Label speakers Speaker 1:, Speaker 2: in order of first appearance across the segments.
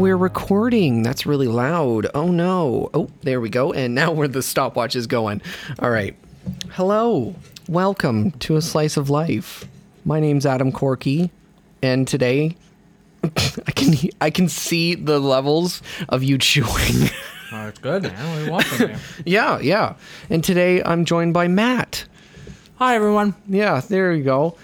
Speaker 1: recording. That's really loud. Oh no. Oh, there we go. And now where the stopwatch is going. All right. Hello. Welcome to A Slice of Life. My name's Adam Corky, and today I can I can see the levels of you chewing.
Speaker 2: Oh, it's good, man. What do you want from me?
Speaker 1: yeah, yeah. And today I'm joined by Matt.
Speaker 2: Hi, everyone.
Speaker 1: Yeah, there you go.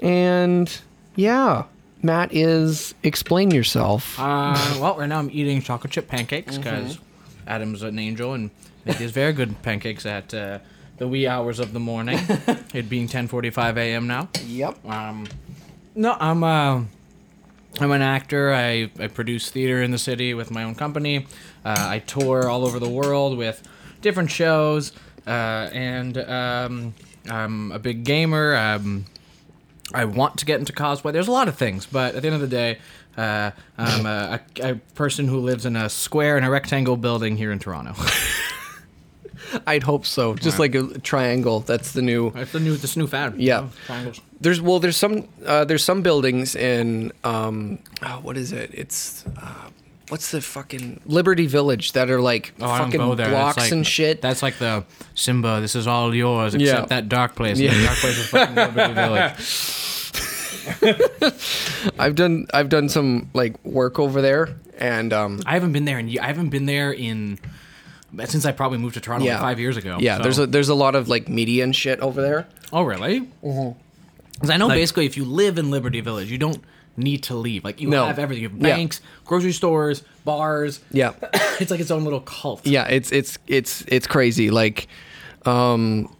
Speaker 1: And yeah, Matt is explain yourself.
Speaker 2: Uh, well, right now I'm eating chocolate chip pancakes because Adam's an angel and makes these very good pancakes at uh, the wee hours of the morning. it being 10:45 a.m. now.
Speaker 1: Yep.
Speaker 2: Um, no, I'm uh, I'm an actor. I, I produce theater in the city with my own company. Uh, I tour all over the world with different shows, uh, and um, I'm a big gamer. Um, I want to get into cosplay. There's a lot of things, but at the end of the day, uh, I'm a, a, a person who lives in a square in a rectangle building here in Toronto.
Speaker 1: I'd hope so. Just like a triangle. That's the new.
Speaker 2: That's the new this new fad.
Speaker 1: Yeah.
Speaker 2: triangles.
Speaker 1: There's well, there's some uh, there's some buildings in um, oh, what is it? It's uh, what's the fucking Liberty Village that are like
Speaker 2: Oh, I don't
Speaker 1: fucking
Speaker 2: go there. That's
Speaker 1: blocks
Speaker 2: like-
Speaker 1: and shit.
Speaker 2: That's like the Simba. This is all yours, except
Speaker 1: Yeah.
Speaker 2: that dark place.
Speaker 1: Yeah.
Speaker 2: The dark place is fucking Liberty Village.
Speaker 1: I've done I've done some like work over there, and um,
Speaker 2: I haven't been there in. ye- I haven't been there in since I probably moved to Toronto like,
Speaker 1: Yeah.
Speaker 2: five years ago.
Speaker 1: yeah,
Speaker 2: So-
Speaker 1: there's a there's a lot of like media and shit over there.
Speaker 2: Oh, really? Because
Speaker 1: Mm-hmm.
Speaker 2: I know basically, if you live in Liberty Village, you don't need to leave. Like you
Speaker 1: No.
Speaker 2: have everything. You have
Speaker 1: Yeah.
Speaker 2: banks, grocery stores, bars.
Speaker 1: Yeah.
Speaker 2: it's like its own little cult.
Speaker 1: yeah it's it's it's it's crazy like um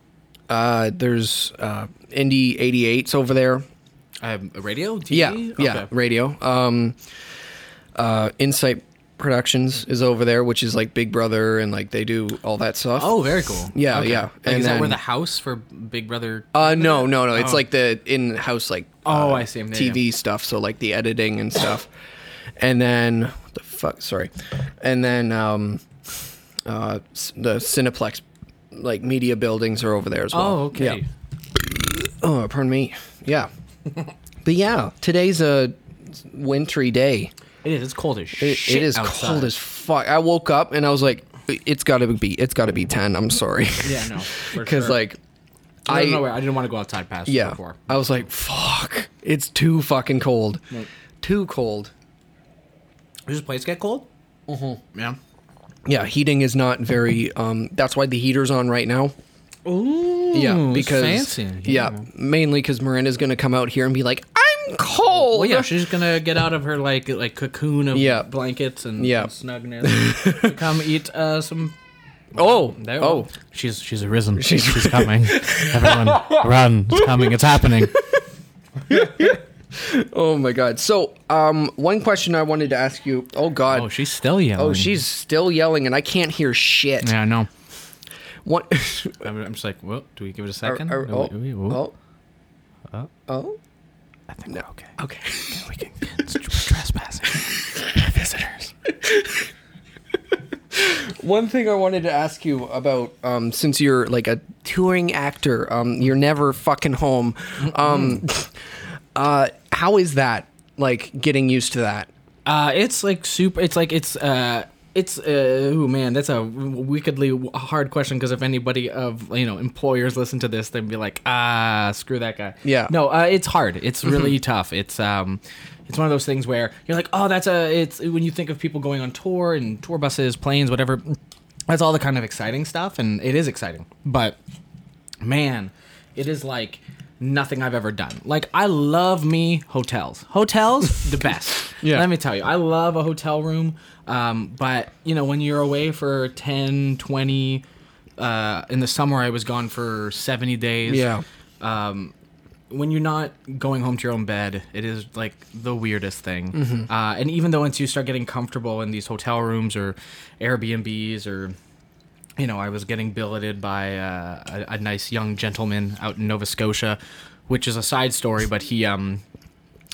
Speaker 1: uh there's uh indie 88s over there
Speaker 2: Um, radio, TV.
Speaker 1: yeah yeah
Speaker 2: Okay.
Speaker 1: radio um uh insight productions is over there which is like big brother and like they do all that stuff
Speaker 2: Oh, very cool.
Speaker 1: Yeah, yeah.
Speaker 2: Like,
Speaker 1: And
Speaker 2: is that where
Speaker 1: then-
Speaker 2: the house for Big Brother?
Speaker 1: uh no no no it's
Speaker 2: Oh.
Speaker 1: like the in-house like
Speaker 2: Oh,
Speaker 1: uh,
Speaker 2: I see. Yeah, yeah.
Speaker 1: tv stuff so like the editing and stuff and then what the fuck sorry and then um uh s- the cineplex like media buildings are over there as well
Speaker 2: oh, okay.
Speaker 1: Yeah. Oh, pardon me. Yeah. but yeah, today's a wintry day.
Speaker 2: It is. It's cold as shit.
Speaker 1: It- it is
Speaker 2: outside.
Speaker 1: cold as fuck. I woke up and I was like, it's got to be, it's got to be ten. I'm sorry,
Speaker 2: Yeah, no. for
Speaker 1: because
Speaker 2: sure.
Speaker 1: like,
Speaker 2: I,
Speaker 1: I
Speaker 2: don't know where- I didn't want to go outside past
Speaker 1: yeah,
Speaker 2: before.
Speaker 1: I was like, fuck, it's too fucking cold, too cold.
Speaker 2: Does this place get cold? Mm-hmm. Yeah.
Speaker 1: Yeah, heating is not very. Um, that's why the heater's on right now.
Speaker 2: Ooh.
Speaker 1: Yeah, because
Speaker 2: fancy.
Speaker 1: yeah, mainly because Miranda's gonna come out here and be like, I'm cold.
Speaker 2: Well, yeah, she's gonna get out of her like like cocoon of
Speaker 1: Yeah.
Speaker 2: blankets and
Speaker 1: Yeah.
Speaker 2: snugness to come eat uh, some.
Speaker 1: Oh,
Speaker 2: There.
Speaker 1: oh,
Speaker 2: she's she's arisen. She's, she's coming. Everyone, run! It's coming. It's happening.
Speaker 1: Oh my god. So, um one question I wanted to ask you. Oh god.
Speaker 2: Oh,
Speaker 1: Oh,
Speaker 2: she's still yelling.
Speaker 1: she's still yelling and I can't hear shit.
Speaker 2: Yeah, I know.
Speaker 1: What
Speaker 2: I'm, I'm just like, well, do we give it a
Speaker 1: are,
Speaker 2: second?
Speaker 1: are,
Speaker 2: Oh,
Speaker 1: oh,
Speaker 2: wait, wait, whoa.
Speaker 1: oh. Oh.
Speaker 2: I think we're okay.
Speaker 1: Okay.
Speaker 2: We can. It's trespassing. Visitors.
Speaker 1: One thing I wanted to ask you about um since you're like a touring actor, um you're never fucking home. Um uh how is that like getting used to that?
Speaker 2: Uh, it's like super. It's like it's uh. It's uh, oh man, that's a wickedly w- hard question because if anybody of you know employers listen to this, they'd be like, ah, screw that guy.
Speaker 1: Yeah.
Speaker 2: No, uh, it's hard. It's really tough. It's um, it's one of those things where you're like, oh, that's a. It's when you think of people going on tour and tour buses, planes, whatever. That's all the kind of exciting stuff, and it is exciting, but man, it is like nothing I've ever done. Like I love me hotels. Hotels, the best.
Speaker 1: Yeah.
Speaker 2: Let me tell you. I love a hotel room. Um, but you know, when you're away for 10, 20 uh, in the summer I was gone for 70 days.
Speaker 1: Yeah.
Speaker 2: Um, when you're not going home to your own bed, it is like the weirdest thing.
Speaker 1: Mm-hmm.
Speaker 2: Uh, and even though once you start getting comfortable in these hotel rooms or Airbnbs or you know, I was getting billeted by uh, a, a nice young gentleman out in Nova Scotia, which is a side story. But he, um,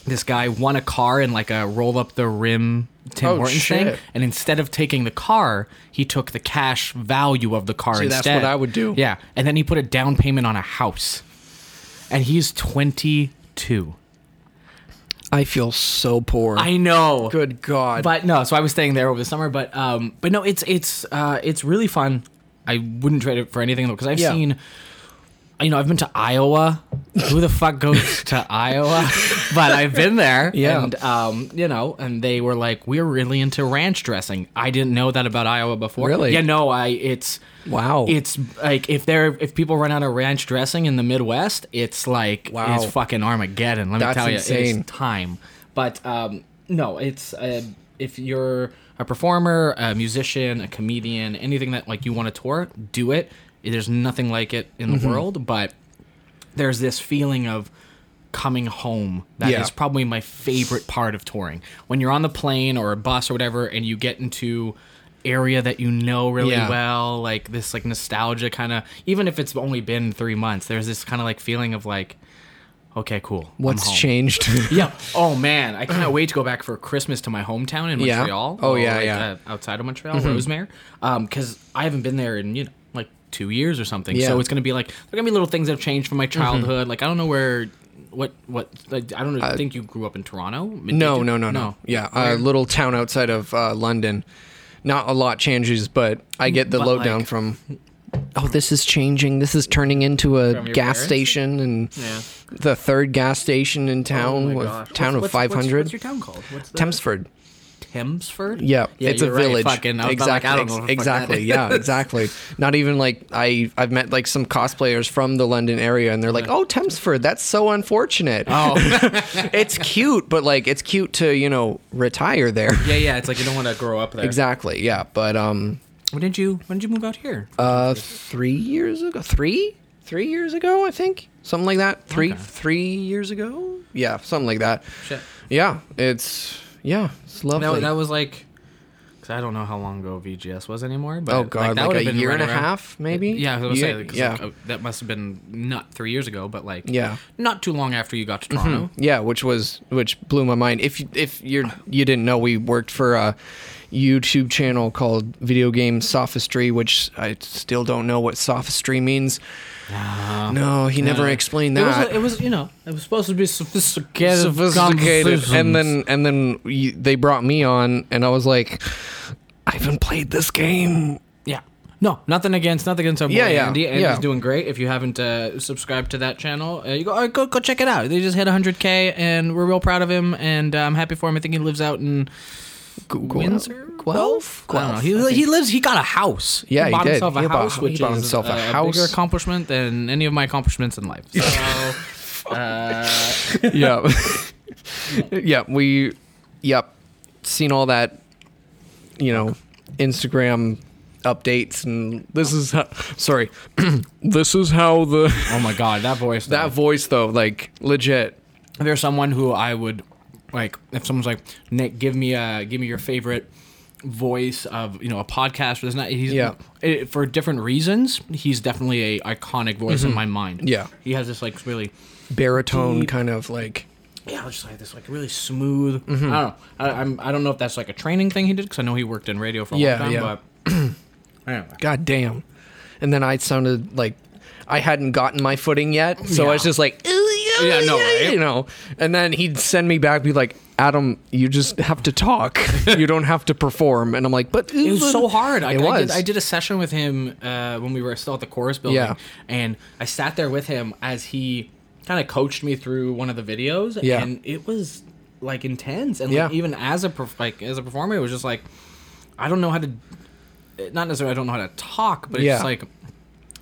Speaker 2: this guy won a car in like a roll up the rim Tim
Speaker 1: Oh,
Speaker 2: Hortons thing,
Speaker 1: shit.
Speaker 2: and instead of taking the car, he took the cash value of the car
Speaker 1: See, that's
Speaker 2: instead.
Speaker 1: what I would do.
Speaker 2: Yeah, and then he put a down payment on a house, and he's twenty two.
Speaker 1: I feel so poor.
Speaker 2: I know.
Speaker 1: Good God.
Speaker 2: But no, so I was staying there over the summer. But um, but no, it's it's uh, it's really fun. I wouldn't trade it for anything though, because I've
Speaker 1: Yeah.
Speaker 2: seen, you know, I've been to Iowa. Who the fuck goes to Iowa? But I've been there.
Speaker 1: Yeah.
Speaker 2: And um, you know, and they were like, we're really into ranch dressing. I didn't know that about Iowa before.
Speaker 1: Really?
Speaker 2: Yeah. No, I it's.
Speaker 1: wow.
Speaker 2: It's like if they're if people run out of ranch dressing in the Midwest, it's like
Speaker 1: Wow.
Speaker 2: it's fucking Armageddon. Let me
Speaker 1: That's
Speaker 2: tell you,
Speaker 1: insane.
Speaker 2: it's time. But um, no, it's uh, if you're a performer, a musician, a comedian, anything that like you want to tour, do it. There's nothing like it in
Speaker 1: Mm-hmm.
Speaker 2: the world, but there's this feeling of coming home that is
Speaker 1: Yeah.
Speaker 2: probably my favorite part of touring when you're on the plane or a bus or whatever and you get into area that you know really
Speaker 1: Yeah.
Speaker 2: well like this like nostalgia kind of even if it's only been three months there's this kind of like feeling of like okay cool I'm
Speaker 1: What's
Speaker 2: home.
Speaker 1: changed?
Speaker 2: yeah oh man i cannot wait to go back for christmas to my hometown in
Speaker 1: Yeah.
Speaker 2: montreal
Speaker 1: Oh, yeah,
Speaker 2: like,
Speaker 1: yeah. Mm-hmm.
Speaker 2: uh, outside of montreal rosemary um because i haven't been there in you know like two years or something
Speaker 1: Yeah. Mm-hmm.
Speaker 2: so it's gonna be like there are gonna be little things that have changed from my childhood like i don't know where what what like, i don't think you grew up in toronto
Speaker 1: Uh, No, no, no, no. Yeah, a little town outside of uh, London. Not a lot changes, but I get the
Speaker 2: But,
Speaker 1: lowdown
Speaker 2: like-
Speaker 1: from. Oh, this is changing. This is turning into a
Speaker 2: From your
Speaker 1: gas
Speaker 2: parents?
Speaker 1: station, and
Speaker 2: Yeah. Oh
Speaker 1: the third gas station in town, with town of five
Speaker 2: What's, your
Speaker 1: hundred,
Speaker 2: town called? What's the
Speaker 1: Thamesford.
Speaker 2: Thamesford?
Speaker 1: Yeah, it's a
Speaker 2: you're right,
Speaker 1: village.
Speaker 2: Fucking, I was about, like,
Speaker 1: exactly.
Speaker 2: I don't know
Speaker 1: ex-
Speaker 2: what the fuck that
Speaker 1: exactly.
Speaker 2: is.
Speaker 1: Yeah. Exactly. Not even like I. I've met like some cosplayers from the London area, and they're like, "Oh, Thamesford. That's so unfortunate.
Speaker 2: Oh,
Speaker 1: It's cute, but like it's cute to you know retire there.
Speaker 2: yeah, yeah. It's like you don't want to grow up there.
Speaker 1: Exactly. Yeah. But um,
Speaker 2: When did you When did you move out here?
Speaker 1: uh, three years ago, three, three years ago, I think, something like that. Three, three years ago. Yeah, something like that.
Speaker 2: Shit.
Speaker 1: Yeah. It's yeah. It's lovely.
Speaker 2: That, that was like, because I don't know how long ago VGS was anymore. But
Speaker 1: oh God,
Speaker 2: that
Speaker 1: like,
Speaker 2: would've
Speaker 1: a
Speaker 2: been
Speaker 1: year
Speaker 2: right
Speaker 1: and a
Speaker 2: around-
Speaker 1: half, maybe.
Speaker 2: Yeah, I
Speaker 1: yeah,
Speaker 2: was gonna say like, 'cause,
Speaker 1: yeah.
Speaker 2: like, uh, that must have been not three years ago, but like
Speaker 1: Yeah. Mm-hmm.
Speaker 2: not too long after you got to Toronto.
Speaker 1: Yeah, which was which blew my mind. If if you're you didn't know, we worked for a YouTube channel called Video Game Sophistry, which I still don't know what sophistry means. no, he never explained
Speaker 2: Ah. Uh, It was,
Speaker 1: that.
Speaker 2: a- it was, you know, it was supposed to be sophisticated,
Speaker 1: sophisticated. And
Speaker 2: conversations.
Speaker 1: then and then you, they brought me on, and I was like, I haven't played this game.
Speaker 2: Yeah. No, nothing against nothing against our boy
Speaker 1: Yeah, yeah,
Speaker 2: Andy. Andy's
Speaker 1: yeah.
Speaker 2: doing great. If you haven't uh, subscribed to that channel, uh, you go, oh, go go check it out. They just hit 100k, and we're real proud of him. And uh, I'm happy for him. I think he lives out in
Speaker 1: Google
Speaker 2: Windsor,
Speaker 1: Guelph?
Speaker 2: I don't know. He, he lives. He got a house.
Speaker 1: Yeah, he
Speaker 2: he bought
Speaker 1: did.
Speaker 2: himself a
Speaker 1: He bought-
Speaker 2: house,
Speaker 1: he
Speaker 2: which
Speaker 1: bought
Speaker 2: is
Speaker 1: himself a
Speaker 2: uh, bigger
Speaker 1: house.
Speaker 2: accomplishment than any of my accomplishments in life. So, uh,
Speaker 1: yeah. yeah, we yep. Seen all that you know, Instagram updates and this is how, sorry. this is how the
Speaker 2: oh my god, that voice. though.
Speaker 1: that voice though, like legit.
Speaker 2: if there's someone who I would like if someone's like Nick give me uh give me your favorite voice of you know a podcast or this not he's
Speaker 1: Yeah.
Speaker 2: it, for different reasons he's definitely a iconic voice in my mind
Speaker 1: Mm-hmm. Yeah.
Speaker 2: he has this like really
Speaker 1: Baritone kind of like
Speaker 2: yeah just like this like really smooth
Speaker 1: Mm-hmm.
Speaker 2: I don't know I, I'm I don't know if that's like a training thing he did because I know he worked in radio for a
Speaker 1: Yeah,
Speaker 2: long time
Speaker 1: yeah.
Speaker 2: but anyway.
Speaker 1: god damn. And then I sounded like I hadn't gotten my footing yet, so I was
Speaker 2: Yeah.
Speaker 1: just like, yeah,
Speaker 2: Yeah, no, right?
Speaker 1: you know. And then he'd send me back, be like, "Adam, you just have to talk. you don't have to perform." And I'm like, "But
Speaker 2: it was so hard. I,
Speaker 1: It
Speaker 2: I
Speaker 1: was.
Speaker 2: did, I did a session with him uh, when we were still at the chorus building,
Speaker 1: Yeah.
Speaker 2: and I sat there with him as he kind of coached me through one of the videos,
Speaker 1: Yeah.
Speaker 2: and it was like intense. And
Speaker 1: Yeah.
Speaker 2: like, even as a perf- like as a performer, it was just like I don't know how to, not necessarily I don't know how to talk, but it's
Speaker 1: Yeah.
Speaker 2: just like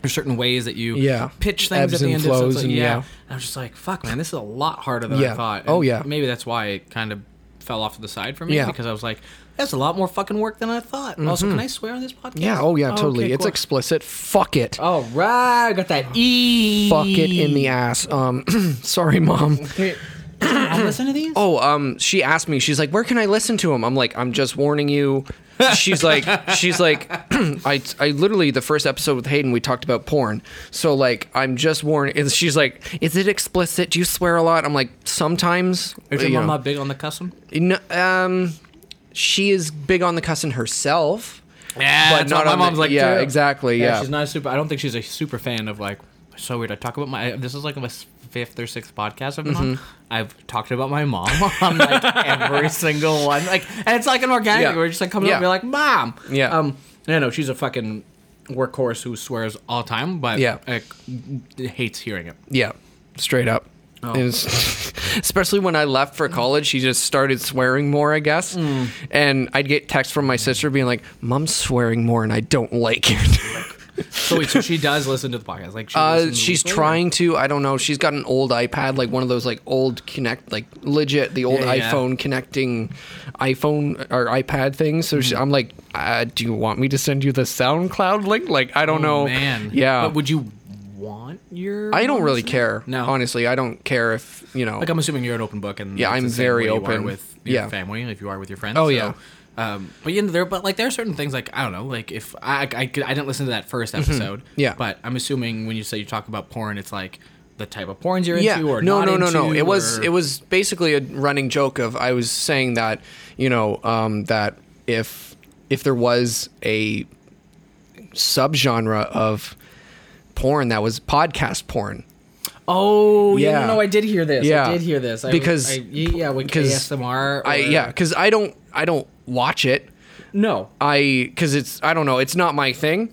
Speaker 2: there's certain ways that you
Speaker 1: Yeah.
Speaker 2: pitch
Speaker 1: Ebbs
Speaker 2: things at the
Speaker 1: and
Speaker 2: end of
Speaker 1: flows
Speaker 2: something.
Speaker 1: and
Speaker 2: yeah.
Speaker 1: yeah.
Speaker 2: And I was just like, fuck, man, this is a lot harder than
Speaker 1: Yeah.
Speaker 2: I thought.
Speaker 1: Oh,
Speaker 2: And
Speaker 1: yeah.
Speaker 2: Maybe that's why it kind of fell off to the side for me
Speaker 1: Yeah. Mm-hmm.
Speaker 2: because I was like, that's a lot more fucking work than I thought. Also, can I swear on this podcast?
Speaker 1: Yeah. Oh, yeah.
Speaker 2: Okay,
Speaker 1: Totally. It's
Speaker 2: cool.
Speaker 1: explicit. Fuck it.
Speaker 2: All right, got that E.
Speaker 1: Fuck it in the ass. Um, sorry, mom.
Speaker 2: I'll listen to these.
Speaker 1: Oh, um, she asked me. She's like, "Where can I listen to him?" I'm like, "I'm just warning you." She's like, "She's like, I, I literally the first episode with Hayden we talked about porn. So like, I'm just warning." And she's like, "Is it explicit? Do you swear a lot?" I'm like, "Sometimes."
Speaker 2: Is your
Speaker 1: you
Speaker 2: mom
Speaker 1: know."
Speaker 2: not big on the custom?
Speaker 1: No, um, she is big on the cussing herself.
Speaker 2: Yeah,
Speaker 1: But not on the- yeah, exactly, yeah.
Speaker 2: she's not a super. I don't think she's a super fan of like. So weird. I talk about my. This is like my s- fifth or sixth podcast I've been
Speaker 1: Mm-hmm.
Speaker 2: on, I've talked about my mom on like every single one. Like, and it's like an organic.
Speaker 1: Yeah.
Speaker 2: thing. We're just like coming
Speaker 1: Yeah.
Speaker 2: up and be like, "Mom."
Speaker 1: Yeah.
Speaker 2: Um. No, no, she's a fucking workhorse who swears all the time, but
Speaker 1: Yeah.
Speaker 2: like, hates hearing it.
Speaker 1: Yeah, straight up.
Speaker 2: Oh.
Speaker 1: It was, especially when I left for college, she just started swearing more, I guess.
Speaker 2: Mm.
Speaker 1: And I'd get texts from my sister being like, "Mom's swearing more, and I don't like it."
Speaker 2: So wait, so she does listen to the podcast? Like, she
Speaker 1: Uh,
Speaker 2: listens
Speaker 1: she's
Speaker 2: weekly?
Speaker 1: trying to. I don't know. She's got an old iPad, like one of those like old connect, like legit the old
Speaker 2: Yeah, yeah.
Speaker 1: iPhone connecting iPhone or iPad thing. So
Speaker 2: Mm.
Speaker 1: she, I'm like, uh, "Do you want me to send you the SoundCloud link?" Like I don't know.
Speaker 2: Oh, Man,
Speaker 1: yeah.
Speaker 2: But would you want your?
Speaker 1: I don't
Speaker 2: mom
Speaker 1: really
Speaker 2: to-
Speaker 1: care.
Speaker 2: No.
Speaker 1: honestly, I don't care if you know.
Speaker 2: Like I'm assuming you're an open book, and
Speaker 1: Yeah,
Speaker 2: it's
Speaker 1: I'm
Speaker 2: the same
Speaker 1: very
Speaker 2: way you are
Speaker 1: open.
Speaker 2: with your
Speaker 1: Yeah.
Speaker 2: family. If you are with your friends,
Speaker 1: Oh,
Speaker 2: So,
Speaker 1: yeah.
Speaker 2: Um, but you know there, but like there are certain things like I don't know, like if I I, could, I didn't listen to that first episode,
Speaker 1: Mm-hmm. Yeah.
Speaker 2: But I'm assuming when you say you talk about porn, it's like the type of porns you're
Speaker 1: yeah.
Speaker 2: into or
Speaker 1: no,
Speaker 2: not
Speaker 1: no, no, no.
Speaker 2: into,
Speaker 1: It was
Speaker 2: or-
Speaker 1: it was basically a running joke of I was saying that you know um, that if if there was a subgenre of porn that was podcast porn
Speaker 2: oh yeah,
Speaker 1: Yeah.
Speaker 2: no, no, I did hear this,
Speaker 1: Yeah.
Speaker 2: I did hear this I,
Speaker 1: Because-
Speaker 2: I, yeah, with
Speaker 1: 'cause
Speaker 2: ASMR,
Speaker 1: I
Speaker 2: or-
Speaker 1: yeah because I don't I don't watch it
Speaker 2: no,
Speaker 1: I because it's I don't know it's not my thing.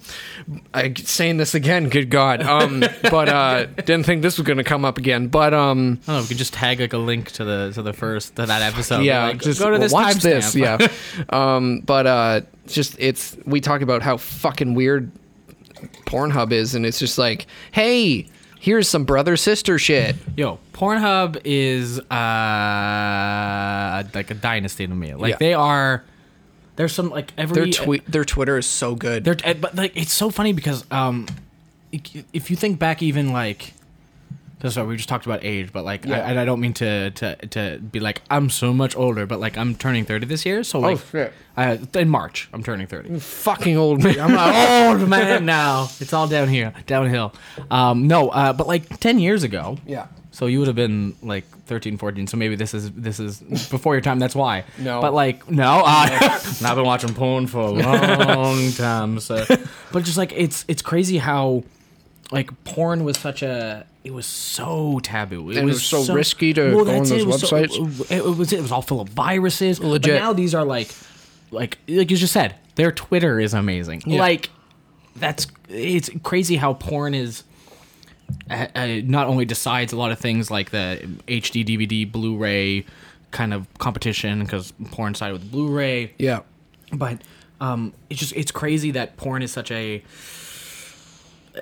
Speaker 1: I saying this again, good God. Um, but uh, didn't think this was gonna come up again. But um,
Speaker 2: I don't know. We can just tag like a link to the to the first to that episode.
Speaker 1: yeah,
Speaker 2: like,
Speaker 1: just
Speaker 2: go to this
Speaker 1: watch
Speaker 2: timestamp.
Speaker 1: this. Yeah, um, but uh, just it's we talk about how fucking weird Pornhub is, and it's just like, hey, here's some brother sister shit.
Speaker 2: Yo, Pornhub is uh like a dynasty to me. Like
Speaker 1: Yeah.
Speaker 2: they are. There's some like every
Speaker 1: Their tweet, their Twitter is so good.
Speaker 2: they're uh, but like it's so funny because um, if- if you think back even like. That's right. We just talked about age, but like,
Speaker 1: Yeah.
Speaker 2: I, and I don't mean to, to to be like I'm so much older, but like I'm turning thirty this year, so like
Speaker 1: Oh, shit.
Speaker 2: uh, in March I'm turning thirty.
Speaker 1: fucking old man.
Speaker 2: I'm "Oh." an old man now. It's all down here, downhill. Um, no, uh, but like 10 years ago.
Speaker 1: Yeah.
Speaker 2: So you would have been like 13, 14. So maybe this is this is before your time. That's why.
Speaker 1: No.
Speaker 2: But like no, uh, and I've been watching porn for a long time. So, but just like it's it's crazy how like porn was such a it was so taboo. It,
Speaker 1: And it was so risky to go
Speaker 2: that's
Speaker 1: on
Speaker 2: it.
Speaker 1: those
Speaker 2: It was so-
Speaker 1: websites.
Speaker 2: it, it was it was all full of viruses.
Speaker 1: Legit.
Speaker 2: But now these are like, like like you just said, their Twitter is amazing. Like that's it's crazy how porn is. Uh, uh, not only decides a lot of things like the HD DVD Blu-ray kind of competition because porn side with Blu-ray,
Speaker 1: Yeah.
Speaker 2: but um, it's just it's crazy that porn is such a uh,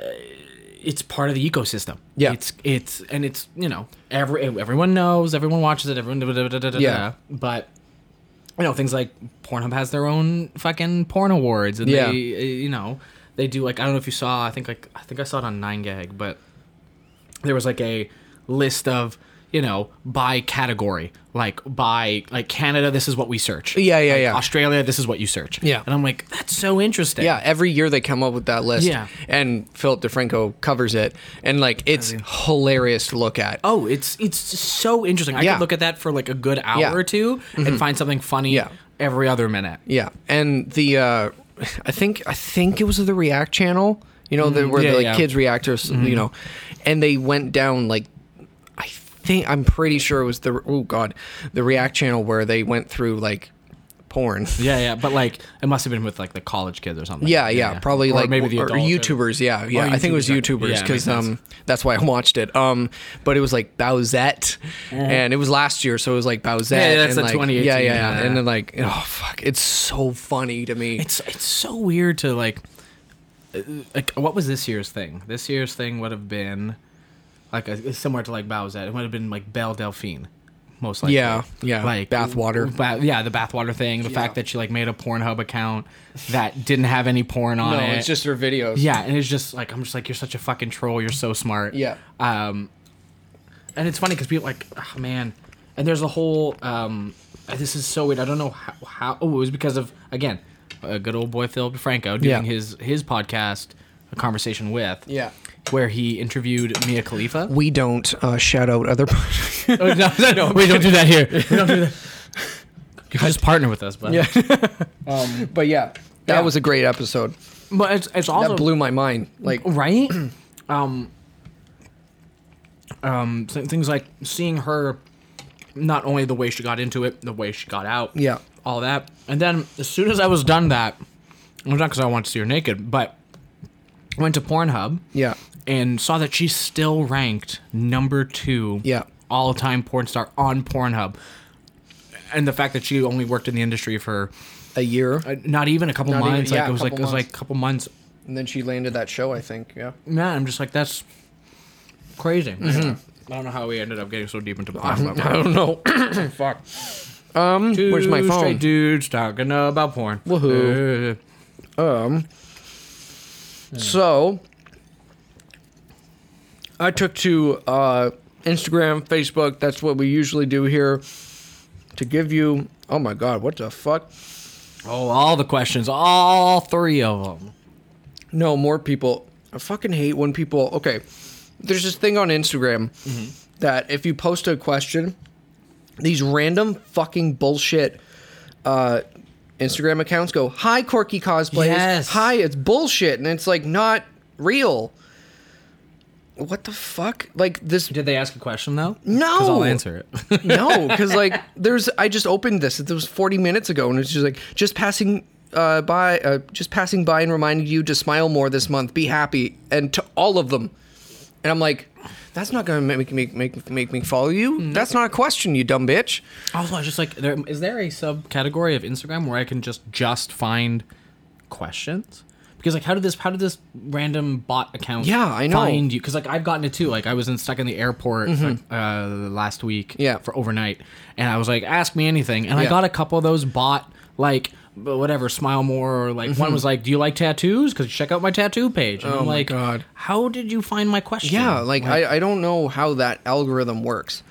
Speaker 2: it's part of the ecosystem.
Speaker 1: Yeah.
Speaker 2: it's it's and it's you know every everyone knows, everyone watches it, everyone. Da, da, da, da, da,
Speaker 1: Yeah.
Speaker 2: da. but you know things like Pornhub has their own fucking porn awards, and
Speaker 1: Yeah.
Speaker 2: they uh, you know they do like I don't know if you saw I think like I think I saw it on Nine Gag, but there was like a list of you know by category like by like canada this is what we search
Speaker 1: Yeah, yeah,
Speaker 2: Like,
Speaker 1: yeah.
Speaker 2: australia this is what you search
Speaker 1: Yeah.
Speaker 2: and i'm like that's so interesting
Speaker 1: Yeah, every year they come up with that list.
Speaker 2: Yeah.
Speaker 1: And Philip DeFranco covers it. And like it's hilarious to look at.
Speaker 2: Oh, it's it's so interesting. I
Speaker 1: Yeah.
Speaker 2: could look at that for like a good hour
Speaker 1: Yeah. Mm-hmm.
Speaker 2: or 2 and find something funny
Speaker 1: Yeah.
Speaker 2: every other minute.
Speaker 1: Yeah. And the uh I think I think it was the React channel, you know, the, where
Speaker 2: Mm-hmm. yeah,
Speaker 1: the like,
Speaker 2: yeah. Mm-hmm.
Speaker 1: kids react or s you know. And they went down like I think I'm pretty sure it was the oh god, the React channel where they went through like porn.
Speaker 2: Yeah, yeah. But like, it must have been with like the college kids or something.
Speaker 1: Yeah, yeah, probably
Speaker 2: Or
Speaker 1: like
Speaker 2: maybe the
Speaker 1: or
Speaker 2: adults
Speaker 1: YouTubers. Yeah, yeah. I think it was
Speaker 2: YouTubers, right.
Speaker 1: YouTubers
Speaker 2: Yeah, it
Speaker 1: because
Speaker 2: makes
Speaker 1: um that's why I watched it. Um, but it was like Bowsette, and it was last year, so it was like Bowsette.
Speaker 2: Mm-hmm. Yeah, yeah, that's
Speaker 1: and,
Speaker 2: the
Speaker 1: like,
Speaker 2: 2018,
Speaker 1: Yeah, yeah,
Speaker 2: yeah.
Speaker 1: And then like, oh fuck, it's so funny to me.
Speaker 2: It's it's so weird to like, uh, like what was this year's thing? This year's thing would have been like a, similar to like Bowsette. It would have been like Belle Delphine. Most likely.
Speaker 1: Yeah, yeah, bathwater.
Speaker 2: Ba- yeah, the bathwater thing. The fact that she like made a Pornhub account that didn't have any porn on
Speaker 1: no,
Speaker 2: it.
Speaker 1: it's just their videos.
Speaker 2: Yeah, and it's just like I'm just like you're such a fucking troll. You're so smart.
Speaker 1: Yeah.
Speaker 2: Um, and it's funny because people like, oh man, and there's a whole. Um, this is so weird. I don't know how. how oh, it was because of again, a good old boy Phil DeFranco doing
Speaker 1: Yeah.
Speaker 2: his his podcast, a conversation with.
Speaker 1: Yeah.
Speaker 2: Where he interviewed Mia Khalifa.
Speaker 1: We don't uh, shout out other.
Speaker 2: oh, no, no, no, we don't do that here. We don't do that. Just partner with us, but
Speaker 1: Yeah. but yeah, that
Speaker 2: Yeah.
Speaker 1: was a great episode.
Speaker 2: but it's it's also
Speaker 1: That blew my mind. Like,
Speaker 2: right um um, th- things like seeing her, not only the way she got into it, the way she got out,
Speaker 1: Yeah.
Speaker 2: all that. And then as soon as I was done that, well, not because I wanted to see her naked, but I went to Pornhub
Speaker 1: Yeah.
Speaker 2: and saw that she's still ranked number two
Speaker 1: Yeah.
Speaker 2: all time porn star on Pornhub. And the fact that she only worked in the industry for
Speaker 1: A year.
Speaker 2: uh, not even a couple
Speaker 1: Not even-
Speaker 2: months, like
Speaker 1: yeah,
Speaker 2: it was like
Speaker 1: couple
Speaker 2: it was
Speaker 1: months.
Speaker 2: like a couple months.
Speaker 1: And then she landed that show, I think. Yeah.
Speaker 2: Man, I'm just like that's crazy. Mm-hmm. I don't know how we ended up getting so deep into Pornhub.
Speaker 1: I don't know.
Speaker 2: Fuck.
Speaker 1: Um, where's my
Speaker 2: Two
Speaker 1: phone?
Speaker 2: Straight dudes talking about porn.
Speaker 1: Woohoo.
Speaker 2: Uh,
Speaker 1: Um. Hmm. So I took to uh, Instagram, Facebook. That's what we usually do here to give you. Oh my God! What the fuck?
Speaker 2: oh, all the questions, all three of them.
Speaker 1: No, more people. I fucking hate when people. Okay, there's this thing on Instagram that if you post a question, these random fucking bullshit uh, Instagram accounts go, "Hi, quirky cosplays.
Speaker 2: Yes.
Speaker 1: Hi, it's bullshit," and it's like not real. What the fuck? Like this?
Speaker 2: Did they ask a question though?
Speaker 1: No.
Speaker 2: because I'll answer it.
Speaker 1: no, because like there's. I just opened this. It was 40 minutes ago, and it's just like just passing. Uh, by uh, just passing by and reminding you to smile more this month, be happy, and to all of them. And I'm like, that's not gonna make me make make me follow you. That's not a question, you dumb bitch.
Speaker 2: also, I was just like, there, is there a subcategory of Instagram where I can just just find questions? Because like, how did this? How did this random bot account?
Speaker 1: Yeah, I know. Mm-hmm.
Speaker 2: Find you because like I've gotten it too. Like I was in, stuck in the airport like, uh, last week.
Speaker 1: Yeah.
Speaker 2: for overnight, and I was like, ask me anything, and I
Speaker 1: Yeah.
Speaker 2: got a couple of those bot like but whatever smile more or like one was like do you like tattoos because check out my tattoo page and i'm
Speaker 1: Mm-hmm. Oh my
Speaker 2: like
Speaker 1: God.
Speaker 2: how did you find my question
Speaker 1: Yeah, Mm, like I, I don't know how that algorithm works.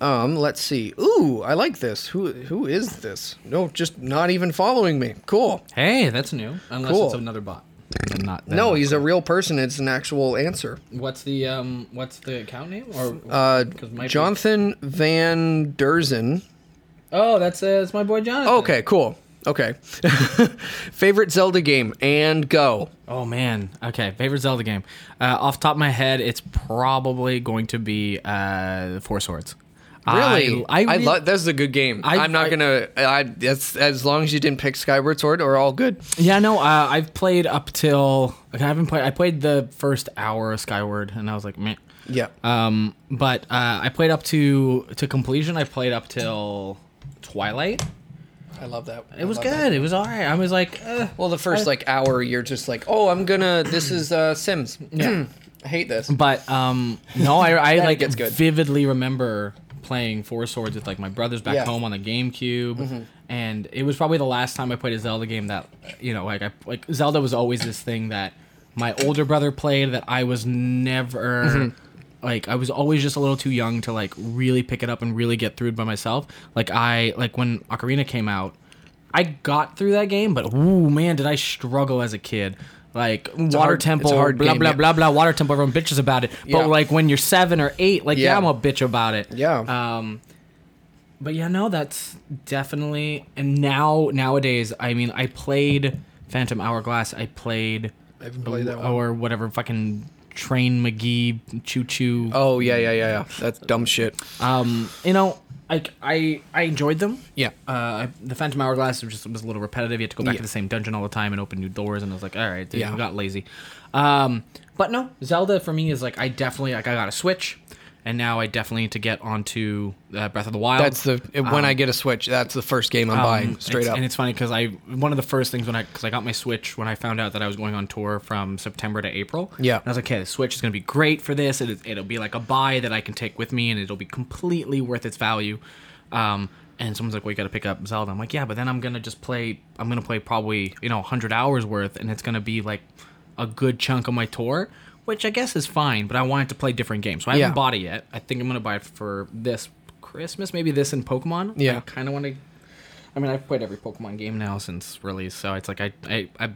Speaker 1: Um, let's see. Ooh, I like this. Who who is this? No, just not even following me. Cool.
Speaker 2: Hey, that's new. Unless
Speaker 1: Cool.
Speaker 2: it's another bot. Then not, then
Speaker 1: No,
Speaker 2: not.
Speaker 1: he's a real person. It's an actual answer.
Speaker 2: What's the um? What's the account name? Or
Speaker 1: Uh,
Speaker 2: 'cause my-
Speaker 1: Jonathan Van Derzen. Oh,
Speaker 2: Oh, that's uh, that's my boy Jonathan.
Speaker 1: Okay, cool. Okay. Favorite Zelda game and go.
Speaker 2: Oh man. Okay. Favorite Zelda game. Uh, off top of my head, it's probably going to be uh Four Swords.
Speaker 1: Really,
Speaker 2: I, I,
Speaker 1: I
Speaker 2: re-
Speaker 1: love. That's a good game. I, am not
Speaker 2: I-
Speaker 1: gonna. I, that's as long as you didn't pick Skyward Sword, or all good.
Speaker 2: Yeah. No. Uh, I've played up till. Like, I haven't played. I played the first hour of Skyward, and I was like, meh.
Speaker 1: Yeah.
Speaker 2: Um, but uh, I played up to to completion. I played up till Twilight.
Speaker 1: I love that.
Speaker 2: It was good. It was all right. I was like, uh,
Speaker 1: Well, the first like hour, you're just like, oh, I'm gonna. This is uh, Sims. Yeah, I hate this.
Speaker 2: But um, no, I, I like
Speaker 1: gets good.
Speaker 2: vividly remember playing Four Swords with like my brothers back
Speaker 1: Yeah. Mm-hmm.
Speaker 2: home on the GameCube, and it was probably the last time I played a Zelda game that you know like I like Zelda was always this thing that my older brother played that I was never.
Speaker 1: Mm-hmm.
Speaker 2: Like I was always just a little too young to like really pick it up and really get through it by myself. Like I like when Ocarina came out, I got through that game, but ooh man, did I struggle as a kid. Like
Speaker 1: a
Speaker 2: Water
Speaker 1: hard- it's a
Speaker 2: Temple,
Speaker 1: hard
Speaker 2: blah
Speaker 1: game,
Speaker 2: blah
Speaker 1: yeah.
Speaker 2: blah blah. Water Temple, everyone bitches about it.
Speaker 1: Yeah.
Speaker 2: But like when you're seven or eight, like yeah.
Speaker 1: Yeah.
Speaker 2: I'm a bitch about it.
Speaker 1: Yeah.
Speaker 2: Um, but yeah, no, that's definitely. And now nowadays, I mean, I played Phantom Hourglass. I played. I
Speaker 1: haven't played that one.
Speaker 2: Or whatever fucking Train McGee Choo Choo.
Speaker 1: Oh yeah, yeah, yeah, yeah. That's dumb shit.
Speaker 2: Um, you know, like I I enjoyed them.
Speaker 1: Yeah.
Speaker 2: Uh, I, the Phantom Hourglass was just was a little repetitive. You had to go back
Speaker 1: Yeah.
Speaker 2: to the same dungeon all the time and open new doors, and I was like, all right, dude,
Speaker 1: Yeah.
Speaker 2: you got lazy. Um, but no, Zelda for me is like I definitely like I got a Switch, and now I definitely need to get onto uh, Breath of the Wild.
Speaker 1: That's the when I get a Switch. That's the first game I'm buying straight
Speaker 2: Um, It's-
Speaker 1: up.
Speaker 2: And it's funny because I one of the first things when I because I got my Switch when I found out that I was going on tour from September to April.
Speaker 1: Yeah.
Speaker 2: and I was like, okay, the Switch is gonna be great for this. It, it'll be like a buy that I can take with me, and it'll be completely worth its value. Um, and someone's like, well, you gotta pick up Zelda. I'm like, yeah, but then I'm gonna just play. I'm gonna play probably you know 100 hours worth, and it's gonna be like a good chunk of my tour. Which I guess is fine, but I wanted to play different games, so I
Speaker 1: Yeah.
Speaker 2: haven't bought it yet. I think I'm gonna buy it for this Christmas, maybe this and Pokemon.
Speaker 1: Yeah.
Speaker 2: I kind of want to I mean, I've played every Pokemon game now since release, so it's like I, I, I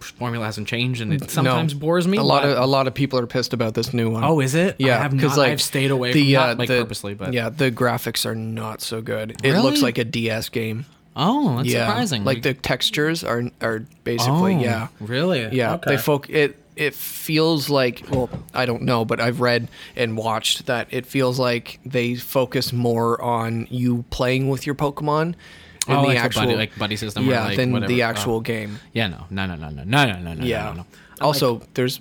Speaker 2: formula hasn't changed, and it sometimes bores me.
Speaker 1: A lot
Speaker 2: but-
Speaker 1: of a lot of people are pissed about this new one.
Speaker 2: oh, is it? I
Speaker 1: Yeah,
Speaker 2: have not,
Speaker 1: because like
Speaker 2: I've stayed away
Speaker 1: the,
Speaker 2: from
Speaker 1: uh,
Speaker 2: that, like
Speaker 1: the-
Speaker 2: purposely, but
Speaker 1: yeah, the graphics are not so good. It
Speaker 2: Really?
Speaker 1: looks like a DS game.
Speaker 2: oh, that's
Speaker 1: yeah,
Speaker 2: surprising.
Speaker 1: Like the textures are are
Speaker 2: oh,
Speaker 1: basically yeah,
Speaker 2: really,
Speaker 1: yeah. They folk it. it feels like well I don't know, but I've read and watched that it feels like they focus more on you playing with your Pokemon than
Speaker 2: oh,
Speaker 1: the
Speaker 2: like the
Speaker 1: actual
Speaker 2: buddy, like buddy system.
Speaker 1: yeah
Speaker 2: or like
Speaker 1: than
Speaker 2: whatever.
Speaker 1: the
Speaker 2: Oh.
Speaker 1: actual game.
Speaker 2: Yeah, no, no, no, no, no, no, no, no, no,
Speaker 1: Yeah.
Speaker 2: no, no.
Speaker 1: Also, there's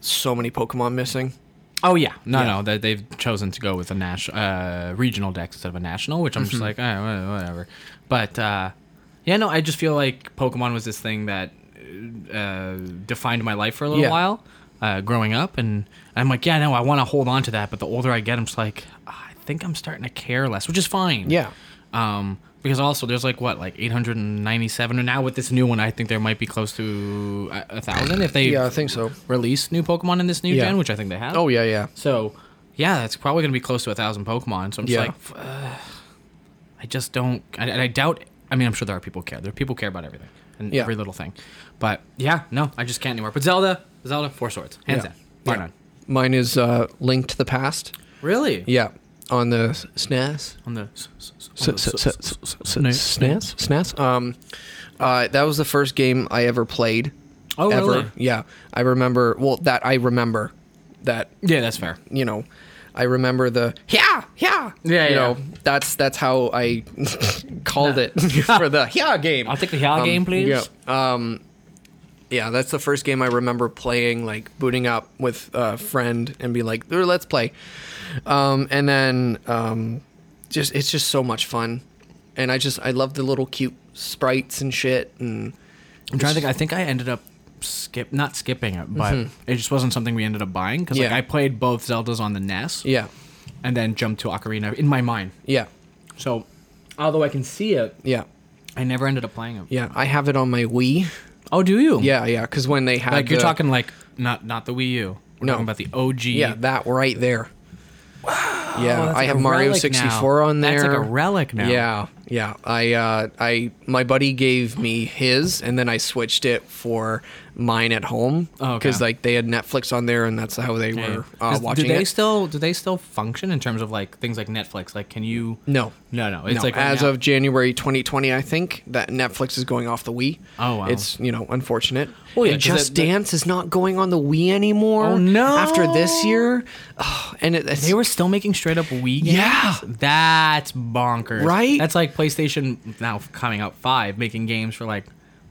Speaker 1: so many Pokemon missing.
Speaker 2: Oh yeah, no, no, they, they've chosen to go with a national, uh, regional deck instead of a national, which I'm
Speaker 1: Mm-hmm.
Speaker 2: just like, eh, wha- whatever. But uh, yeah, no, I just feel like Pokemon was this thing that uh, defined my life for a little
Speaker 1: Yeah.
Speaker 2: while, uh, growing up, and I'm like, yeah, no, I want to hold on to that, but the older I get, I'm just like, ah, I think I'm starting to care less, which is fine.
Speaker 1: Yeah.
Speaker 2: Um, because also there's like what like 897, and now with this new one, I think there might be close to a, a thousand if they
Speaker 1: Yeah, I think so.
Speaker 2: release new Pokemon in this new
Speaker 1: Yeah.
Speaker 2: gen, which I think they have.
Speaker 1: Oh yeah, yeah.
Speaker 2: So, yeah, that's probably going to be close to a thousand Pokemon. So I'm just
Speaker 1: Yeah.
Speaker 2: like, f- uh, I just don't. And and I doubt. I mean, I'm sure there are people who care. There are people who care about everything and
Speaker 1: Yeah.
Speaker 2: every little thing. But yeah, no, I just can't anymore. But Zelda, Zelda, Four Swords, hands
Speaker 1: Yeah.
Speaker 2: down, bar
Speaker 1: Yeah.
Speaker 2: none.
Speaker 1: Mine is uh, Link to the Past.
Speaker 2: Really?
Speaker 1: Yeah, on the s- SNES.
Speaker 2: On the s- s- s-
Speaker 1: S-
Speaker 2: on
Speaker 1: s-
Speaker 2: the
Speaker 1: s-
Speaker 2: s-
Speaker 1: s- s-
Speaker 2: Sna-
Speaker 1: SNES. SNES. Um, uh, that was the first game I ever played.
Speaker 2: Oh,
Speaker 1: ever.
Speaker 2: really?
Speaker 1: Yeah, I remember. Well, that I remember. That
Speaker 2: yeah, that's fair.
Speaker 1: you know, I remember the yeah, yeah,
Speaker 2: Yeah,
Speaker 1: You
Speaker 2: yeah.
Speaker 1: know, that's that's how I called it for the yeah game.
Speaker 2: I'll take the yeah
Speaker 1: Um,
Speaker 2: game, please.
Speaker 1: Yeah. Um, yeah, that's the first game I remember playing, like booting up with a friend and be like, "Uh, let's play. Um, and then um, just it's just so much fun. And I just I love the little cute sprites and shit and
Speaker 2: I'm trying to think. I think I ended up skip, not skipping it, but it just wasn't something we ended up buying because like
Speaker 1: Mm-hmm. Yeah.
Speaker 2: I played both Zeldas on the NES
Speaker 1: yeah.
Speaker 2: and then jumped to Ocarina in my mind.
Speaker 1: Yeah.
Speaker 2: So, although I can see it,
Speaker 1: Yeah.
Speaker 2: I never ended up playing them.
Speaker 1: Yeah. I have it on my Wii.
Speaker 2: Oh, do you?
Speaker 1: Yeah, yeah, cuz when they had
Speaker 2: Like you're
Speaker 1: the-
Speaker 2: talking like not not the Wii U. We're
Speaker 1: No.
Speaker 2: talking about the OG.
Speaker 1: Yeah, that right there. Yeah,
Speaker 2: Oh, that's
Speaker 1: I
Speaker 2: like
Speaker 1: have
Speaker 2: a
Speaker 1: Mario
Speaker 2: relic now.
Speaker 1: 64 on there.
Speaker 2: That's like a relic now.
Speaker 1: Yeah, yeah. I, uh, I, my buddy gave me his, and then I switched it for mine at home
Speaker 2: Oh, okay.
Speaker 1: like they had Netflix on there, and that's how they
Speaker 2: Okay.
Speaker 1: were uh,
Speaker 2: Is-
Speaker 1: watching
Speaker 2: do they
Speaker 1: it.
Speaker 2: still do they still function in terms of like things like Netflix? Like, can you?
Speaker 1: no.
Speaker 2: no, no. It's
Speaker 1: no,
Speaker 2: like right
Speaker 1: as
Speaker 2: now-
Speaker 1: of January 2020, I think that Netflix is going off the Wii.
Speaker 2: Oh, wow.
Speaker 1: It's you know unfortunate.
Speaker 2: Well, yeah,
Speaker 1: And
Speaker 2: 'cause
Speaker 1: Just
Speaker 2: that- that-
Speaker 1: Dance is not going on the Wii anymore.
Speaker 2: Oh, no.
Speaker 1: After this year, Ugh, and it, it's
Speaker 2: they were still making straight up Wii games.
Speaker 1: Yeah.
Speaker 2: that's bonkers.
Speaker 1: Right?
Speaker 2: That's like PlayStation now coming up five making games for like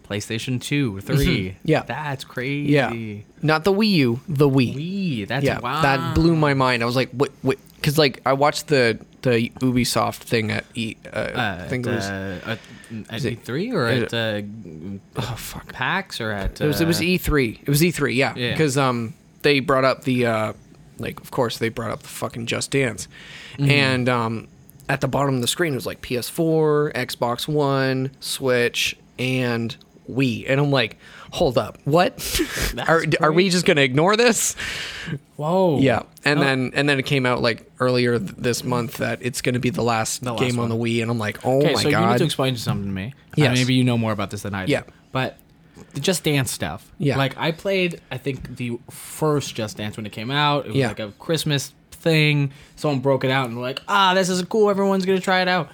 Speaker 2: PlayStation two or 3
Speaker 1: Mm-hmm. Yeah.
Speaker 2: that's crazy.
Speaker 1: Yeah. Not the Wii U, the Wii.
Speaker 2: Wii, that's
Speaker 1: Yeah.
Speaker 2: wow.
Speaker 1: That blew my mind. I was like, what? What? Because, like, I watched the the Ubisoft thing at E. Uh, I think it was.
Speaker 2: at, uh, at, at
Speaker 1: it-
Speaker 2: E3 or
Speaker 1: is
Speaker 2: at uh, oh, fuck. PAX or at
Speaker 1: It was, it was
Speaker 2: uh,
Speaker 1: E3. It was E3, yeah.
Speaker 2: Yeah.
Speaker 1: Because um, they brought up the, uh, like, of course, they brought up the fucking Just Dance. And um, at the bottom of the screen, it was like PS4, Xbox One, Switch, and Wii. And I'm like, hold up, what? are, are we just going to ignore this?
Speaker 2: Whoa.
Speaker 1: Yeah, and
Speaker 2: Oh.
Speaker 1: then and then it came out like earlier th- this month that it's going to be the last
Speaker 2: last
Speaker 1: game on
Speaker 2: one.
Speaker 1: the Wii, and I'm like, oh
Speaker 2: Okay,
Speaker 1: my
Speaker 2: so you need
Speaker 1: god,
Speaker 2: to explain something to me. Uh,
Speaker 1: Yes.
Speaker 2: maybe you know more about this than I do.
Speaker 1: Yeah.
Speaker 2: But the Just Dance stuff.
Speaker 1: Yeah.
Speaker 2: Like I played, I think the first Just Dance when it came out. It was
Speaker 1: Yeah.
Speaker 2: like a Christmas thing. Someone broke it out and were like, ah, this is cool. Everyone's gonna try it out.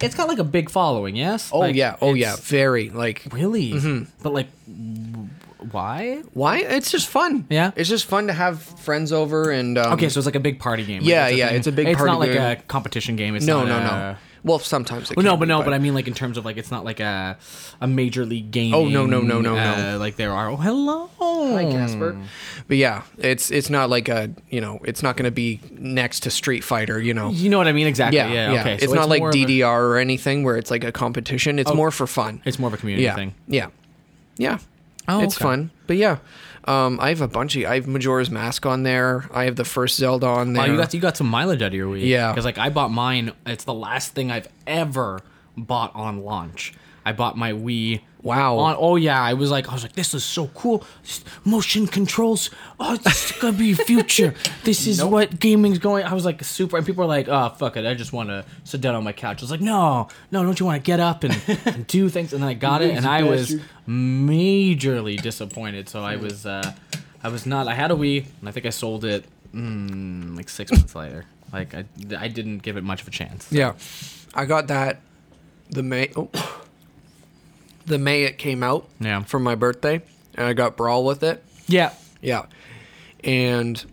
Speaker 2: It's got like a big following. Yes.
Speaker 1: oh yeah, oh yeah, Mm-hmm. very like
Speaker 2: Really? But like, w- why?
Speaker 1: why? It's just fun.
Speaker 2: Yeah.
Speaker 1: it's just fun to have friends over and um,
Speaker 2: Okay, so it's like a big party game. right?
Speaker 1: Yeah,
Speaker 2: a
Speaker 1: yeah,
Speaker 2: thing-
Speaker 1: it's a big
Speaker 2: It's
Speaker 1: party
Speaker 2: not like
Speaker 1: game.
Speaker 2: a competition game. It's
Speaker 1: no,
Speaker 2: not
Speaker 1: no,
Speaker 2: a,
Speaker 1: no. Well, sometimes it
Speaker 2: Well, no,
Speaker 1: can
Speaker 2: but
Speaker 1: be,
Speaker 2: no, but I mean, like in terms of like, it's not like a a major league game.
Speaker 1: Oh, no, no, no, no,
Speaker 2: uh,
Speaker 1: no.
Speaker 2: Like there are. Oh, hello. Hi,
Speaker 1: Casper.
Speaker 2: Mm.
Speaker 1: But yeah, it's it's not like a you know it's not going to be next to Street Fighter, you know.
Speaker 2: You know what I mean? Exactly.
Speaker 1: Yeah,
Speaker 2: Yeah.
Speaker 1: yeah.
Speaker 2: Okay.
Speaker 1: it's
Speaker 2: so
Speaker 1: not like
Speaker 2: more of a- Oh,
Speaker 1: DDR or anything where it's like a competition. It's more for fun.
Speaker 2: it's more of a community
Speaker 1: yeah,
Speaker 2: thing.
Speaker 1: Yeah. Yeah.
Speaker 2: Oh,
Speaker 1: it's
Speaker 2: okay.
Speaker 1: fun. But yeah. Um, I have a bunch of I have Majora's Mask on there. I have the first Zelda on there.
Speaker 2: Wow, Oh, you got you got some mileage out of your week.
Speaker 1: Yeah.
Speaker 2: Because like I bought mine. It's the last thing I've ever bought on launch. I bought my Wii.
Speaker 1: Wow.
Speaker 2: On, oh yeah, I was like, I was like, this is so cool. S- Motion controls. Oh, this is gonna be future. this is what gaming's going. I was like, super. And people are like, oh fuck it, I just want to sit down on my couch. I was like, no, no, don't you want to get up and, and do things? And then I got it, and I was majorly disappointed. So I was, uh, I was not. I had a Wii, and I think I sold it mm, like six months later. Like I, I didn't give it much of a chance.
Speaker 1: yeah. I got that the May oh, the May it came out
Speaker 2: Yeah.
Speaker 1: for my birthday and I got Brawl with it.
Speaker 2: Yeah.
Speaker 1: Yeah. And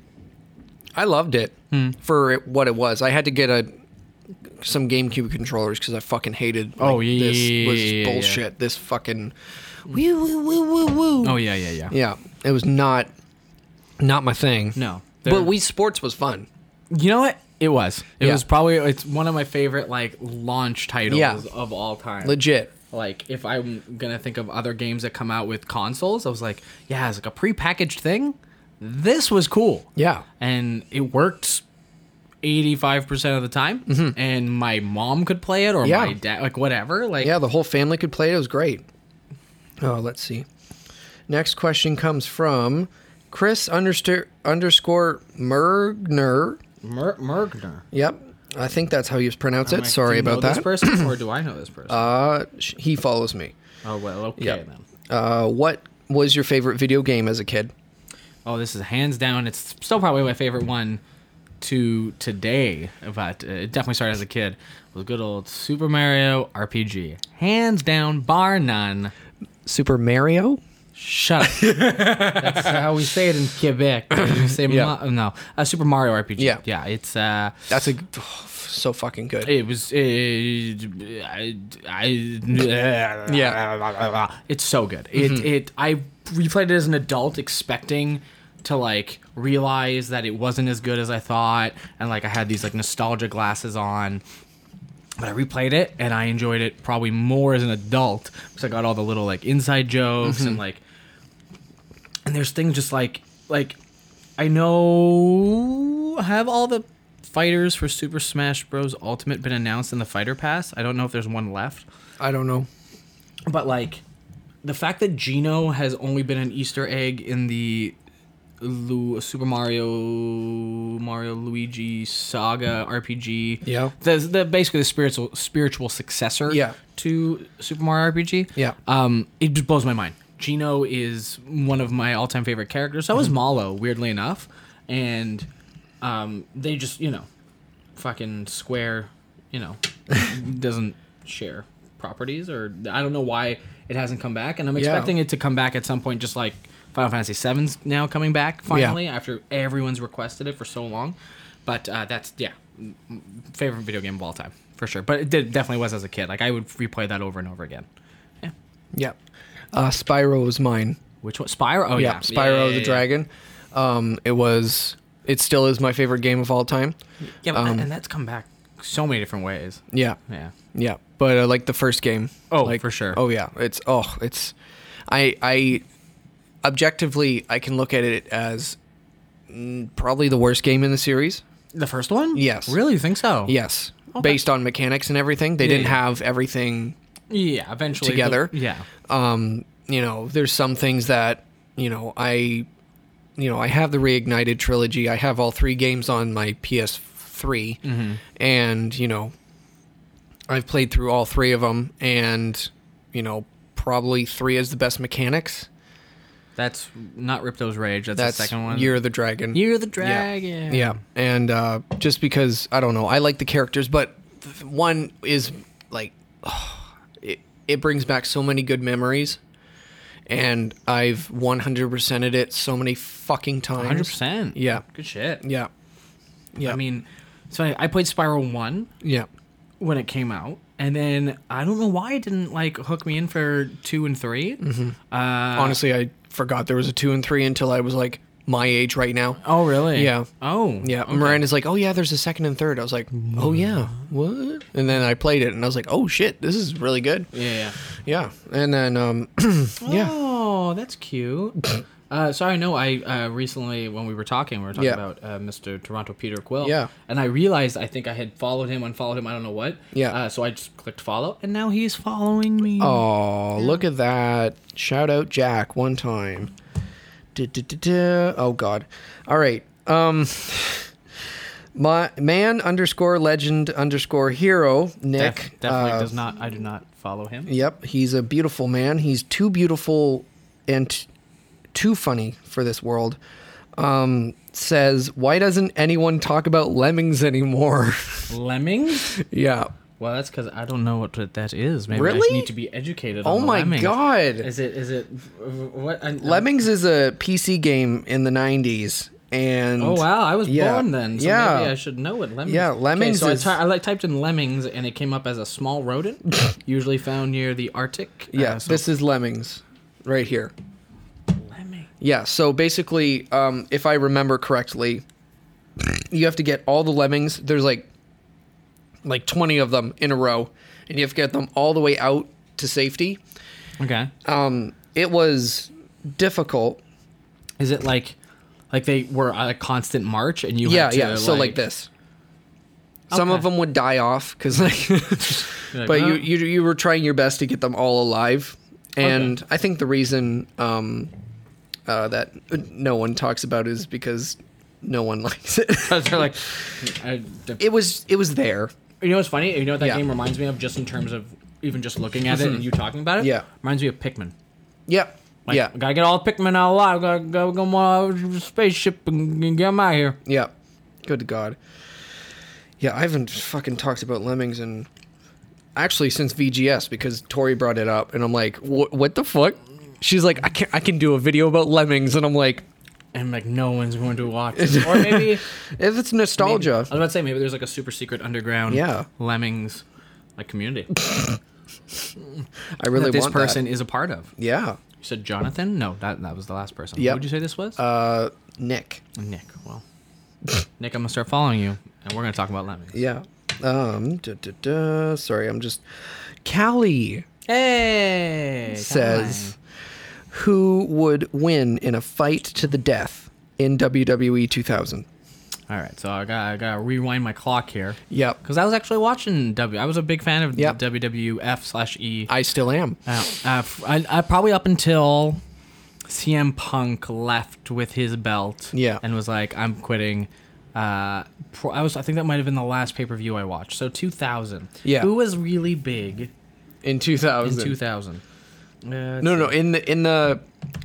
Speaker 1: I loved it
Speaker 2: Hmm.
Speaker 1: for it, what it was. I had to get a some GameCube controllers because I fucking hated. Like,
Speaker 2: Oh, yeah,
Speaker 1: this
Speaker 2: yeah,
Speaker 1: was
Speaker 2: yeah, yeah, yeah.
Speaker 1: bullshit. This fucking woo woo woo woo woo.
Speaker 2: Oh yeah, yeah, yeah.
Speaker 1: Yeah, it was not not my thing.
Speaker 2: No, they're-
Speaker 1: but Wii Sports was fun.
Speaker 2: You know what? It was. It
Speaker 1: Yeah.
Speaker 2: was probably it's one of my favorite like launch titles
Speaker 1: Yeah.
Speaker 2: of all time.
Speaker 1: Legit.
Speaker 2: like if I'm gonna think of other games that come out with consoles, I was like, yeah, it's like a prepackaged thing. This was cool.
Speaker 1: Yeah.
Speaker 2: and it worked. 85% of the time and my mom could play it or
Speaker 1: Mm-hmm. Yeah.
Speaker 2: my dad like whatever like
Speaker 1: Yeah, the whole family could play it. It was great. Oh, let's see. Next question comes from Chris underscore underscore Mergner.
Speaker 2: Mer- Mergner.
Speaker 1: Yep. I think that's how you pronounce it.
Speaker 2: I'm like,
Speaker 1: Sorry
Speaker 2: do you know
Speaker 1: about that.
Speaker 2: This person, or do I know this person?
Speaker 1: Uh, sh- he follows me.
Speaker 2: oh well, okay
Speaker 1: yep.
Speaker 2: then.
Speaker 1: Uh, what was your favorite video game as a kid?
Speaker 2: Oh, this is hands down. It's still probably my favorite one to today, but uh, it definitely started as a kid. Was good old Super Mario RPG, hands down, bar none.
Speaker 1: Super Mario?
Speaker 2: Shut up. That's how we say it in Quebec. We say
Speaker 1: Yeah.
Speaker 2: ma- no, uh, Super Mario RPG.
Speaker 1: Yeah.
Speaker 2: yeah. It's uh,
Speaker 1: That's a oh, so fucking good.
Speaker 2: it was uh, I, I yeah it's so good it it i replayed it as an adult expecting to like realize that it wasn't as good as i thought and like i had these like nostalgia glasses on but I replayed it and I enjoyed it probably more as an adult because I got all the little like inside jokes and like and there's things just like like I know have all the fighters for Super Smash Bros Ultimate been announced in the fighter pass. I don't know if there's one left.
Speaker 1: I don't know.
Speaker 2: But like the fact that Gino has only been an Easter egg in the Lu- Super Mario Mario Luigi Saga RPG.
Speaker 1: Yeah.
Speaker 2: The, the basically the spiritual spiritual successor
Speaker 1: Yeah.
Speaker 2: to Super Mario RPG.
Speaker 1: Yeah.
Speaker 2: Um it just blows my mind. Gino is one of my all-time favorite characters. So is
Speaker 1: Mm-hmm.
Speaker 2: Malo, weirdly enough. And um they just, you know, fucking Square, you know, doesn't share properties or I don't know why it hasn't come back and I'm expecting it to come back at some point just like Final Fantasy 7's now coming back finally after everyone's requested it for so long. But uh, that's yeah, m- m- favorite video game of all time for sure. But it did, definitely was as a kid. Like I would replay that over and over again.
Speaker 1: Yep. Uh, Spyro was mine.
Speaker 2: Which one? Spyro? Oh
Speaker 1: yeah,
Speaker 2: yeah,
Speaker 1: Spyro
Speaker 2: Yeah, yeah,
Speaker 1: the
Speaker 2: yeah, yeah.
Speaker 1: Dragon. Um, it was. It still is my favorite game of all time.
Speaker 2: Yeah, but,
Speaker 1: um,
Speaker 2: and that's come back so many different ways.
Speaker 1: Yeah,
Speaker 2: Yeah.
Speaker 1: yeah. But uh, like the first game.
Speaker 2: Oh,
Speaker 1: like,
Speaker 2: for sure.
Speaker 1: Oh yeah, it's oh it's. I I objectively I can look at it as mm, probably the worst game in the series.
Speaker 2: The first one?
Speaker 1: Yes.
Speaker 2: Really? You think so?
Speaker 1: Yes,
Speaker 2: Okay.
Speaker 1: based on mechanics and everything, they didn't
Speaker 2: yeah.
Speaker 1: have everything
Speaker 2: Yeah. Eventually. the-
Speaker 1: Together.
Speaker 2: yeah.
Speaker 1: um, you know, there's some things that, you know, I, you know, I have the Reignited trilogy. I have all three games on my PS3,
Speaker 2: Mm-hmm.
Speaker 1: and you know, I've played through all three of them, and you know, probably three is the best mechanics.
Speaker 2: That's not Ripto's Rage. That's,
Speaker 1: That's
Speaker 2: the second one.
Speaker 1: Year of the Dragon.
Speaker 2: Year of the
Speaker 1: Yeah.
Speaker 2: Dragon.
Speaker 1: Yeah. And uh, just because, I don't know, I like the characters, but th- one is like, it, it brings back so many good memories. And I've 100%ed it so many fucking
Speaker 2: Hundred
Speaker 1: times.
Speaker 2: percent.
Speaker 1: Yeah.
Speaker 2: Good shit.
Speaker 1: Yeah. Yeah.
Speaker 2: I mean, so I, I played Spiral One
Speaker 1: yeah.
Speaker 2: when it came out, and then I don't know why it didn't like hook me in for two and 3
Speaker 1: Mm-hmm.
Speaker 2: Uh,
Speaker 1: Honestly, I forgot there was a two and three until I was like my age right now.
Speaker 2: oh really?
Speaker 1: Yeah.
Speaker 2: Oh
Speaker 1: Yeah.
Speaker 2: okay.
Speaker 1: Miranda's like, oh, yeah, there's a second and third. I was like, oh, yeah. What? And then I played it and I was like, oh, shit, this is really good.
Speaker 2: Yeah. yeah.
Speaker 1: Yeah. And then, um, yeah.
Speaker 2: Oh, that's cute. Uh, sorry, no. I uh, recently, when we were talking, we were talking
Speaker 1: Yeah.
Speaker 2: about uh, Mr. Toronto Peter Quill.
Speaker 1: Yeah.
Speaker 2: And I realized I think I had followed him, unfollowed him. I don't know what.
Speaker 1: Yeah.
Speaker 2: Uh, so I just clicked follow, and now he's following me.
Speaker 1: Oh, look at that. Shout out Jack one time. Du-du-du-du. Oh god. All right. Um my man underscore legend underscore hero Nick.
Speaker 2: Def- definitely
Speaker 1: uh,
Speaker 2: does not. I do not follow him.
Speaker 1: Yep, he's a beautiful man. He's too beautiful and t- too funny for this world. Um, says, why doesn't anyone talk about lemmings anymore?
Speaker 2: Lemmings?
Speaker 1: yeah,
Speaker 2: Well, that's because I don't know what t- that is. Maybe
Speaker 1: Really?
Speaker 2: I need to be educated.
Speaker 1: Oh
Speaker 2: on the
Speaker 1: my
Speaker 2: lemmings.
Speaker 1: God.
Speaker 2: Is it? Is it? What? I,
Speaker 1: Lemmings is a PC game in the 90s. And
Speaker 2: Oh wow! I was
Speaker 1: Yeah.
Speaker 2: born then, so
Speaker 1: Yeah.
Speaker 2: maybe I should know what lemmings.
Speaker 1: Yeah, lemmings
Speaker 2: Okay, so
Speaker 1: is-
Speaker 2: I, ty- I like typed in lemmings, and it came up as a small rodent, usually found near the Arctic.
Speaker 1: Yeah,
Speaker 2: Uh, so
Speaker 1: this is Lemmings right here.
Speaker 2: lemming.
Speaker 1: Yeah, so basically, um, if I remember correctly, you have to get all the lemmings. There's like like 20 of them in a row, and you have to get them all the way out to safety.
Speaker 2: Okay.
Speaker 1: Um, it was difficult.
Speaker 2: Is it like, like they were on a constant march, and you?
Speaker 1: Yeah,
Speaker 2: had to,
Speaker 1: yeah. so like this. Some of
Speaker 2: Okay.
Speaker 1: them would die off because, like,
Speaker 2: You're like,
Speaker 1: but you,
Speaker 2: "Well."
Speaker 1: you you were trying your best to get them all alive, and I think the reason um, uh, that no one talks about is because no one likes it.
Speaker 2: They're like, I,
Speaker 1: it was it was there.
Speaker 2: You know what's funny? You know what that
Speaker 1: Yeah.
Speaker 2: game reminds me of, just in terms of even just looking at it and you talking about it.
Speaker 1: Yeah.
Speaker 2: reminds me of Pikmin.
Speaker 1: Yep.
Speaker 2: Like,
Speaker 1: yeah.
Speaker 2: gotta get all the Pikmin out alive. Gotta go, go more spaceship and, and get them out of here.
Speaker 1: Yeah. Good God. Yeah, I haven't fucking talked about lemmings and actually since VGS because Tori brought it up and I'm like, "Wh- what the fuck? She's like, I can I can do a video about lemmings and I'm like,
Speaker 2: And like no one's going to watch. it. Or maybe
Speaker 1: if it's
Speaker 2: maybe- I
Speaker 1: nostalgia,
Speaker 2: was about to say maybe there's like a super secret underground
Speaker 1: Oh, Yeah.
Speaker 2: lemmings like community
Speaker 1: I really
Speaker 2: that this
Speaker 1: want
Speaker 2: person is a part of.
Speaker 1: That. Yeah.
Speaker 2: You said Jonathan? No, that that was the last person.
Speaker 1: Yep.
Speaker 2: What would you say this was?
Speaker 1: Uh, Nick.
Speaker 2: Nick. Well, Nick, I'm gonna start following you, and we're gonna talk about lemmings.
Speaker 1: Yeah. Um. duh, duh, duh. Sorry, I'm just. Callie
Speaker 2: Hey,
Speaker 1: says, who would win in a fight to the death in E WWE 2000?
Speaker 2: All right, so I got I got to rewind my clock here
Speaker 1: Yep.
Speaker 2: because I was actually watching W. I was a big fan of
Speaker 1: Yep.
Speaker 2: the WWF slash E.
Speaker 1: I still am.
Speaker 2: Uh, uh, f- I, I probably up until CM Punk left with his belt,
Speaker 1: Yeah.
Speaker 2: and was like, "I'm quitting." Uh, pro- I was I think that might have been the last pay per view I watched. So 2000.
Speaker 1: Yeah.
Speaker 2: who was really big
Speaker 1: In 2000.
Speaker 2: in 2000? Uh,
Speaker 1: No, no, in the in the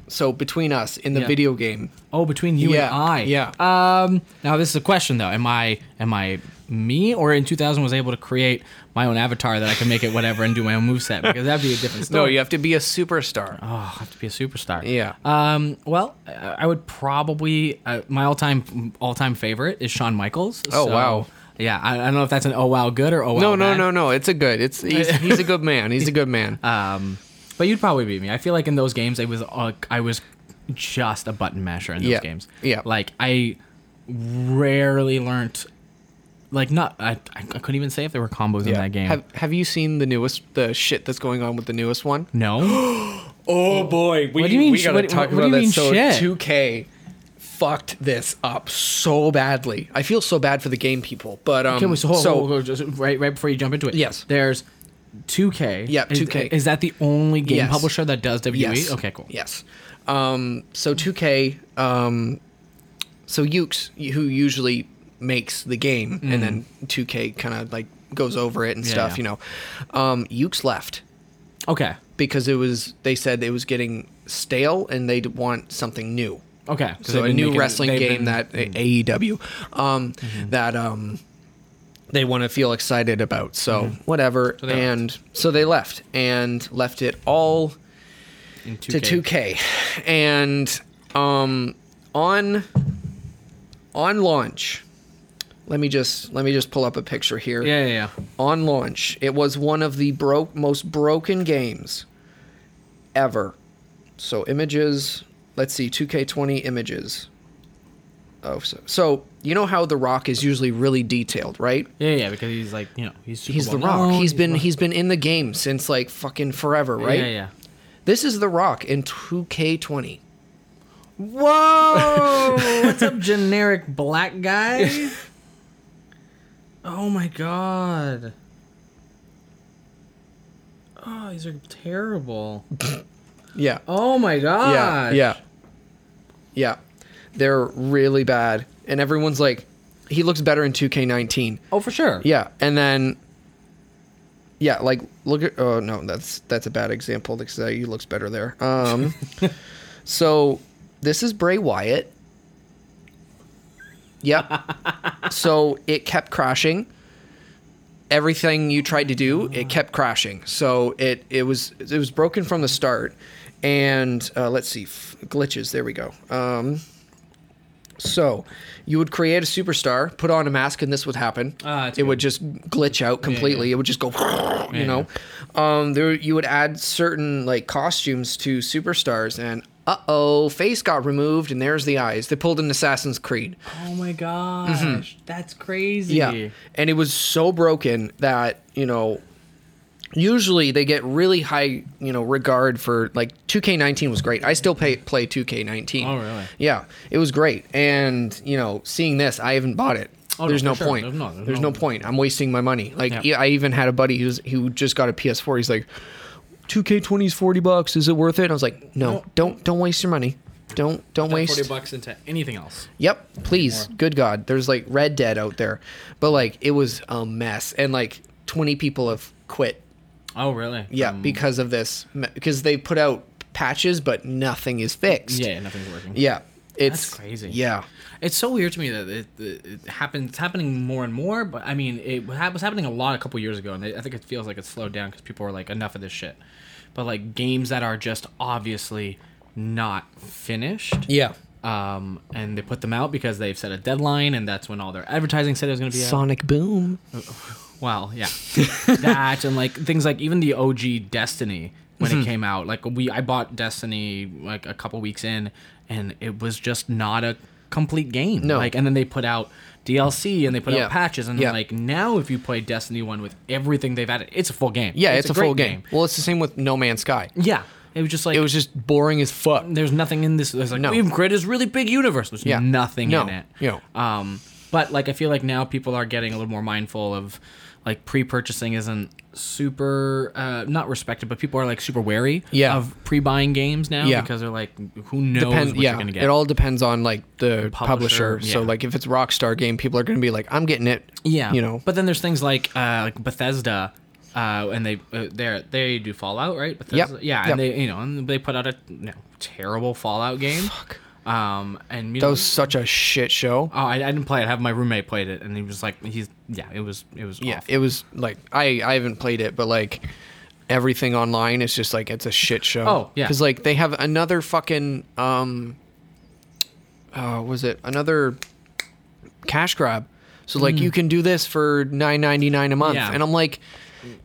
Speaker 1: so between us in the
Speaker 2: Yeah.
Speaker 1: video game.
Speaker 2: Oh, between you
Speaker 1: Yeah,
Speaker 2: and I.
Speaker 1: yeah.
Speaker 2: Um. Now this is a question though. Am I am I me or in 2000 was able to create my own avatar that I can make it whatever and do my own moveset because that'd be a different story.
Speaker 1: have to be a superstar.
Speaker 2: Oh, I have to be a superstar.
Speaker 1: Yeah.
Speaker 2: Um. Well, I, I would probably uh, my all time all time favorite is Shawn Michaels.
Speaker 1: Oh, wow.
Speaker 2: Yeah. I, I don't know if that's an oh wow good or oh wow.
Speaker 1: No, no,
Speaker 2: bad.
Speaker 1: no, no. It's a good. It's he's, he's a good man. He's a good man.
Speaker 2: Um, but you'd probably beat me. I feel like in those games, I was uh, I was just a button masher in those
Speaker 1: Yeah.
Speaker 2: games.
Speaker 1: Yeah.
Speaker 2: Like I rarely learnt, like not I, I couldn't even say if there were combos in that game.
Speaker 1: Have Have you seen the newest the shit that's going on with the newest one?
Speaker 2: no.
Speaker 1: Oh boy, we,
Speaker 2: What do you mean sh- what- what do you mean shit?
Speaker 1: 2K fucked this up so badly. I feel so bad for the game people, but um.
Speaker 2: Can we, so, hold-
Speaker 1: so-
Speaker 2: hold- hold, just right right before you jump into it.
Speaker 1: Yes.
Speaker 2: There's 2K.
Speaker 1: Yeah,
Speaker 2: Is-
Speaker 1: 2K.
Speaker 2: Is, that the only game
Speaker 1: Yes.
Speaker 2: publisher that does WWE?
Speaker 1: Yes.
Speaker 2: Okay, cool.
Speaker 1: Yes. Um, so 2K, um, so Ukes, who usually makes the game, and then 2K kind of like goes over it and
Speaker 2: Mm. Yeah,
Speaker 1: stuff,
Speaker 2: yeah.
Speaker 1: you know. Um, Ukes left
Speaker 2: Okay.
Speaker 1: because it was, they said it was getting stale and they'd want something new.
Speaker 2: Okay. 'Cause
Speaker 1: So
Speaker 2: they've
Speaker 1: a
Speaker 2: been
Speaker 1: new
Speaker 2: making-
Speaker 1: wrestling
Speaker 2: they've
Speaker 1: game
Speaker 2: been- Mm. Mm-hmm.
Speaker 1: that AEW, um, that, um, they want to feel excited about. So
Speaker 2: Mm-hmm.
Speaker 1: whatever.
Speaker 2: they left.
Speaker 1: and so they left and left it all
Speaker 2: in 2K.
Speaker 1: to 2K. And um, on on launch, let me just let me just pull up a picture here.
Speaker 2: Yeah, yeah, yeah.
Speaker 1: On launch, it was one of the broke most broken games ever. So images, let's see 2K20 images. Oh, so, so you know how The Rock is usually really detailed, right?
Speaker 2: Yeah, yeah, because he's like, you know, he's super
Speaker 1: He's The
Speaker 2: well
Speaker 1: Rock.
Speaker 2: known,
Speaker 1: He's been
Speaker 2: well-
Speaker 1: he's been in the game since like fucking forever, right?
Speaker 2: Yeah, yeah.
Speaker 1: This is The Rock in 2K20.
Speaker 2: Whoa! What's up, generic black guy? oh my god. Oh, these are terrible.
Speaker 1: Yeah.
Speaker 2: Oh my
Speaker 1: Yeah,
Speaker 2: god.
Speaker 1: yeah, yeah. They're really bad, and everyone's like, "He looks better in 2K19."
Speaker 2: Oh, for sure.
Speaker 1: Yeah, and then, yeah, like look at. Oh no, that's that's a bad example because uh, he looks better there. Um, so this is Bray Wyatt. Yep. so it kept crashing. everything you tried to do,
Speaker 2: Ah.
Speaker 1: it kept crashing. So it it was it was broken from the start. And uh, let's see, f- glitches. There we go. Um, so you would create a superstar, put on a mask, and this would happen.
Speaker 2: Ah, that's
Speaker 1: it would just glitch out completely. It would just go, you know. Um, there you would add certain like costumes to superstars, and uh oh, face got removed, and there's the eyes. They pulled an Assassin's Creed.
Speaker 2: Oh my gosh, that's crazy.
Speaker 1: Mm-hmm. Yeah. And it was so broken that, you know, usually they get really high, you know, regard for like 2K19 was great. I still pay, play 2K19.
Speaker 2: Oh, really?
Speaker 1: Yeah. It was great. And, you know, seeing this, I haven't bought it.
Speaker 2: Oh, no,
Speaker 1: there's
Speaker 2: for
Speaker 1: no
Speaker 2: sure.
Speaker 1: point.
Speaker 2: There's not- there's
Speaker 1: There's
Speaker 2: no-
Speaker 1: no point. I'm wasting my money. Like
Speaker 2: Yeah.
Speaker 1: e- I even had a buddy who's who just got a PS4. He's like, 2K20 is 40 bucks. Is it worth it? And I was like, no,
Speaker 2: No.
Speaker 1: don't don't waste your money. Don't don't
Speaker 2: Put
Speaker 1: waste
Speaker 2: Forty bucks into anything else.
Speaker 1: Yep, please. Good God. There's like Red Dead out there. But like it was a mess. And like 20 people have quit.
Speaker 2: Oh really?
Speaker 1: Yeah,
Speaker 2: Um,
Speaker 1: because of this. me- Because they put out patches, but nothing is fixed.
Speaker 2: yeah, nothing's working.
Speaker 1: Yeah. It's
Speaker 2: crazy.
Speaker 1: Yeah.
Speaker 2: It's so weird to me that it, it, it happens. It's happening more and more. But I mean, it ha- was happening a lot a couple years ago, and I think it feels like it's slowed down because people are like, enough of this shit. But like games that are just obviously not finished.
Speaker 1: Yeah.
Speaker 2: Um, and they put them out because they've set a deadline, and that's when all their advertising said it was going to be. out.
Speaker 1: Sonic Boom.
Speaker 2: Well, yeah, that and like things like even the OG Destiny when it came out. Like we, I bought Destiny like a couple weeks in, and it was just not a complete game.
Speaker 1: No.
Speaker 2: like and then they put out DLC and they put
Speaker 1: Yeah.
Speaker 2: out patches, and
Speaker 1: Yeah.
Speaker 2: like now if you play Destiny one with everything they've added, it's a full game.
Speaker 1: Yeah, it's, a,
Speaker 2: great
Speaker 1: full game. Well, it's the same with No Man's Sky.
Speaker 2: Yeah, it was just like
Speaker 1: It was just boring as fuck.
Speaker 2: there's nothing in this. There's like
Speaker 1: No.
Speaker 2: we've created this really big universe. There's
Speaker 1: Yeah.
Speaker 2: nothing
Speaker 1: No.
Speaker 2: in it.
Speaker 1: Yeah.
Speaker 2: Um, but like I feel like now people are getting a little more mindful of like pre-purchasing isn't super uh, not respected, but people are like super wary
Speaker 1: Yeah.
Speaker 2: of pre-buying games now
Speaker 1: Yeah.
Speaker 2: because they're like, who knows
Speaker 1: Depend,
Speaker 2: what
Speaker 1: yeah,
Speaker 2: you're gonna get.
Speaker 1: it all depends on like the publisher.
Speaker 2: Publisher,
Speaker 1: So
Speaker 2: yeah.
Speaker 1: like if it's Rockstar game, people are going to be like, "I'm getting it."
Speaker 2: yeah.
Speaker 1: you know.
Speaker 2: But then there's things like uh, like Bethesda. Uh, and they uh, they they do Fallout, right? Bethesda, yeah,
Speaker 1: Yep.
Speaker 2: and they you know and they put out a you know, terrible Fallout game. Fuck. Um, and you
Speaker 1: that
Speaker 2: know,
Speaker 1: was such a shit show.
Speaker 2: Oh, I, I didn't play it. I have my roommate played it, and he was like, he's yeah, it was it was
Speaker 1: yeah
Speaker 2: awful.
Speaker 1: it was like i i haven't played it but like everything online is just like it's a shit show
Speaker 2: Oh, yeah.
Speaker 1: because like they have another fucking um uh was it another cash grab so like you can do this for 9.99 a month
Speaker 2: Mm. Yeah.
Speaker 1: and i'm like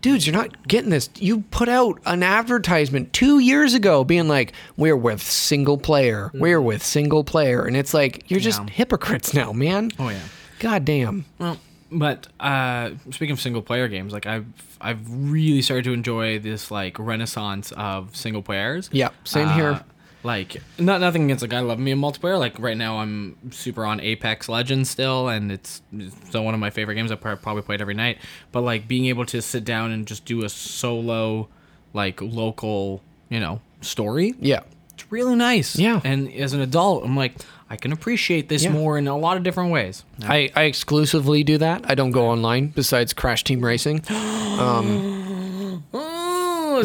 Speaker 1: dudes you're not getting this you put out an advertisement two years ago being like we're with single player we're with single player and it's like you're just
Speaker 2: Mm. Yeah.
Speaker 1: hypocrites now man
Speaker 2: Oh yeah.
Speaker 1: god damn
Speaker 2: Well, but uh, speaking of single player games, like I've I've really started to enjoy this like renaissance of single players. Uh,
Speaker 1: Yeah, same here.
Speaker 2: Like not nothing against like I love me a multiplayer. Like right now I'm super on Apex Legends still, and it's it's still one of my favorite games. I prob- probably played every night. But like being able to sit down and just do a solo, like local, you know, story.
Speaker 1: yeah
Speaker 2: It's really nice.
Speaker 1: Yeah.
Speaker 2: And as an adult, I'm like, I can appreciate this
Speaker 1: Yeah.
Speaker 2: more in a lot of different ways.
Speaker 1: I, I exclusively do that. I don't go online besides Crash Team Racing.
Speaker 2: Oh,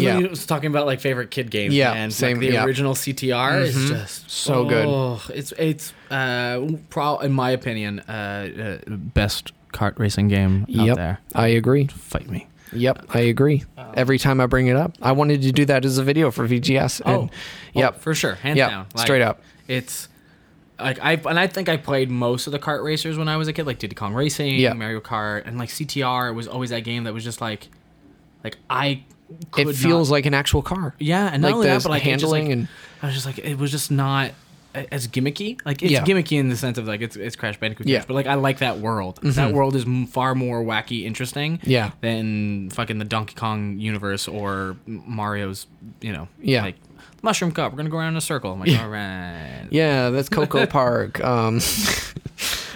Speaker 1: Yeah.
Speaker 2: yeah. was talking about like favorite kid games.
Speaker 1: Yeah,
Speaker 2: man. Like,
Speaker 1: same-
Speaker 2: the
Speaker 1: yeah.
Speaker 2: original CTR is just
Speaker 1: So
Speaker 2: oh, good. It's it's uh, pro in my opinion, uh, uh, best kart racing game out there.
Speaker 1: I agree.
Speaker 2: Fight me.
Speaker 1: Yep, I agree.
Speaker 2: Uh,
Speaker 1: Every time I bring it up, I wanted to do that as a video for VGS. And,
Speaker 2: Oh,
Speaker 1: yep.
Speaker 2: for sure, hands
Speaker 1: Yep,
Speaker 2: down,
Speaker 1: straight up.
Speaker 2: It's like I and I think I played most of the kart racers when I was a kid, like Diddy Kong Racing,
Speaker 1: Yeah.
Speaker 2: Mario Kart, and like CTR was always that game that was just like, like I. Could
Speaker 1: it feels
Speaker 2: not,
Speaker 1: like an actual car.
Speaker 2: yeah, and not
Speaker 1: like
Speaker 2: only that,
Speaker 1: the
Speaker 2: but like
Speaker 1: handling
Speaker 2: handling
Speaker 1: and-
Speaker 2: and I was just like it was just not a- as gimmicky. Like it's
Speaker 1: Yeah.
Speaker 2: gimmicky in the sense of like it's it's Crash Bandicoot,
Speaker 1: Yeah. Mm-hmm.
Speaker 2: Crash, but like I like that world. That world is m- far more wacky, interesting,
Speaker 1: Yeah.
Speaker 2: than fucking the Donkey Kong universe or M- Mario's. You know,
Speaker 1: Yeah.
Speaker 2: like mushroom cup. We're gonna go around in a circle. I'm like, all right,
Speaker 1: Yeah, that's Coco Park. Um,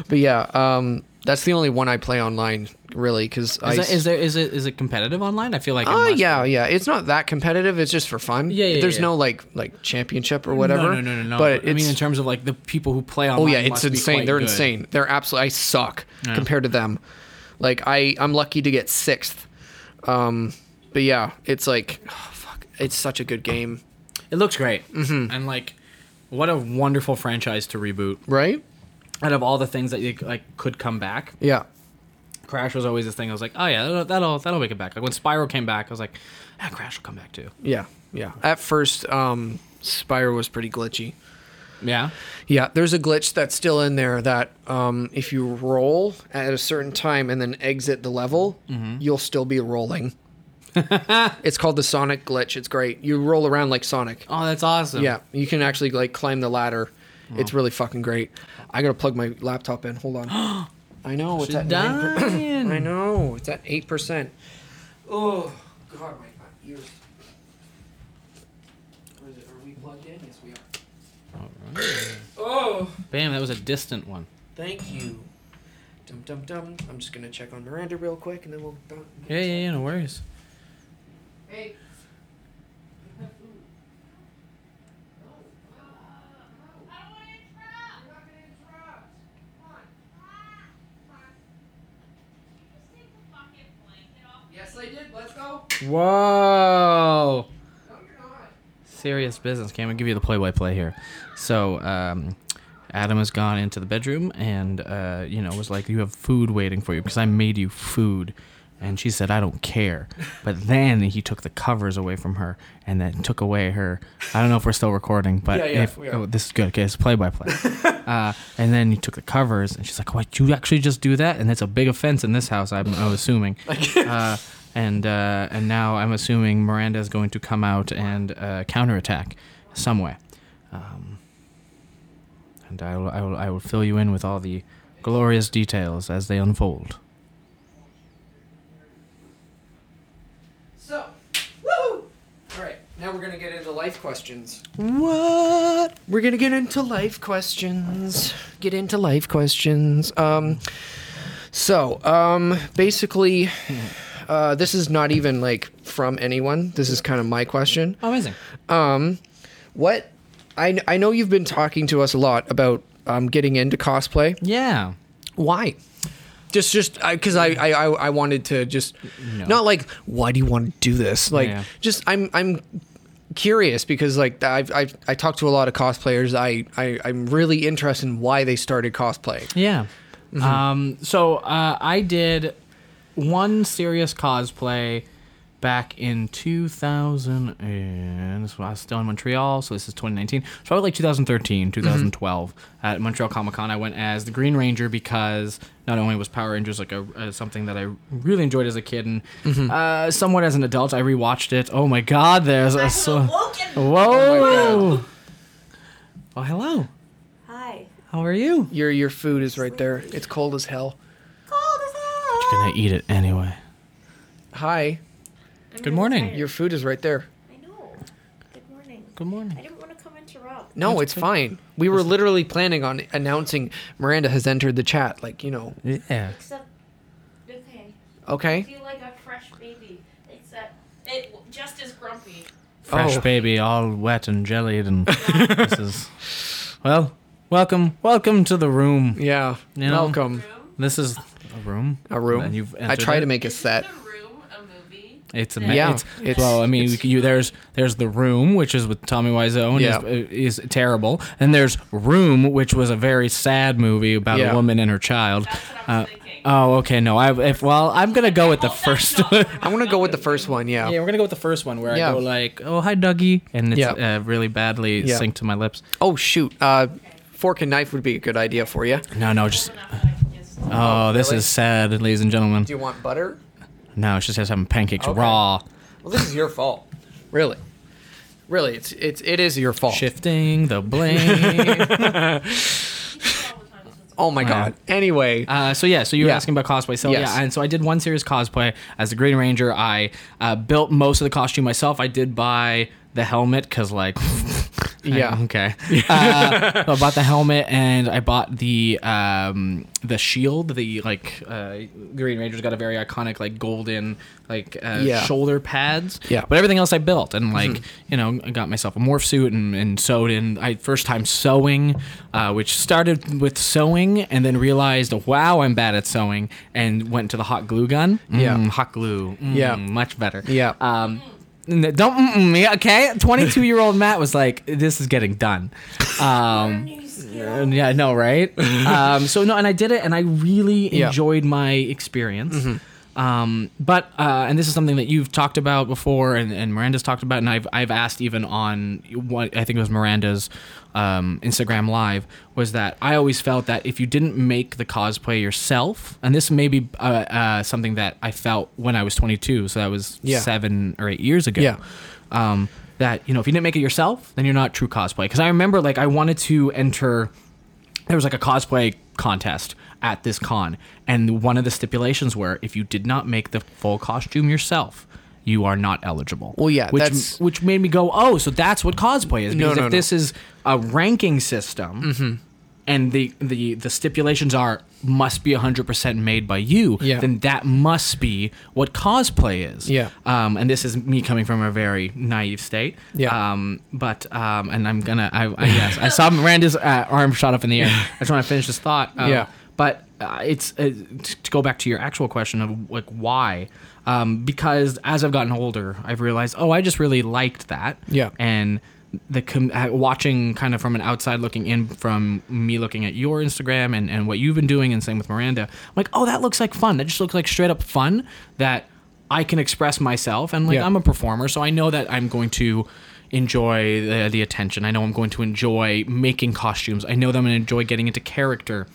Speaker 1: but yeah, um, that's the only one I play online, really, because I.
Speaker 2: Is, that, is there is it is it competitive online? I feel like it
Speaker 1: Oh
Speaker 2: must be.
Speaker 1: yeah, yeah. It's not that competitive. It's just for fun.
Speaker 2: Yeah, yeah,
Speaker 1: There's
Speaker 2: yeah.
Speaker 1: no like like championship or whatever.
Speaker 2: No, no, no, no, no.
Speaker 1: But,
Speaker 2: But I
Speaker 1: it's
Speaker 2: mean, in terms of like the people who play
Speaker 1: Oh
Speaker 2: online.
Speaker 1: yeah, it's
Speaker 2: must be
Speaker 1: insane.
Speaker 2: quite
Speaker 1: They're
Speaker 2: good.
Speaker 1: insane. They're absolutely. I suck compared to them. Like I, I'm lucky to get sixth. Um, but yeah, it's like, oh, fuck. It's such a good game,
Speaker 2: It looks great, mm-hmm. and like, what a wonderful franchise to reboot.
Speaker 1: right?
Speaker 2: Out of all the things that you, like could come back,
Speaker 1: Yeah,
Speaker 2: Crash was always this thing. I was like, oh yeah, that'll that'll, that'll make it back. Like when Spyro came back, I was like, ah, Crash will come back too.
Speaker 1: Yeah, yeah. At first, um, Spyro was pretty glitchy.
Speaker 2: Yeah.
Speaker 1: Yeah, there's a glitch that's still in there that um, if you roll at a certain time and then exit the level, you'll still be rolling. it's called the Sonic glitch. It's great. You roll around like Sonic.
Speaker 2: Oh, that's awesome.
Speaker 1: Yeah, you can actually like climb the ladder. It's really fucking great. I gotta plug my laptop in. Hold on. I know it's at nine. Per-
Speaker 2: Dying.
Speaker 1: I know it's at eight percent. Oh God, my ears. Where is it? Are we plugged in? Yes, we are. Oh,
Speaker 2: Bam, that was a distant one.
Speaker 1: thank you. Dum dum dum. I'm just gonna check on Miranda real quick, and then we'll. bounce.
Speaker 2: Yeah, yeah, yeah, no worries.
Speaker 1: Hey. Yes, I did. Let's go.
Speaker 2: Whoa.
Speaker 1: No, you're not.
Speaker 2: Serious business. Okay, I'm gonna give you the play-by-play here. So, um, Adam has gone into the bedroom and, uh, you know, was like, "You have food waiting for you because I made you food," and she said, "I don't care." But then he took the covers away from her and then took away her. I don't know if we're still recording, but
Speaker 1: Yeah, yeah,
Speaker 2: if
Speaker 1: we are.
Speaker 2: oh, this is good. Okay, it's play-by-play. uh, and then he took the covers and she's like, "What? You actually just do that?" And that's a big offense in this house. I'm, I'm assuming. uh, and uh, and now I'm assuming Miranda is going to come out and uh, counterattack some way. Um, and I will, I will I will fill you in with all the glorious details as they unfold.
Speaker 1: So, woo! All right, now we're gonna get into life questions.
Speaker 2: What?
Speaker 1: We're gonna get into life questions. Get into life questions. Um, so, um, basically, uh, this is not even like from anyone. This is kind of my question.
Speaker 2: Amazing.
Speaker 1: What? I I know you've been talking to us a lot about um getting into cosplay.
Speaker 2: Yeah.
Speaker 1: Why? Just, just because I, I, I, I wanted to just
Speaker 2: No.
Speaker 1: not like why do you want to do this? Like,
Speaker 2: Yeah.
Speaker 1: just I'm, I'm curious because like I've, I've I talked to a lot of cosplayers. I, I, I'm really interested in why they started cosplaying.
Speaker 2: Yeah. Um, so uh, I did one serious cosplay back in 2000. And this was, I was still in Montreal, so this is 2019. So probably like 2013, 2012 at Montreal Comic Con. I went as the Green Ranger because not only was Power Rangers like a, uh, something that I really enjoyed as a kid and uh, somewhat as an adult, I rewatched it. Oh my God! There's a so.
Speaker 3: Woken.
Speaker 2: Whoa!
Speaker 1: Oh
Speaker 2: Oh, hello.
Speaker 3: Hi.
Speaker 2: How are you?
Speaker 1: Your your food is right there. It's cold as hell.
Speaker 3: Cold as hell.
Speaker 2: Gonna eat it anyway.
Speaker 1: Hi,
Speaker 3: I'm
Speaker 2: Good morning.
Speaker 3: really
Speaker 1: your food is right there.
Speaker 3: tired. I know. Good morning.
Speaker 2: Good morning.
Speaker 3: I didn't want to come interrupt.
Speaker 1: No, it's fine. We were literally planning on announcing Miranda has entered the chat. Like you know,
Speaker 2: Yeah.
Speaker 3: Except, okay. I
Speaker 1: okay.
Speaker 3: feel like a fresh baby. Except, it just as grumpy.
Speaker 2: Fresh
Speaker 1: Oh.
Speaker 2: baby, all wet and jellied, and this is. Well, welcome, welcome to the room.
Speaker 1: Yeah.
Speaker 2: You know?
Speaker 1: Welcome.
Speaker 3: Room.
Speaker 2: This is a room.
Speaker 1: A room.
Speaker 2: And you've
Speaker 1: I
Speaker 2: entered
Speaker 1: try
Speaker 2: it.
Speaker 1: to make a
Speaker 3: Is
Speaker 1: set.
Speaker 3: The room, a movie.
Speaker 2: It's a
Speaker 1: Yeah,
Speaker 2: It's,
Speaker 1: it's-
Speaker 2: well, I mean,
Speaker 1: it's-
Speaker 2: you, there's there's the room, which is with Tommy Wiseau, and
Speaker 1: Yeah.
Speaker 2: is, is terrible, and there's Room, which was a very sad movie about
Speaker 1: Yeah.
Speaker 2: a woman and her child.
Speaker 3: That's what I was thinking.
Speaker 2: Oh, okay, no, I if well, I'm gonna go with the first.
Speaker 3: That's not the
Speaker 1: I'm gonna go with the first one.
Speaker 2: Yeah, we're gonna go with the first one where
Speaker 1: Oh. Yeah.
Speaker 2: I go like, "Oh, hi, Dougie," and it's
Speaker 1: Yeah.
Speaker 2: uh, really badly
Speaker 1: Yeah.
Speaker 2: synced to my lips.
Speaker 1: Oh shoot! Uh, fork and knife would be a good idea for you.
Speaker 2: No, no, just
Speaker 3: room. Enough that I can just-
Speaker 2: oh, this
Speaker 1: really?
Speaker 2: is sad, ladies and gentlemen.
Speaker 1: Do you want butter?
Speaker 2: No, she says having pancakes
Speaker 1: Okay.
Speaker 2: raw.
Speaker 1: Well, this is your fault. Really, really, it's it's it is your fault.
Speaker 2: Shifting the blame.
Speaker 3: You do it all the time, so it's-
Speaker 1: Oh my god. Anyway,
Speaker 2: uh, so yeah, so you were
Speaker 1: Yeah.
Speaker 2: asking about cosplay. So
Speaker 1: Yes.
Speaker 2: yeah, and so I did one serious cosplay as the Green Ranger. I uh, built most of the costume myself. I did buy the helmet because like.
Speaker 1: Yeah.
Speaker 2: I- okay. Uh, so I bought the helmet and I bought the um, the shield. The like uh, Green Ranger's got a very iconic like golden like uh,
Speaker 1: Yeah.
Speaker 2: shoulder pads.
Speaker 1: Yeah. Mm-hmm.
Speaker 2: But everything else I built and like you know I got myself a morph suit and, and sewed in. I first time sewing, uh, which started with sewing and then realized wow I'm bad at sewing and went to the hot glue gun.
Speaker 1: Yeah.
Speaker 2: Mm, Hot glue. Mm,
Speaker 1: Yeah.
Speaker 2: Much better.
Speaker 1: Yeah.
Speaker 2: Um, n- don't mm, mm-mm me, okay? 22 year old Matt was like, this is getting done. Um,
Speaker 3: News.
Speaker 2: Uh, yeah, no, right? um, so no, and I did it, and I really
Speaker 1: Yeah. Mm-hmm.
Speaker 2: enjoyed my experience. Um, but uh, and this is something that you've talked about before, and, and Miranda's talked about, and I've I've asked even on what I think it was Miranda's um, Instagram live was that I always felt that if you didn't make the cosplay yourself, and this may be uh, uh, something that I felt when I was 22, so that was
Speaker 1: Yeah.
Speaker 2: seven or eight years ago
Speaker 1: Yeah.
Speaker 2: um, that you know if you didn't make it yourself then you're not true cosplay because i remember like i wanted to enter there was like a cosplay contest at this con and one of the stipulations were if you did not make the full costume yourself you are not eligible.
Speaker 1: Well, yeah,
Speaker 2: which
Speaker 1: that's-
Speaker 2: which made me go, oh, so that's what cosplay is.
Speaker 1: No, no,
Speaker 2: Because
Speaker 1: Mm-hmm.
Speaker 2: if
Speaker 1: no.
Speaker 2: this is a ranking system, and the, the the stipulations are must be 100% made by you,
Speaker 1: Yeah.
Speaker 2: then that must be what cosplay is.
Speaker 1: Yeah.
Speaker 2: Um, and this is me coming from a very naive state.
Speaker 1: Yeah.
Speaker 2: Um, but um, and I'm gonna. I, I yes, I saw Miranda's uh, arm shot up in the air. I just want to finish this thought. Uh,
Speaker 1: Yeah.
Speaker 2: But uh, it's uh, t- to go back to your actual question of like why. Um, because as I've gotten older, I've realized, oh, I just really liked that.
Speaker 1: Yeah.
Speaker 2: And the com- uh, watching kind of from an outside looking in, from me looking at your Instagram and, and what you've been doing, and same with Miranda, I'm like, oh, that looks like fun. That just looks like straight up fun that I can express myself. And like,
Speaker 1: Yeah.
Speaker 2: I'm a performer, so I know that I'm going to enjoy the, the attention. I know I'm going to enjoy making costumes. I know that I'm going to enjoy getting into character.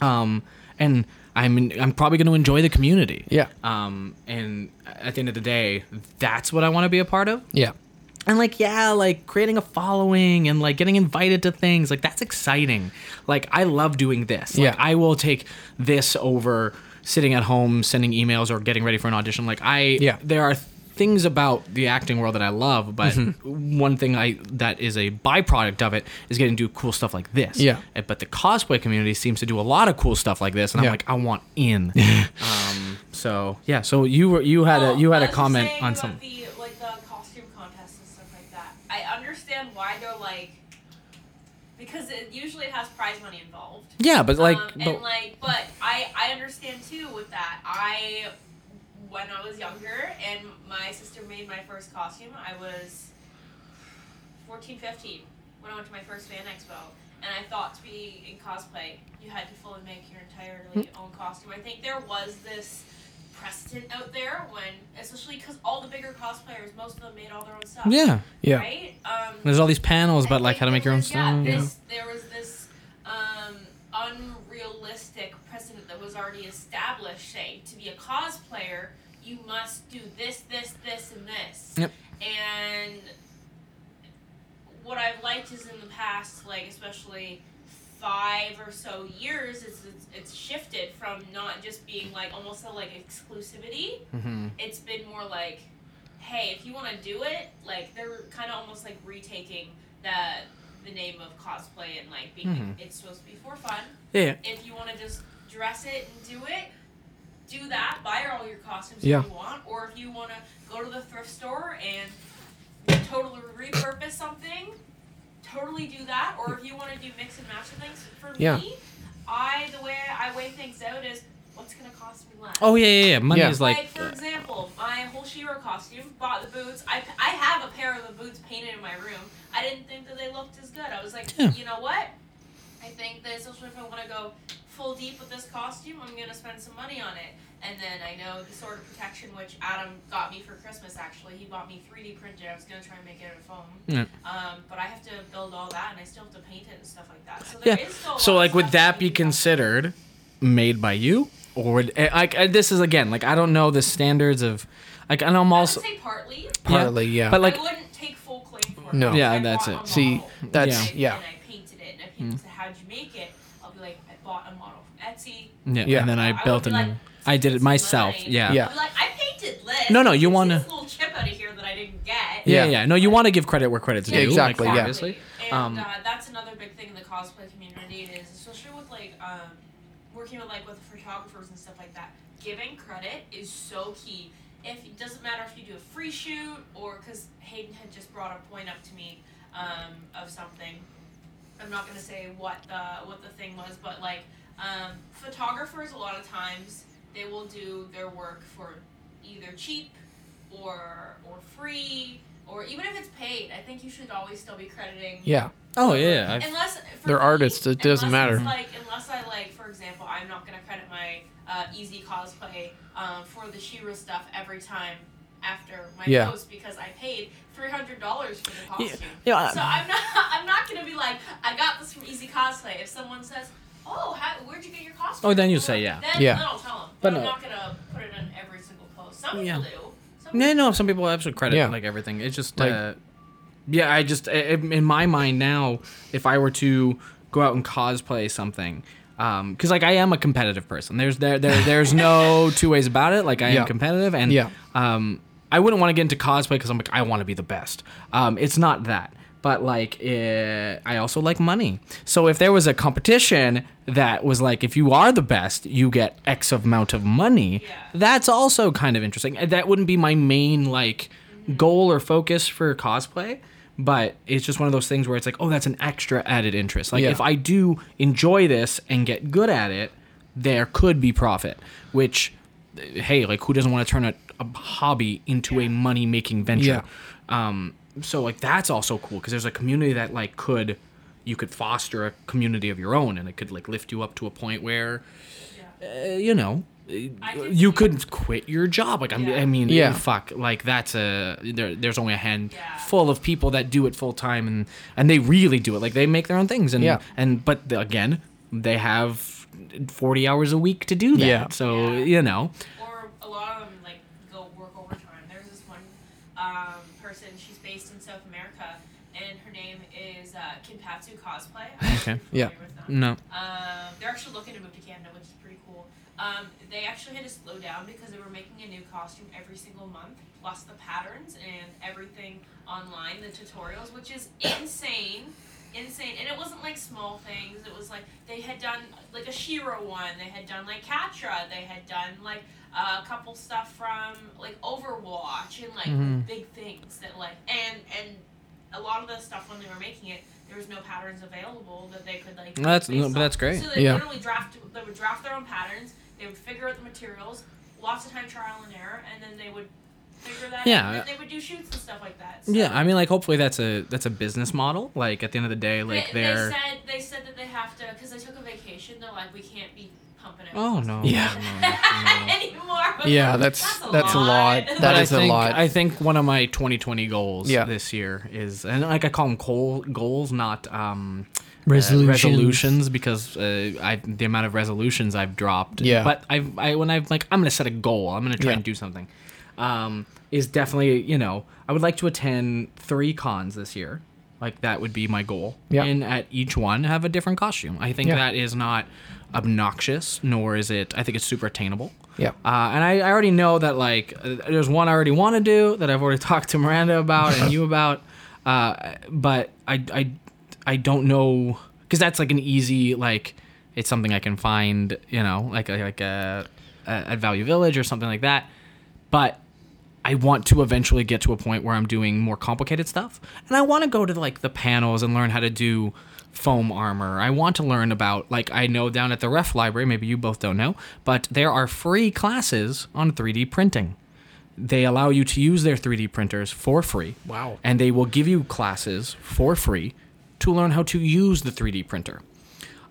Speaker 2: Um, and I'm, I'm probably going to enjoy the community.
Speaker 1: Yeah.
Speaker 2: Um, and at the end of the day, that's what I want to be a part of.
Speaker 1: Yeah.
Speaker 2: And like, yeah, like creating a following and like getting invited to things, like that's exciting. Like I love doing this. Like
Speaker 1: Yeah.
Speaker 2: I will take this over sitting at home sending emails or getting ready for an audition. Like I
Speaker 1: Yeah.
Speaker 2: there are things about the acting world that I love, but
Speaker 1: Mm-hmm.
Speaker 2: one thing I that is a byproduct of it is getting to do cool stuff like this.
Speaker 1: Yeah.
Speaker 2: Uh, But the cosplay community seems to do a lot of cool stuff like this and
Speaker 1: Yeah.
Speaker 2: I'm like I want in. um so yeah, so you were you had a you had a
Speaker 3: Oh, I was just
Speaker 2: comment
Speaker 3: saying
Speaker 2: on
Speaker 3: about
Speaker 2: something.
Speaker 3: The, like the costume contests and stuff like that. I understand why they're like because it usually has prize money involved.
Speaker 2: Yeah, but like
Speaker 3: um,
Speaker 2: but-
Speaker 3: and like, but I I understand too with that. I when I was younger and my sister made my first costume, I was 14, 15 when I went to my first fan expo. And I thought to be in cosplay, you had to fully make your entirely
Speaker 2: Hmm.
Speaker 3: own costume. I think there was this precedent out there when, especially because all the bigger cosplayers, most of them made all their own stuff.
Speaker 2: yeah.
Speaker 1: Yeah.
Speaker 3: Right? Um,
Speaker 2: There's all these panels
Speaker 3: I
Speaker 2: about like
Speaker 3: think
Speaker 2: how to
Speaker 3: there
Speaker 2: make your own
Speaker 3: was- yeah,
Speaker 2: stuff.
Speaker 3: This, there was this um, unrealistic precedent that was already established saying to be a cosplayer, you must do this, this, this, and this.
Speaker 2: Yep.
Speaker 3: And what I've liked is in the past, like especially five or so years, it's it's, it's shifted from not just being like almost a like exclusivity
Speaker 2: Mhm.
Speaker 1: Mm-hmm.
Speaker 3: it's been more like, hey, if you want to do it, like they're kind of almost like retaking the the name of cosplay and like being
Speaker 1: Mm-hmm.
Speaker 3: like, it's supposed to be for fun.
Speaker 2: Yeah.
Speaker 3: If you want to just dress it and do it, do that. Buy all your costumes
Speaker 1: Yeah.
Speaker 3: if you want, or if you want to go to the thrift store and totally repurpose something, totally do that. Or if you want to do mix and match of things, for
Speaker 1: Yeah.
Speaker 3: me, I the way I weigh things out is what's gonna cost me less.
Speaker 2: Oh yeah, yeah, yeah. Money
Speaker 1: Yeah.
Speaker 2: is
Speaker 3: Like,
Speaker 2: like
Speaker 3: for example, my whole Shiro costume, bought the boots. I, I have a pair of the boots painted in my room. I didn't think that they looked as good. I was like,
Speaker 2: Yeah.
Speaker 3: you know what? I think that especially if I want to go full deep with this costume, I'm gonna spend some money on it. And then I know the sword of protection, which Adam got me for Christmas. Actually, he bought me 3D printed. I was gonna try and make it out of foam.
Speaker 2: Yeah.
Speaker 3: Um, but I have to build all that, and I still have to paint it and stuff like that. So
Speaker 2: yeah.
Speaker 3: there is still. a
Speaker 2: So
Speaker 3: lot of
Speaker 2: like, would
Speaker 3: stuff
Speaker 2: that
Speaker 3: need
Speaker 2: be
Speaker 3: to done.
Speaker 2: considered made by you, or would eh, like eh, this is again like I don't know the standards of like and I'm
Speaker 3: I would
Speaker 2: also
Speaker 3: say partly.
Speaker 1: Partly, yeah.
Speaker 2: but like
Speaker 3: I wouldn't take full claim for it.
Speaker 1: No.
Speaker 2: Yeah,
Speaker 3: I
Speaker 2: that's
Speaker 3: bought
Speaker 2: it.
Speaker 3: a
Speaker 1: See,
Speaker 3: model
Speaker 1: that's-
Speaker 3: and,
Speaker 1: yeah.
Speaker 3: And I painted it, and I
Speaker 2: Mm.
Speaker 3: painted. it, So how'd you make it? I'll be like, I bought a model from Etsy.
Speaker 2: yeah,
Speaker 1: Yeah.
Speaker 2: and then I
Speaker 3: would
Speaker 2: built
Speaker 3: be
Speaker 2: it.
Speaker 3: like,
Speaker 2: and I did it
Speaker 3: "It's
Speaker 2: myself.
Speaker 3: mine."
Speaker 2: Yeah.
Speaker 1: Yeah.
Speaker 3: I'd be like, I painted this.
Speaker 2: No, no, you
Speaker 3: It's
Speaker 2: wanna-
Speaker 3: this little chip out of here that I didn't get.
Speaker 2: Yeah,
Speaker 1: Yeah.
Speaker 2: yeah. No, you want to give credit where credit's due.
Speaker 1: Yeah,
Speaker 2: like,
Speaker 1: exactly, yeah.
Speaker 2: Obviously.
Speaker 3: And
Speaker 2: Um,
Speaker 3: uh, that's another big thing in the cosplay community is especially with like um, working with like with the photographers and stuff like that. Giving credit is so key. If it doesn't matter if you do a free shoot or because Hayden had just brought a point up to me um, of something. I'm not gonna say what the what the thing was, but like um, photographers, a lot of times they will do their work for either cheap or or free or even if it's paid. I think you should always still be crediting
Speaker 1: Yeah. Uh,
Speaker 2: Oh yeah, I've,
Speaker 3: unless for
Speaker 1: They're
Speaker 3: me,
Speaker 1: artists, it doesn't
Speaker 3: unless it's
Speaker 1: matter.
Speaker 3: Like unless I like, for example, I'm not gonna credit my uh, easy cosplay um, for the Shira stuff every time after my
Speaker 1: Yeah.
Speaker 3: post because I paid three hundred dollars for the costume.
Speaker 2: yeah, uh,
Speaker 3: so I'm not I'm not gonna be like I got this from Easy Cosplay. If someone says, "Oh, how, where'd you get your costume?"
Speaker 2: Oh, then you
Speaker 3: from?"
Speaker 2: say, yeah.
Speaker 3: Then,
Speaker 1: Yeah.
Speaker 3: then I'll tell them.
Speaker 2: But
Speaker 3: But, I'm
Speaker 2: no.
Speaker 3: not gonna put it in every single post. Some people
Speaker 2: Yeah.
Speaker 3: do. Some
Speaker 2: Yeah,
Speaker 3: people
Speaker 2: no, some people absolutely credit
Speaker 1: Yeah.
Speaker 2: like everything. It's just,
Speaker 1: Like-
Speaker 2: uh, yeah, I just i- in in my mind now, if I were to go out and cosplay something, because like I am a competitive person. There's there, there there's no two ways about it. Like I
Speaker 1: Yeah.
Speaker 2: am competitive, and
Speaker 1: Yeah.
Speaker 2: um, I wouldn't want to get into cosplay because I'm like I want to be the best. Um, it's not that. But like, eh, I also like money. So if there was a competition that was like, if you are the best, you get X amount of money.
Speaker 3: Yeah.
Speaker 2: That's also kind of interesting. And That wouldn't be my main like goal or focus for cosplay, but it's just one of those things where it's like, oh, that's an extra added interest. Like
Speaker 1: Yeah.
Speaker 2: if I do enjoy this and get good at it, there could be profit, which uh, hey, like who doesn't want to turn a, a hobby into a money making venture? Um so like that's also cool because there's a community that like could you could foster a community of your own and it could like lift you up to a point where uh, you know,
Speaker 3: I could
Speaker 2: you
Speaker 3: see-
Speaker 2: could quit your job. Like I'm,
Speaker 3: Yeah.
Speaker 2: I mean,
Speaker 1: Yeah.
Speaker 2: fuck. Like that's a there, there's only a handful
Speaker 3: Yeah.
Speaker 2: of people that do it full time, and and they really do it. Like they make their own things, and
Speaker 1: Yeah.
Speaker 2: and but the- again, they have forty hours a week to do that.
Speaker 1: Yeah.
Speaker 2: So
Speaker 3: Yeah.
Speaker 2: you know,
Speaker 3: or a lot of them like go work overtime. There's this one um, person, she's based in South America, and her name is uh, Kinpatsu Cosplay. I don't know if
Speaker 2: Okay. Mm.
Speaker 3: you're
Speaker 1: Yeah.
Speaker 3: familiar with them.
Speaker 2: no,
Speaker 3: Um, they're actually looking to move to Canada, which is pretty cool. Um, they actually had to slow down because they were making a new costume every single month, plus the patterns and everything online, the tutorials, which is insane. Insane, and it wasn't like small things. It was like they had done like a Shiro one. They had done like Catra. They had done like a couple stuff from like Overwatch and like
Speaker 2: Mhm.
Speaker 3: big things that like and and a lot of the stuff when they were making it, there was no patterns available that they could like.
Speaker 2: that's
Speaker 3: based
Speaker 2: no,
Speaker 3: off.
Speaker 2: but that's great.
Speaker 3: So they
Speaker 1: Yeah.
Speaker 3: literally draft. They would draft their own patterns. They would figure out the materials. Lots of time trial and error, and then they would figure that.
Speaker 2: Yeah.
Speaker 3: out, and then they would do shoots and stuff like that. So
Speaker 2: Yeah, I mean, like hopefully that's a that's a business model. Like at the end of the day, like
Speaker 3: they,
Speaker 2: they're
Speaker 3: they said they said that they have to because they took a vacation. They're like, we can't be pumping out.
Speaker 2: oh no,
Speaker 1: Yeah.
Speaker 2: no, no, no, no.
Speaker 3: anymore. I'm
Speaker 1: Yeah,
Speaker 3: like,
Speaker 1: that's- that's a lot. That
Speaker 2: But
Speaker 1: is
Speaker 2: I
Speaker 1: a
Speaker 2: think,
Speaker 1: lot.
Speaker 2: I think one of my 2020 goals
Speaker 1: Yeah.
Speaker 2: this year is, and like I call them goal, goals, not um, uh,
Speaker 1: Resolutions.
Speaker 2: resolutions because uh, I, the amount of resolutions I've dropped.
Speaker 1: Yeah.
Speaker 2: But I've, I, when I've like, I'm gonna set a goal. I'm gonna try
Speaker 1: Yeah.
Speaker 2: and do something. Um, is definitely you know I would like to attend three cons this year. Like that would be my goal.
Speaker 1: Yeah.
Speaker 2: And at each one have a different costume. I think
Speaker 1: Yeah.
Speaker 2: that is not obnoxious, nor is it. I think it's super attainable.
Speaker 1: Yeah.
Speaker 2: Uh, and I, I already know that like uh, there's one I already want to do that I've already talked to Miranda about and you about, uh, but I, I I don't know because that's like an easy like it's something I can find you know like like uh, at Value Village or something like that, but I want to eventually get to a point where I'm doing more complicated stuff. And I want to go to like the panels and learn how to do foam armor. I want to learn about like I know down at the ref library, maybe you both don't know, but there are free classes on 3D printing. They allow you to use their 3D printers for free.
Speaker 1: Wow.
Speaker 2: And they will give you classes for free to learn how to use the 3D printer.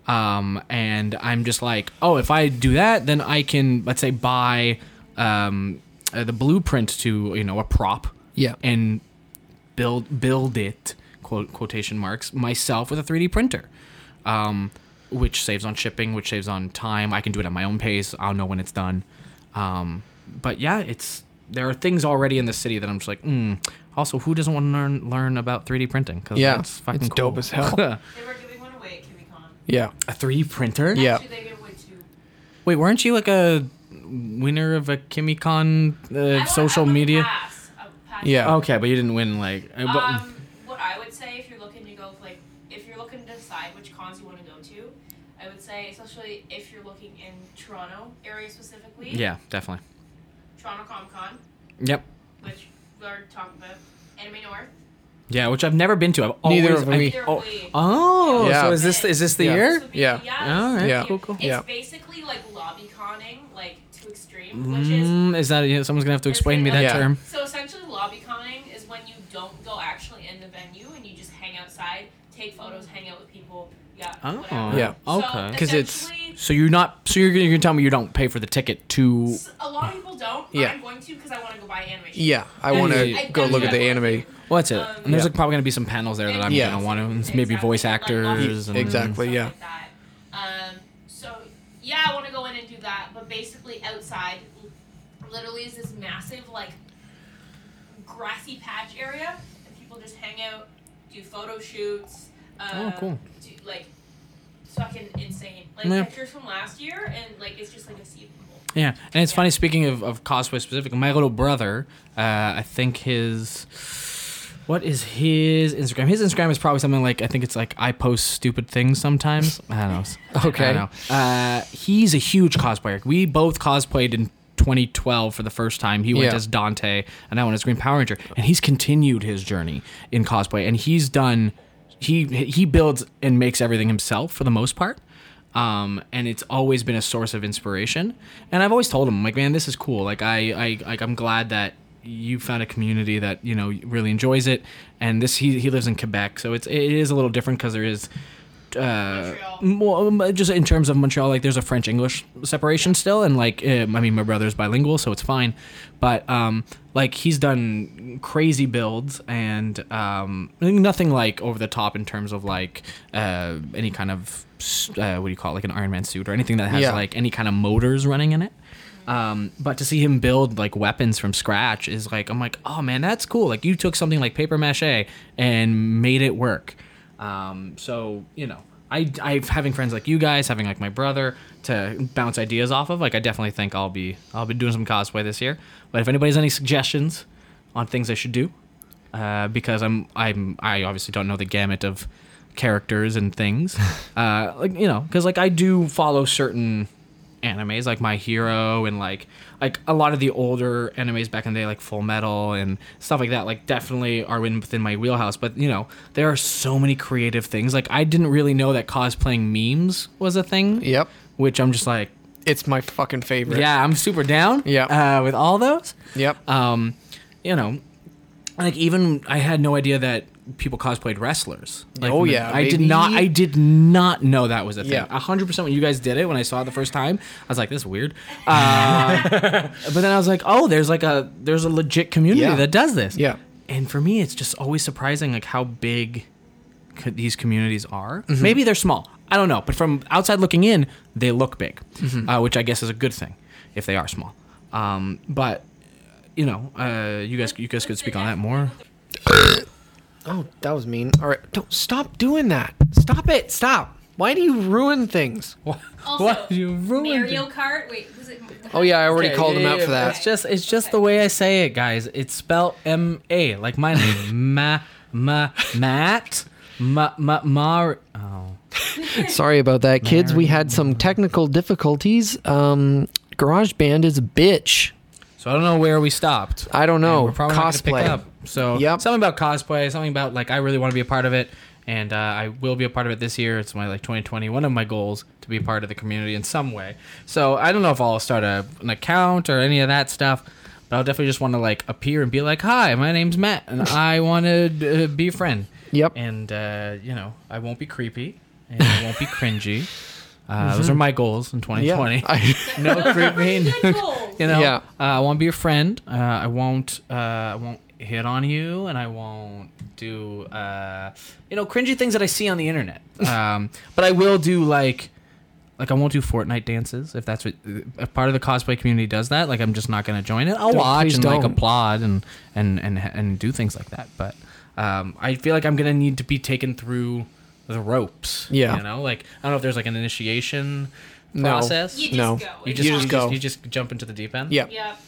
Speaker 2: Um, and I'm just like, oh, if I do that, then I can, let's say, buy um, uh, the blueprint to you know a prop,
Speaker 1: Yeah.
Speaker 2: and build build it quote quotation marks myself with a 3D printer, um, which saves on shipping, which saves on time. I can do it at my own pace. I'll know when it's done. Um, but yeah, it's there are things already in the city that I'm just like, mm. also, who doesn't want to learn learn about 3D printing? Because
Speaker 1: Yeah,
Speaker 2: that's fucking
Speaker 1: it's dope
Speaker 2: cool.
Speaker 1: as hell.
Speaker 3: They were giving one away at KubiCon.
Speaker 1: Yeah.
Speaker 2: a 3D printer.
Speaker 1: Yeah.
Speaker 3: Actually, they gave away two.
Speaker 2: Wait, weren't you like a winner of a KimmyCon
Speaker 3: I
Speaker 2: uh,
Speaker 3: won-
Speaker 2: social
Speaker 3: I won a
Speaker 2: media?
Speaker 3: pass, a pass.
Speaker 1: Yeah. Uh,
Speaker 2: Okay, but you didn't win like. uh, But,
Speaker 3: Um, what I would say if you're looking to go, like, if you're looking to decide which cons you want to go to, I would say, especially if you're looking in Toronto area specifically,
Speaker 2: yeah, definitely.
Speaker 3: Toronto Comic Con,
Speaker 2: Yep.
Speaker 3: which we already talked about, Anime North.
Speaker 2: Yeah, which I've never been to. I've always,
Speaker 1: Neither have
Speaker 2: I-
Speaker 1: we.
Speaker 3: Either
Speaker 2: oh,
Speaker 3: way,
Speaker 2: oh,
Speaker 1: Yeah.
Speaker 2: so is this is this the
Speaker 1: Yeah.
Speaker 3: this
Speaker 2: year?
Speaker 3: would be-
Speaker 1: Yeah.
Speaker 3: yes.
Speaker 2: All right.
Speaker 1: Yeah.
Speaker 3: Thank you.
Speaker 1: Cool, cool.
Speaker 3: It's
Speaker 1: Yeah.
Speaker 3: basically like lobby conning, like to extreme, which is
Speaker 2: Mm, is that yeah, someone's gonna have to explain me that
Speaker 1: Yeah.
Speaker 2: term?
Speaker 3: So essentially, lobby conning is when you don't go actually in the venue and you just hang outside, take photos up.
Speaker 2: Oh.
Speaker 3: whatever.
Speaker 1: Yeah.
Speaker 3: So
Speaker 2: Okay.
Speaker 1: 'Cause it's-
Speaker 3: essentially,
Speaker 2: So you're not. So you're, gonna- you're gonna tell me you don't pay for the ticket to?
Speaker 3: s- a lot of people don't.
Speaker 1: Yeah.
Speaker 3: I'm going to because I want to go buy animation.
Speaker 1: Yeah, I want
Speaker 2: Yeah,
Speaker 1: to
Speaker 2: yeah,
Speaker 3: yeah.
Speaker 1: go look at the
Speaker 3: Yeah.
Speaker 1: anime.
Speaker 2: What's it? and there's
Speaker 3: Um,
Speaker 1: Yeah.
Speaker 2: like probably gonna be some panels there that I'm
Speaker 1: Yeah.
Speaker 2: gonna want to. and Maybe voice actors. and,
Speaker 1: Exactly. yeah.
Speaker 3: Like that. Um, so yeah, I want to go in and do that, but basically outside, literally is this massive like grassy patch area, and people just hang out, do photo shoots.
Speaker 1: Oh,
Speaker 3: Um,
Speaker 2: cool.
Speaker 3: Do, like it's fucking insane. Like
Speaker 2: Yeah.
Speaker 3: pictures from last year, and like it's just like a sea of people.
Speaker 2: Yeah, and it's
Speaker 3: Yeah.
Speaker 2: funny. Speaking of, of cosplay specifically, my little brother, uh, I think his, what is his Instagram? His Instagram is probably something like I think it's like I post stupid things sometimes. I don't know.
Speaker 1: Okay.
Speaker 2: I don't know. Uh, he's a huge cosplayer. We both cosplayed in 2012 for the first time. He went
Speaker 1: Yeah.
Speaker 2: as Dante, and I went as Green Power Ranger, and he's continued his journey in cosplay, and he's done. He he builds and makes everything himself for the most part um, and it's always been a source of inspiration. And I've always told him, like, man, this is cool. Like, I, I, like, I'm glad that you found a community that you know really enjoys it. And this, he, he lives in Quebec, so it's it is a little different because there is. Uh,
Speaker 3: Montreal.
Speaker 2: more, um, just in terms of Montreal, like there's a French English separation still, and like um, I mean, my brother's bilingual, so it's fine. But um, like he's done crazy builds and um, nothing like over the top in terms of like uh, any kind of s- uh, what do you call it, like an Iron Man suit or anything that has
Speaker 1: Yeah.
Speaker 2: like any kind of motors running in it. Um, but to see him build like weapons from scratch is like I'm like, oh man, that's cool. Like you took something like paper mache and made it work. Um, so you know, I I having friends like you guys, having like my brother to bounce ideas off of. Like I definitely think I'll be I'll be doing some cosplay this year. But if anybody has any suggestions on things I should do, uh, because I'm I'm I obviously don't know the gamut of characters and things. Uh, like you know, because like I do follow certain animes like My Hero and like like a lot of the older animes back in the day like Full Metal and stuff like that like definitely are in, within my wheelhouse but you know there are so many creative things like I didn't really know that cosplaying memes was a thing
Speaker 1: Yep.
Speaker 2: which I'm just like
Speaker 1: It's my fucking favorite.
Speaker 2: yeah I'm super down
Speaker 1: Yeah.
Speaker 2: uh, with all those
Speaker 1: Yep.
Speaker 2: um, you know, like even I had no idea that people cosplayed wrestlers. Like,
Speaker 1: Oh,
Speaker 2: when-
Speaker 1: yeah,
Speaker 2: I did
Speaker 1: baby.
Speaker 2: not. I did not know that was a thing.
Speaker 1: Yeah.
Speaker 2: A hundred percent. When you guys did it, when I saw it the first time, I was like, "This is weird." Uh, but then I was like, "Oh, there's like a there's a legit community
Speaker 1: Yeah.
Speaker 2: that does this."
Speaker 1: Yeah.
Speaker 2: And for me, it's just always surprising like how big co- these communities are. Maybe they're small. I don't know, but from outside looking in, they look big, uh, which I guess is a good thing if they are small. Um, but you know, uh, you guys, you guys could speak on that more.
Speaker 1: Oh, that was mean. All right, don't stop doing that. Stop it. Stop. Why do you ruin things?
Speaker 3: Also,
Speaker 2: What? You ruined
Speaker 3: Mario
Speaker 2: it.
Speaker 3: Kart. Wait, was it?
Speaker 1: Oh yeah, I already called him
Speaker 2: them
Speaker 1: out for that.
Speaker 2: It's just, it's just the way I say it, guys. It's spelled M A, like my name, ma, ma, Matt, ma, ma, Mar. Oh.
Speaker 1: Sorry about that, kids. We had some technical difficulties. Um, GarageBand is a bitch.
Speaker 2: So I don't know where we stopped.
Speaker 1: I don't know.
Speaker 2: And We're probably not
Speaker 1: Cosplay.
Speaker 2: gonna pick up. So
Speaker 1: Yep.
Speaker 2: something about cosplay, something about like I really want to be a part of it, and uh, I will be a part of it this year. It's my like 2020, one of my goals to be a part of the community in some way. So I don't know if I'll start a, an account or any of that stuff. But I'll definitely just want to like appear and be like, "Hi, my name's Matt, and I want to uh, be a friend."
Speaker 1: Yep.
Speaker 2: And uh, you know, I won't be creepy, and I won't be cringy. Uh, Those are my goals in 2020.
Speaker 1: Mm-hmm. Yeah. I-
Speaker 2: no creepy, no you know,
Speaker 1: Yeah.
Speaker 2: uh, I won't be your friend. Uh, I won't. Uh, I won't hit on you, and I won't do. Uh, you know, cringy things that I see on the internet. Um, but I will do like, like I won't do Fortnite dances if that's what. If part of the cosplay community does that, like I'm just not going to join it. I'll watch
Speaker 1: please
Speaker 2: and like
Speaker 1: don't.
Speaker 2: applaud and and and and do things like that. But um, I feel like I'm going to need to be taken through the ropes.
Speaker 1: Yeah.
Speaker 2: you know, like I don't know if there's like an initiation
Speaker 1: No.
Speaker 2: process.
Speaker 3: You just
Speaker 1: No.
Speaker 3: go.
Speaker 2: You
Speaker 3: It's
Speaker 2: just,
Speaker 1: You
Speaker 3: fine.
Speaker 1: just
Speaker 2: go.
Speaker 1: go.
Speaker 2: You just jump into the deep end.
Speaker 1: Yep.
Speaker 3: Yep.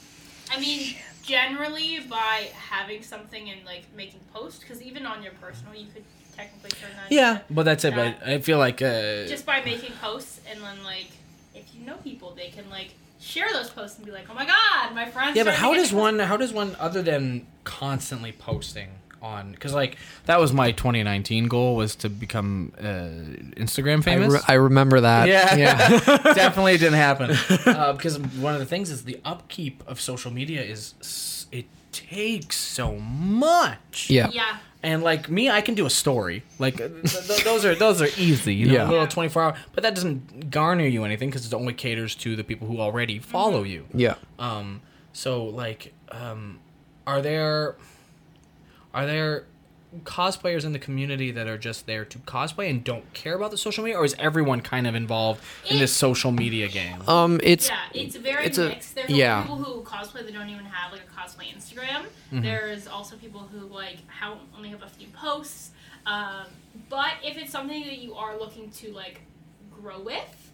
Speaker 3: I mean, generally by having something and like making posts, because even on your personal, you could technically turn that.
Speaker 2: Yeah,
Speaker 3: into-
Speaker 2: but that's it.
Speaker 3: That-
Speaker 2: But I feel like uh,
Speaker 3: just by making posts and then like, if you know people, they can like share those posts and be like, oh my god, my friends.
Speaker 2: yeah. But
Speaker 3: started
Speaker 2: how
Speaker 3: getting
Speaker 2: does one? How does one other than constantly posting on? Because like that was my 2019 goal was to become uh, Instagram
Speaker 1: I,
Speaker 2: famous.
Speaker 1: re- I remember that.
Speaker 2: yeah,
Speaker 1: Yeah.
Speaker 2: definitely didn't happen. Uh, because one of the things is the upkeep of social media is s- it takes so much.
Speaker 1: Yeah.
Speaker 3: Yeah.
Speaker 2: And like me, I can do a story. Like th- th- those are those are easy, you know,
Speaker 1: Yeah.
Speaker 2: a little
Speaker 3: Yeah.
Speaker 2: twenty four hour. But that doesn't garner you anything because it only caters to the people who already follow you.
Speaker 1: Yeah.
Speaker 2: Um, so like, um, are there are there cosplayers in the community that are just there to cosplay and don't care about the social media, or is everyone kind of involved in this social media game?
Speaker 1: Um, it's
Speaker 3: Yeah, it's very
Speaker 1: it's a-
Speaker 3: mixed. There's
Speaker 1: yeah. Mm-hmm.
Speaker 3: people who cosplay that don't even have like a cosplay Instagram. There's also people who like how only have a few posts. Um, but if it's something that you are looking to like grow with,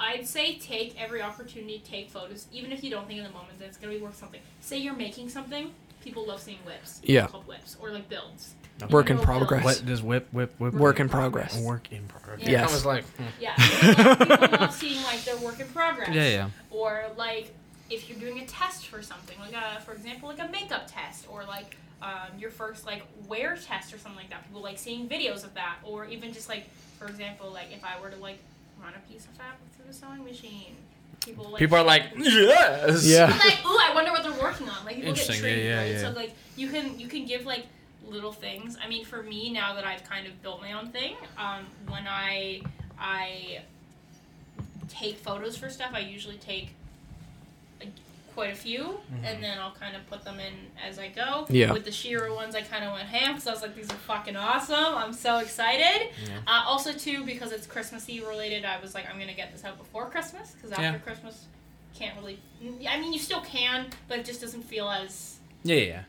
Speaker 3: I'd say take every opportunity, take photos, even if you don't think in the moment that it's gonna be worth something. Say you're making something, people love seeing whips.
Speaker 1: Yeah.
Speaker 3: Called whips or like builds.
Speaker 1: Work in
Speaker 3: People love
Speaker 1: progress.
Speaker 3: builds.
Speaker 2: What does whip whip whip
Speaker 1: work in progress.
Speaker 2: work in progress?
Speaker 3: Yes.
Speaker 2: I was like, hmm.
Speaker 3: Yeah. People love, people love seeing like their work in progress.
Speaker 2: Yeah, yeah.
Speaker 3: Or like if you're doing a test for something, like a, for example, like a makeup test or like um, your first like wear test or something like that. People like seeing videos of that, or even just like for example, like if I were to like run a piece of fabric through the sewing machine, people like
Speaker 2: people are like, yes,
Speaker 1: Yeah.
Speaker 3: But, like, ooh, I wonder what they're working on. Like, people get
Speaker 2: Interesting,
Speaker 3: intrigued,
Speaker 2: yeah, yeah,
Speaker 3: right?
Speaker 2: yeah.
Speaker 3: So, like, you can you can give like little things. I mean, for me now that I've kind of built my own thing, um, when I I take photos for stuff, I usually take uh, quite a few,
Speaker 2: Mm-hmm.
Speaker 3: and then I'll kind of put them in as I go.
Speaker 1: Yeah.
Speaker 3: With the Shira ones, I kind of went ham because I was like, these are fucking awesome. I'm so excited. Uh, also, too, because it's Christmassy related, I was like, I'm gonna get this out before Christmas because after
Speaker 2: Yeah.
Speaker 3: Christmas, can't really. I mean, you still can, but it just doesn't feel as.
Speaker 2: yeah, yeah.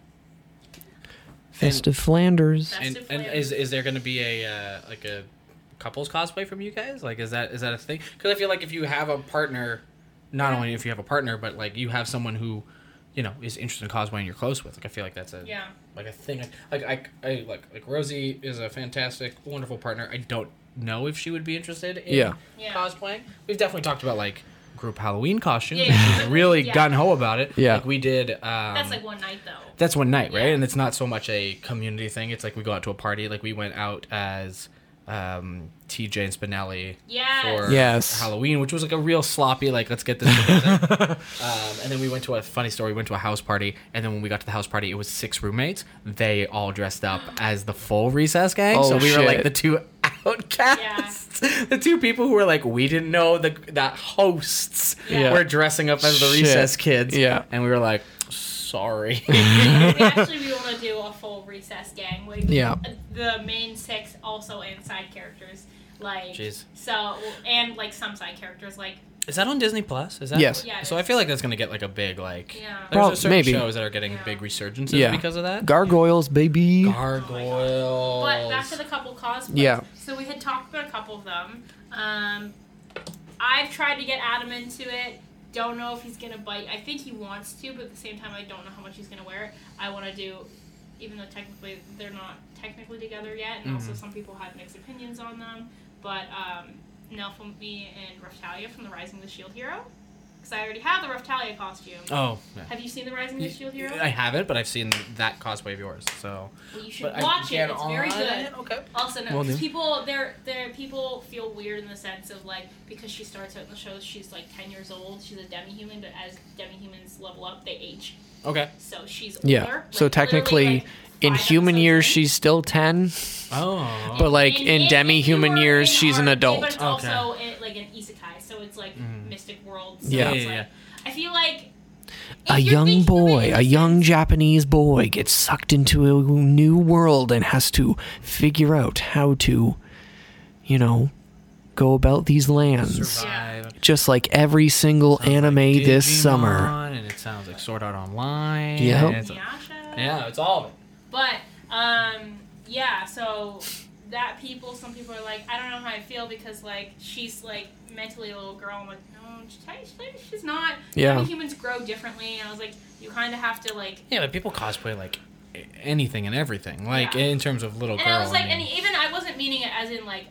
Speaker 1: Festive Flanders.
Speaker 3: That's
Speaker 2: and,
Speaker 3: it for
Speaker 2: and
Speaker 3: you.
Speaker 2: is is there going to be a uh, like a couples cosplay from you guys? Like, is that is that a thing? Because I feel like if you have a partner, not only if you have a partner, but like you have someone who, you know, is interested in cosplay and you're close with. Like, I feel like that's a
Speaker 3: Yeah.
Speaker 2: like a thing. Like I, I like like Rosie is a fantastic, wonderful partner. I don't know if she would be interested in
Speaker 1: Yeah.
Speaker 3: Yeah.
Speaker 2: cosplaying. We've definitely talked about like group Halloween costumes.
Speaker 3: Yeah, yeah.
Speaker 2: She's really
Speaker 3: Yeah.
Speaker 2: gun ho about it.
Speaker 1: Yeah.
Speaker 2: like we did. Um,
Speaker 3: That's like one night though.
Speaker 2: that's one night, right?
Speaker 3: Yeah.
Speaker 2: And it's not so much a community thing. It's like we go out to a party. Like we went out as um, TJ and Spinelli
Speaker 3: Yes.
Speaker 2: for
Speaker 1: Yes.
Speaker 2: Halloween, which was like a real sloppy, like let's get this together. um, and then we went to a funny story. We went to a house party, and then when we got to the house party, it was six roommates. They all dressed up as the full recess gang.
Speaker 1: Oh,
Speaker 2: so we were like
Speaker 1: shit.
Speaker 2: the two outcasts, the two people who were like we didn't know the that hosts
Speaker 1: Yeah.
Speaker 2: were dressing up as the
Speaker 1: Shit.
Speaker 2: recess kids.
Speaker 1: Yeah.
Speaker 2: and we were like, sorry.
Speaker 3: we actually we want to do a full recess gang. Like,
Speaker 1: Yeah.
Speaker 3: The main six also and side characters like.
Speaker 2: Jeez.
Speaker 3: So and like some side characters like
Speaker 2: Is that on Disney Plus? Is that
Speaker 1: Yes.
Speaker 3: Yeah, it
Speaker 2: so I
Speaker 3: is.
Speaker 2: feel like that's gonna get like a big like.
Speaker 3: Yeah.
Speaker 2: There's
Speaker 1: Prob-
Speaker 2: a certain
Speaker 1: maybe.
Speaker 2: shows that are getting
Speaker 3: Yeah.
Speaker 2: big resurgences
Speaker 1: Yeah.
Speaker 2: because of that.
Speaker 1: Gargoyles, baby.
Speaker 2: Gargoyles.
Speaker 3: But back to the couple cosplays.
Speaker 1: Yeah.
Speaker 3: So we had talked about a couple of them. Um, I've tried to get Adam into it. Don't know if he's gonna bite. I think he wants to, but at the same time, I don't know how much he's gonna wear. it. I want to do, even though technically they're not technically together yet, and
Speaker 2: Mm-hmm.
Speaker 3: also some people had mixed opinions on them. But um, Nelfumi and Raftalia from the Rising of the Shield Hero, because I already have the Raftalia costume.
Speaker 2: oh. Yeah.
Speaker 3: Have you seen the Rising of the Shield Hero?
Speaker 2: I haven't, but I've seen that cosplay of yours. So
Speaker 3: well, you should
Speaker 2: but I
Speaker 3: watch it.
Speaker 2: get
Speaker 3: It's very
Speaker 2: on
Speaker 3: good.
Speaker 2: it, Okay.
Speaker 3: Also, no,
Speaker 2: Will do.
Speaker 3: because people they're, they're people feel weird in the sense of like because she starts out in the show, she's like ten years old, she's a demi human, but as demi humans level up, they age,
Speaker 2: Okay.
Speaker 3: so she's older.
Speaker 1: Yeah.
Speaker 3: like,
Speaker 1: So
Speaker 3: literally,
Speaker 1: technically,
Speaker 3: like,
Speaker 1: in
Speaker 3: five
Speaker 1: human
Speaker 3: episodes
Speaker 1: years,
Speaker 3: in.
Speaker 1: she's still 10,
Speaker 2: Oh.
Speaker 1: but like
Speaker 3: And
Speaker 1: in
Speaker 3: if-
Speaker 1: demi
Speaker 3: if
Speaker 1: human
Speaker 3: you are
Speaker 1: years,
Speaker 3: in
Speaker 1: she's an
Speaker 3: our-
Speaker 1: adult.
Speaker 3: But it's
Speaker 2: Okay. Mm-hmm.
Speaker 3: also in, like an isekai, so it's like mystic world. So
Speaker 1: Yeah.
Speaker 3: it's,
Speaker 2: Yeah, yeah,
Speaker 3: like- I feel like if
Speaker 1: A
Speaker 3: you're
Speaker 1: young
Speaker 3: thinking of it in
Speaker 1: boy,
Speaker 3: the
Speaker 1: a young
Speaker 3: sense-
Speaker 1: Japanese boy gets sucked into a new world and has to figure out how to, you know, go about these lands.
Speaker 2: Survive.
Speaker 1: Just like every single anime this
Speaker 2: Digimon,
Speaker 1: summer.
Speaker 2: And it sounds like Sword Art Online.
Speaker 1: Yep.
Speaker 2: and it's-
Speaker 3: Inuyasha.
Speaker 2: Yeah, it's all of it.
Speaker 3: But um, yeah, so that people, some people are like, I don't know how I feel because like she's like mentally a little girl. I'm like, no, she's, she's not.
Speaker 1: Yeah.
Speaker 3: Some humans grow differently, and I was like, you kind of have to like.
Speaker 2: Yeah, but people cosplay like a- anything and everything. Like
Speaker 3: Yeah.
Speaker 2: in terms of little
Speaker 3: And
Speaker 2: girl.
Speaker 3: I was like,
Speaker 2: mean.
Speaker 3: and even I wasn't meaning it as in like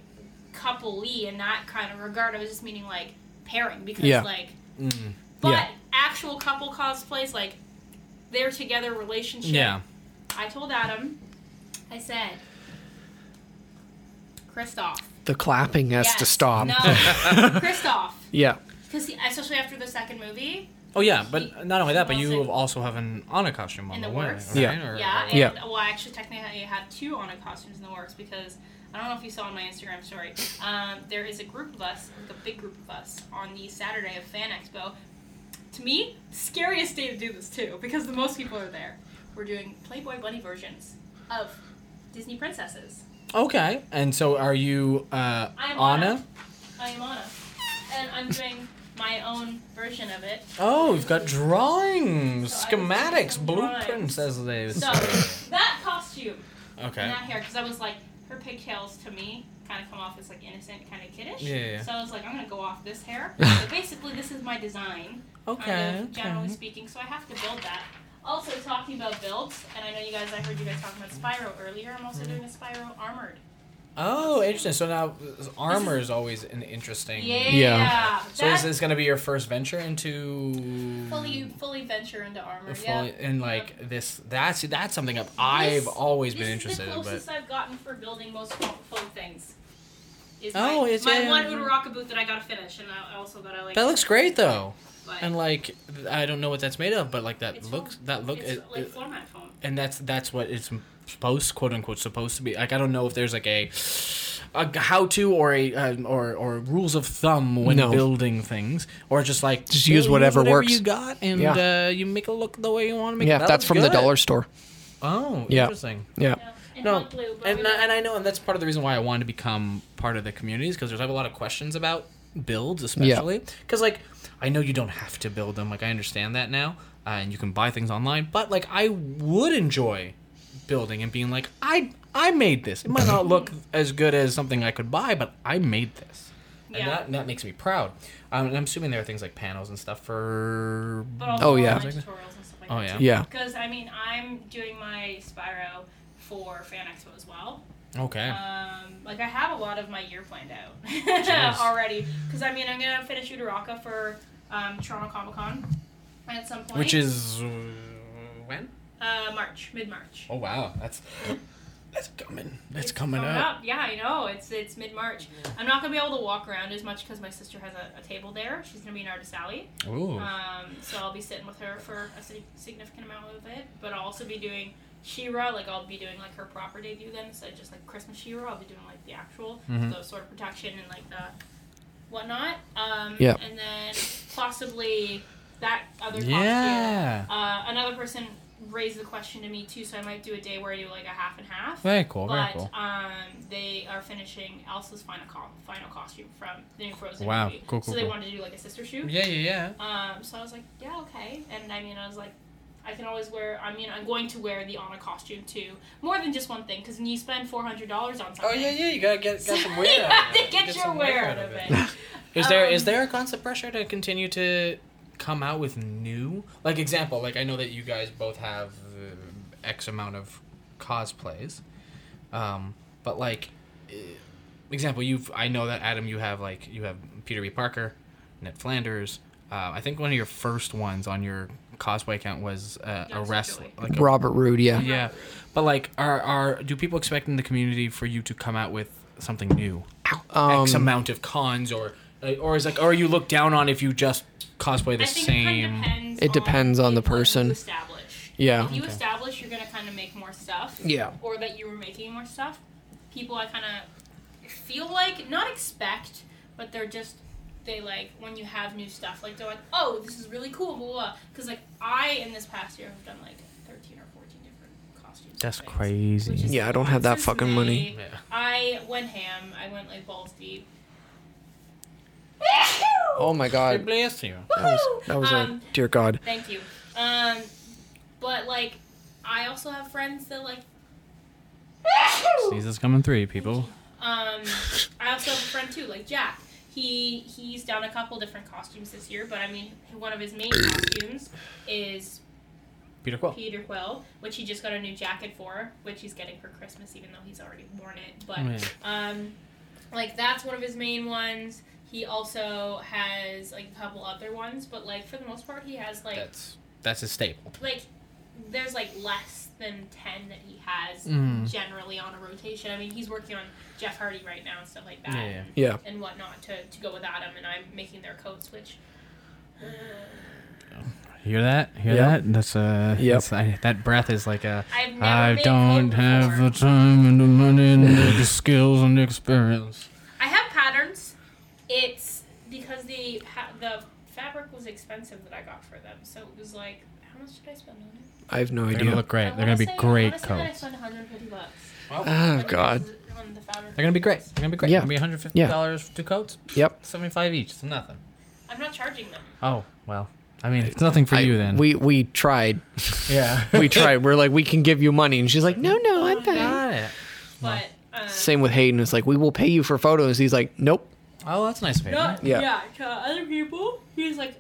Speaker 3: couple in that kind of regard. I was just meaning like pairing because
Speaker 1: Yeah.
Speaker 3: like,
Speaker 2: Mm.
Speaker 3: but
Speaker 1: Yeah.
Speaker 3: actual couple cosplays like they're together relationship.
Speaker 2: Yeah.
Speaker 3: I told Adam, I said, Kristoff.
Speaker 1: The clapping has to
Speaker 3: Yes.
Speaker 1: stop.
Speaker 3: No, Kristoff.
Speaker 1: Yeah.
Speaker 3: Because especially after the second movie,
Speaker 2: Oh yeah, but not only that, but
Speaker 3: Well,
Speaker 2: you
Speaker 3: so-
Speaker 2: also have an Anna costume on
Speaker 3: In
Speaker 2: the,
Speaker 3: the
Speaker 2: way.
Speaker 3: works.
Speaker 2: right?
Speaker 1: Yeah.
Speaker 2: Or-
Speaker 3: Yeah, and
Speaker 1: Yeah.
Speaker 3: well, I actually technically I had two Anna costumes in the works because I don't know if you saw on my Instagram story. Um, there is a group of us, like a big group of us, on the Saturday of Fan Expo. To me, scariest day to do this too because the most people are there. We're doing Playboy Bunny versions of Disney princesses.
Speaker 2: Okay. And so are you uh,
Speaker 3: I'm
Speaker 2: Anna?
Speaker 3: Anna. I am Anna, and I'm doing my own version of it.
Speaker 2: Oh, we've got drawings,
Speaker 3: So I was doing
Speaker 2: schematics,
Speaker 3: some
Speaker 2: blueprints,
Speaker 3: drawings.
Speaker 2: as they
Speaker 3: So
Speaker 2: say.
Speaker 3: that costume.
Speaker 2: Okay.
Speaker 3: not hair because I was like her pigtails to me kind of come off as like innocent, kind of kiddish.
Speaker 2: Yeah, yeah, yeah.
Speaker 3: So I was like, I'm gonna go off this hair. but basically, this is my design, kind
Speaker 2: Okay.
Speaker 3: of generally
Speaker 2: okay.
Speaker 3: speaking. So I have to build that. Also, talking about builds, and I know you guys. I heard you guys talking about Spyro earlier. I'm also
Speaker 2: Mm-hmm.
Speaker 3: doing a Spyro armored.
Speaker 2: Oh, interesting. So now uh, armor is always an interesting.
Speaker 3: Yeah.
Speaker 2: So is
Speaker 3: That's
Speaker 2: this going to be your first venture into
Speaker 3: fully fully venture into armor.
Speaker 2: fully-
Speaker 3: Uh, yeah.
Speaker 2: and like this that's that's something that I've always been
Speaker 3: this
Speaker 2: interested
Speaker 3: Is the
Speaker 2: in but
Speaker 3: closest I've gotten for building most folk folk things. Is
Speaker 2: Oh,
Speaker 3: my,
Speaker 2: it's-
Speaker 3: my
Speaker 2: yeah,
Speaker 3: one
Speaker 2: yeah.
Speaker 3: Uraraka boot that I gotta finish, and I I also gotta like.
Speaker 2: that looks great though.
Speaker 3: but-
Speaker 2: And like I don't know what that's made of but like that
Speaker 3: It's
Speaker 2: looks
Speaker 3: foam.
Speaker 2: that look
Speaker 3: It's
Speaker 2: it-
Speaker 3: like
Speaker 2: it-
Speaker 3: format foam.
Speaker 2: and that's that's what it's supposed quote unquote supposed to be like i don't know if there's like a a how to or a um, or or rules of thumb when
Speaker 1: No.
Speaker 2: building things or just like
Speaker 1: Just use
Speaker 2: build
Speaker 1: whatever works.
Speaker 2: you got and
Speaker 1: Yeah.
Speaker 2: uh, you make it look the way you want to make
Speaker 1: Yeah,
Speaker 2: it
Speaker 1: if that's from the
Speaker 2: good.
Speaker 1: dollar store.
Speaker 2: oh
Speaker 1: Yeah.
Speaker 2: interesting
Speaker 1: Yeah.
Speaker 3: Yeah. And
Speaker 2: no
Speaker 3: hot glue, but
Speaker 2: and,
Speaker 3: we
Speaker 2: I-
Speaker 3: don't-
Speaker 2: and i know and that's part of the reason why i wanted to become part of the communities because there's I have a lot of questions about builds especially because like i know you don't have to build them like i understand that now uh, and you can buy things online but like i would enjoy building and being like i i made this it might not look as good as something i could buy but i made this and
Speaker 3: Yeah.
Speaker 2: that, that makes me proud um, and i'm assuming there are things like panels and stuff for
Speaker 3: but also
Speaker 1: Oh, yeah.
Speaker 3: online tutorials and stuff like
Speaker 2: Oh,
Speaker 3: that
Speaker 2: yeah.
Speaker 3: too.
Speaker 1: Yeah.
Speaker 3: Because I mean, I'm doing my Spyro for Fan Expo as well.
Speaker 2: okay
Speaker 3: Um, like I have a lot of my year planned out
Speaker 2: Jeez.
Speaker 3: already. Because I mean, I'm gonna finish Udoraka for um, Toronto Comic Con at some point.
Speaker 2: which is uh, when
Speaker 3: uh, March, mid March.
Speaker 2: Oh wow, that's that's coming. That's
Speaker 3: It's
Speaker 2: coming, up.
Speaker 3: Yeah, I know. It's it's mid March. I'm not gonna be able to walk around as much because my sister has a, a table there. She's gonna be an artist alley.
Speaker 2: Ooh.
Speaker 3: Um, so I'll be sitting with her for a sig- significant amount of it, but I'll also be doing Shira. Like I'll be doing like her proper debut then, instead of just like Christmas Shira. I'll be doing like the actual
Speaker 2: Mhm.
Speaker 3: the sort of protection and like the whatnot. Um,
Speaker 1: Yeah.
Speaker 3: And then possibly that other costume.
Speaker 2: yeah.
Speaker 3: Uh, another person raised the question to me too, so I might do a day where I do like a half and half.
Speaker 2: Very cool. Oh, Very
Speaker 3: But
Speaker 2: cool.
Speaker 3: um, they are finishing Elsa's final co- final costume from the new Frozen
Speaker 2: Wow,
Speaker 3: movie.
Speaker 2: cool,
Speaker 3: so
Speaker 2: cool,
Speaker 3: they
Speaker 2: cool.
Speaker 3: wanted to do like a sister shoot.
Speaker 2: Yeah, yeah, yeah.
Speaker 3: Um, so I was like, yeah, okay. And I mean, I was like, I can always wear. I mean, I'm going to wear the Anna costume too. more than just one thing, because when you spend four hundred dollars on something,
Speaker 2: Oh yeah, yeah. You gotta get got some wear.
Speaker 3: you
Speaker 2: out of
Speaker 3: have to
Speaker 2: it.
Speaker 3: get, your
Speaker 2: some
Speaker 3: wear out of it.
Speaker 2: Is there is
Speaker 3: Um,
Speaker 2: there a constant pressure to continue to come out with new like example like I know that you guys both have uh, X amount of cosplays, um, but like eh, example you've I know that Adam you have like you have Peter B Parker, Ned Flanders. Uh, I think one of your first ones on your cosplay account was uh, a
Speaker 3: Johnson
Speaker 2: wrestler.
Speaker 3: Joey.
Speaker 2: Like a,
Speaker 1: Robert Roode, yeah.
Speaker 2: yeah, but like are are do people expect in the community for you to come out with something new? X
Speaker 1: Um,
Speaker 2: amount of cons or or is like or you look down on if you just cosplay the
Speaker 3: I think it kinda
Speaker 2: same
Speaker 3: depends
Speaker 1: It depends on the
Speaker 3: what you
Speaker 1: person.
Speaker 3: establish.
Speaker 1: Yeah.
Speaker 3: If you establish, you're gonna kind of make more stuff.
Speaker 1: Yeah.
Speaker 3: Or that you were making more stuff. People, I kind of feel like not expect, but they're just they like when you have new stuff. Like they're like, oh, this is really cool, blah blah. Because like I in this past year have done like thirteen or fourteen different costumes.
Speaker 2: that's
Speaker 3: and things,
Speaker 2: crazy
Speaker 3: which is
Speaker 1: Yeah, I don't have that
Speaker 3: since
Speaker 1: fucking money.
Speaker 3: May,
Speaker 2: Yeah.
Speaker 3: I went ham. I went like balls deep.
Speaker 1: oh my
Speaker 2: I
Speaker 1: god.
Speaker 2: bless you
Speaker 1: That was, that was
Speaker 3: Um,
Speaker 1: a dear god.
Speaker 3: Thank you. Um, but like, I also have friends that like.
Speaker 2: Caesar's coming three people
Speaker 3: Um, I also have a friend too, like Jack. He he's done a couple different costumes this year, but I mean, one of his main costumes is
Speaker 2: Peter Quill
Speaker 3: Peter Quill, which he just got a new jacket for, which he's getting for Christmas, even though he's already worn it. But
Speaker 2: Yeah.
Speaker 3: um, like that's one of his main ones. He also has like a couple other ones, but like for the most part, he has like
Speaker 2: that's that's his staple
Speaker 3: like there's like less than 10 that he has
Speaker 2: Mm.
Speaker 3: generally on a rotation i mean he's working on jeff hardy right now and stuff like that
Speaker 2: yeah, yeah.
Speaker 1: Yeah.
Speaker 3: and whatnot to, to go with adam and i'm making their coats which uh,
Speaker 2: Hear that? Hear
Speaker 1: Yep.
Speaker 2: that? That's uh.
Speaker 1: Yep.
Speaker 2: that's- I, that breath is like a.
Speaker 3: I've never
Speaker 2: I
Speaker 3: been
Speaker 2: don't
Speaker 3: cold
Speaker 2: have
Speaker 3: before."
Speaker 2: the time and the money and the, the skills and the experience.
Speaker 3: I have patterns. It's because the ha- the fabric was expensive that I got for them, so it was like, how much did I spend on it?
Speaker 1: I have no
Speaker 2: They're
Speaker 1: idea.
Speaker 2: gonna look
Speaker 3: I
Speaker 2: great. They're
Speaker 3: wanna
Speaker 2: gonna be
Speaker 3: say- I
Speaker 2: great
Speaker 3: wanna say that I
Speaker 2: coats.
Speaker 3: spent 150 bucks.
Speaker 1: oh god.
Speaker 3: On the fabric.
Speaker 2: They're gonna be great. They're gonna be great.
Speaker 1: Yeah.
Speaker 2: They're gonna be 150
Speaker 1: Yeah.
Speaker 2: dollars for two coats.
Speaker 1: Yep.
Speaker 2: 75 each. It's nothing.
Speaker 3: I'm not charging them.
Speaker 2: Oh well. I mean, it's nothing for
Speaker 1: I-
Speaker 2: you then.
Speaker 1: We we tried.
Speaker 2: yeah.
Speaker 1: We tried. We're like, we can give you money, and she's like, no, no,
Speaker 2: Oh
Speaker 1: I'm fine.
Speaker 2: Got it.
Speaker 3: But um,
Speaker 1: Same with Hayden. It's like we will pay you for photos. He's like, nope.
Speaker 2: Oh, that's nice of you.
Speaker 3: no,
Speaker 1: Yeah.
Speaker 3: yeah. to other people, he's like,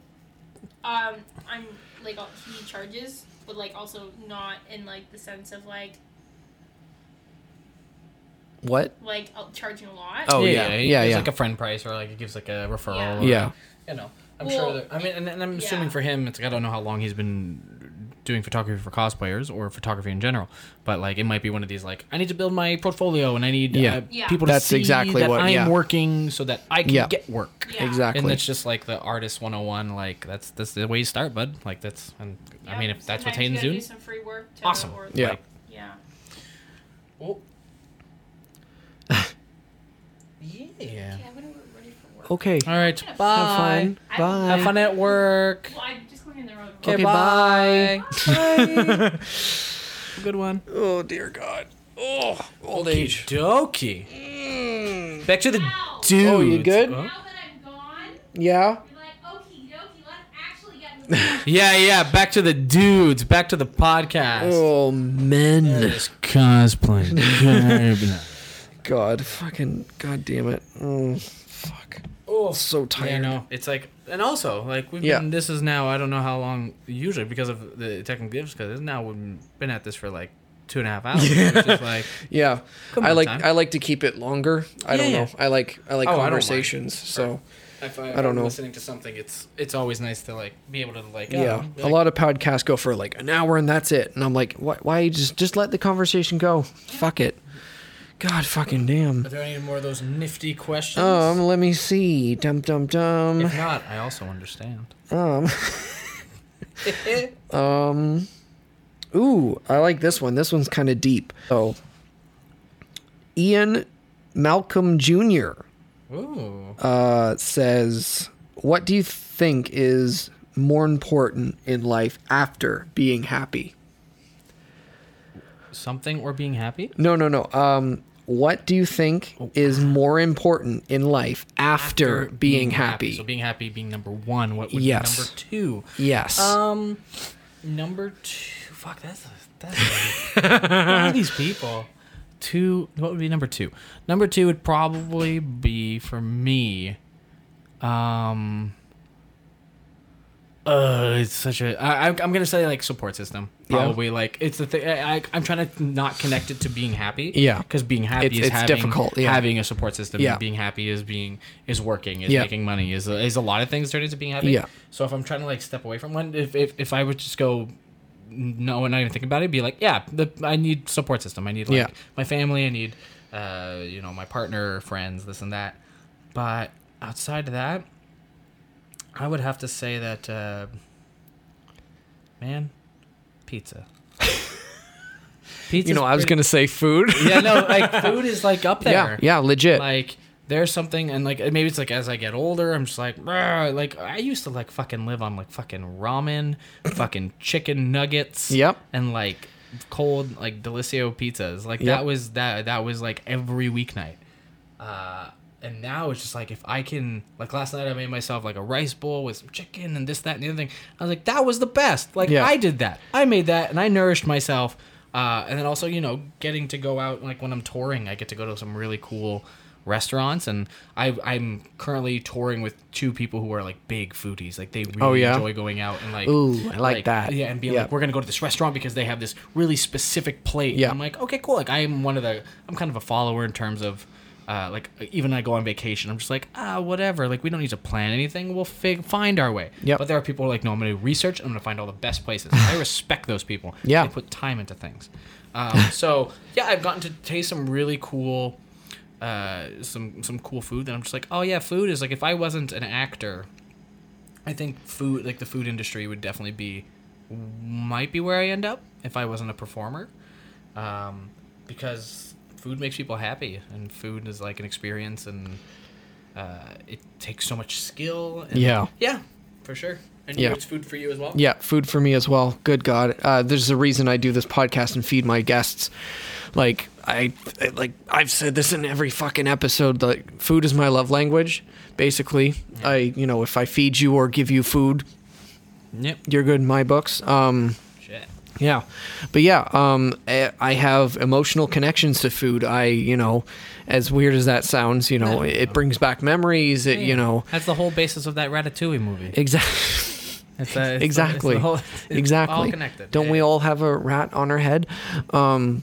Speaker 3: um, I'm like uh, he charges, but like also not in like the sense of like
Speaker 1: What?
Speaker 3: like uh, charging a lot.
Speaker 1: Oh, yeah.
Speaker 2: It
Speaker 1: Yeah,
Speaker 2: gives
Speaker 1: yeah.
Speaker 2: like a friend price or like it gives like a referral.
Speaker 3: Yeah.
Speaker 2: Or,
Speaker 1: Yeah.
Speaker 2: You know, I'm
Speaker 3: Well,
Speaker 2: sure. That, I mean, and, and I'm assuming
Speaker 3: yeah.
Speaker 2: for him, it's like I don't know how long he's been doing photography for cosplayers or photography in general, but like it might be one of these like I need to build my portfolio and I need
Speaker 1: Yeah.
Speaker 2: uh,
Speaker 3: Yeah.
Speaker 2: people to
Speaker 1: That's
Speaker 2: see
Speaker 1: exactly
Speaker 2: that
Speaker 1: what-
Speaker 2: I'm
Speaker 1: yeah.
Speaker 2: working so that I can
Speaker 1: Yeah.
Speaker 2: get work.
Speaker 3: Yeah.
Speaker 1: Exactly.
Speaker 2: And that's just like the artist 101. Like that's that's the way you start, bud. Like that's and I
Speaker 3: Yeah,
Speaker 2: mean if that's what
Speaker 3: sometimes you
Speaker 2: Hayden's
Speaker 3: gotta
Speaker 2: doing,
Speaker 3: do some free work. To,
Speaker 2: awesome.
Speaker 3: Or,
Speaker 1: Yeah.
Speaker 2: Like,
Speaker 3: yeah.
Speaker 2: oh. yeah.
Speaker 3: Okay, I'm gonna get ready for work.
Speaker 1: okay.
Speaker 2: All right.
Speaker 3: Have
Speaker 2: Bye.
Speaker 1: Have fun.
Speaker 3: I-
Speaker 1: Bye.
Speaker 2: Have fun at work.
Speaker 3: Well, I'm just going in the road.
Speaker 1: Okay, bye.
Speaker 2: bye. Good one.
Speaker 1: Oh dear God. Oh, old age.
Speaker 2: Doki. Back to the
Speaker 3: Wow.
Speaker 2: dude.
Speaker 1: Oh, you good?
Speaker 3: Now that I'm gone,
Speaker 1: Yeah.
Speaker 3: you're like, okie dokie, let's actually get in the
Speaker 2: Yeah, yeah. Back to the dudes. Back to the podcast.
Speaker 1: Oh men.
Speaker 2: This cosplaying.
Speaker 1: God. Fucking. God damn it. Oh, fuck.
Speaker 2: oh,
Speaker 1: So tired.
Speaker 2: I know. It's like, and also, like, we've
Speaker 1: Yeah.
Speaker 2: been, this is now, I don't know how long, usually because of the technical difficulties, now we've been at this for like two and a half hours. It's just like,
Speaker 1: Yeah.
Speaker 2: Come
Speaker 1: I
Speaker 2: on,
Speaker 1: like.
Speaker 2: time.
Speaker 1: I like to keep it longer. I
Speaker 2: Yeah,
Speaker 1: don't know.
Speaker 2: yeah.
Speaker 1: I like. I like
Speaker 2: Oh, I don't mind.
Speaker 1: conversations. so.
Speaker 2: if I,
Speaker 1: don't
Speaker 2: am
Speaker 1: know.
Speaker 2: listening to something, it's it's always nice to, like, be able to, like,
Speaker 1: Yeah,
Speaker 2: oh,
Speaker 1: a lot of podcasts go for like an hour and that's it. And I'm like, why? why just just let the conversation go? Fuck it. God fucking damn.
Speaker 2: Are there any more of those nifty questions?
Speaker 1: Um, let me see. Dum dum dum.
Speaker 2: if not, I also understand.
Speaker 1: Um. um. Ooh, I like this one. This one's kind of deep. Oh. Ian Malcolm Jr.
Speaker 2: Ooh.
Speaker 1: uh, says, "What do you think is more important in life after being happy?"
Speaker 2: Something or being happy?
Speaker 1: No, no, no. Um, what do you think is more important in life after, being, happy?
Speaker 2: So being happy being number one. What would
Speaker 1: Yes.
Speaker 2: be number two?
Speaker 1: yes.
Speaker 2: Um, number two. Fuck, that's that's. what are these people? Two. What would be number two? Number two would probably be for me. Um. Uh, it's such a. I, I'm I'm gonna say like support system.
Speaker 1: Yeah.
Speaker 2: Probably like it's the thing. I, I I'm trying to not connect it to being happy.
Speaker 1: Yeah.
Speaker 2: because being happy
Speaker 1: It's-
Speaker 2: is
Speaker 1: it's
Speaker 2: having,
Speaker 1: difficult, yeah.
Speaker 2: having a support system.
Speaker 1: Yeah.
Speaker 2: being happy is being is working is
Speaker 1: Yeah.
Speaker 2: making money is is a lot of things turned into being happy.
Speaker 1: Yeah.
Speaker 2: So if I'm trying to like step away from one, if if, if I would just go, no, and not even think about it, be like, yeah, the, I need support system. I need like
Speaker 1: Yeah.
Speaker 2: my family. I need, uh, you know, my partner, friends, this and that. But outside of that, I would have to say that, uh, man, pizza. pizza.
Speaker 1: you know, I was gonna say food.
Speaker 2: yeah, no, like food is like up there
Speaker 1: yeah, yeah, legit.
Speaker 2: like there's something and like maybe it's like as i get older i'm just like "Bruh," like i used to like fucking live on like fucking ramen fucking chicken nuggets
Speaker 1: Yep.
Speaker 2: and like cold like delicio pizzas like
Speaker 1: Yep.
Speaker 2: that was that that was like every weeknight uh and now it's just like if i can like last night i made myself like a rice bowl with some chicken and this that and the other thing i was like that was the best like
Speaker 1: Yeah.
Speaker 2: i did that i made that and i nourished myself uh, and then also you know getting to go out like when i'm touring i get to go to some really cool restaurants and I, i'm currently touring with two people who are like big foodies like they really
Speaker 1: Oh, yeah?
Speaker 2: enjoy going out and like
Speaker 1: Ooh, I like that.
Speaker 2: yeah and being
Speaker 1: Yeah.
Speaker 2: like we're gonna go to this restaurant because they have this really specific plate
Speaker 1: Yeah.
Speaker 2: and i'm like okay cool like i'm one of the i'm kind of a follower in terms of uh, like even when I go on vacation, I'm just like ah whatever. Like we don't need to plan anything. We'll fig- find our way.
Speaker 1: Yep.
Speaker 2: But there are people who are like no, I'm gonna research. I'm gonna find all the best places. I respect those people.
Speaker 1: Yeah.
Speaker 2: They put time into things. Um, so yeah, I've gotten to taste some really cool, uh, some some cool food that I'm just like oh yeah, food is like if I wasn't an actor I think food, like the food industry, would definitely be might be where I end up if I wasn't a performer, um, because food makes people happy, and food is like an experience, and uh, it takes so much skill. And
Speaker 1: Yeah.
Speaker 2: yeah, for sure. And
Speaker 1: Yeah.
Speaker 2: you it's food for you as well.
Speaker 1: Yeah, food for me as well. Good God, uh, there's a reason I do this podcast and feed my guests. Like I, I- like I've said this in every fucking episode. Like food is my love language. Basically, I you know if I feed you or give you food,
Speaker 2: Yep.
Speaker 1: you're good in my books. Um,
Speaker 2: Shit.
Speaker 1: yeah, but yeah, um, I I have emotional connections to food. I you know, as weird as that sounds, you know, it brings back memories. It you know.
Speaker 2: That's the whole basis of that Ratatouille movie.
Speaker 1: Exactly.
Speaker 2: It's, uh, it's the- it's the
Speaker 1: E- exactly.
Speaker 2: whole- it's
Speaker 1: exactly.
Speaker 2: All connected.
Speaker 1: Don't we all have a rat on our head? Um,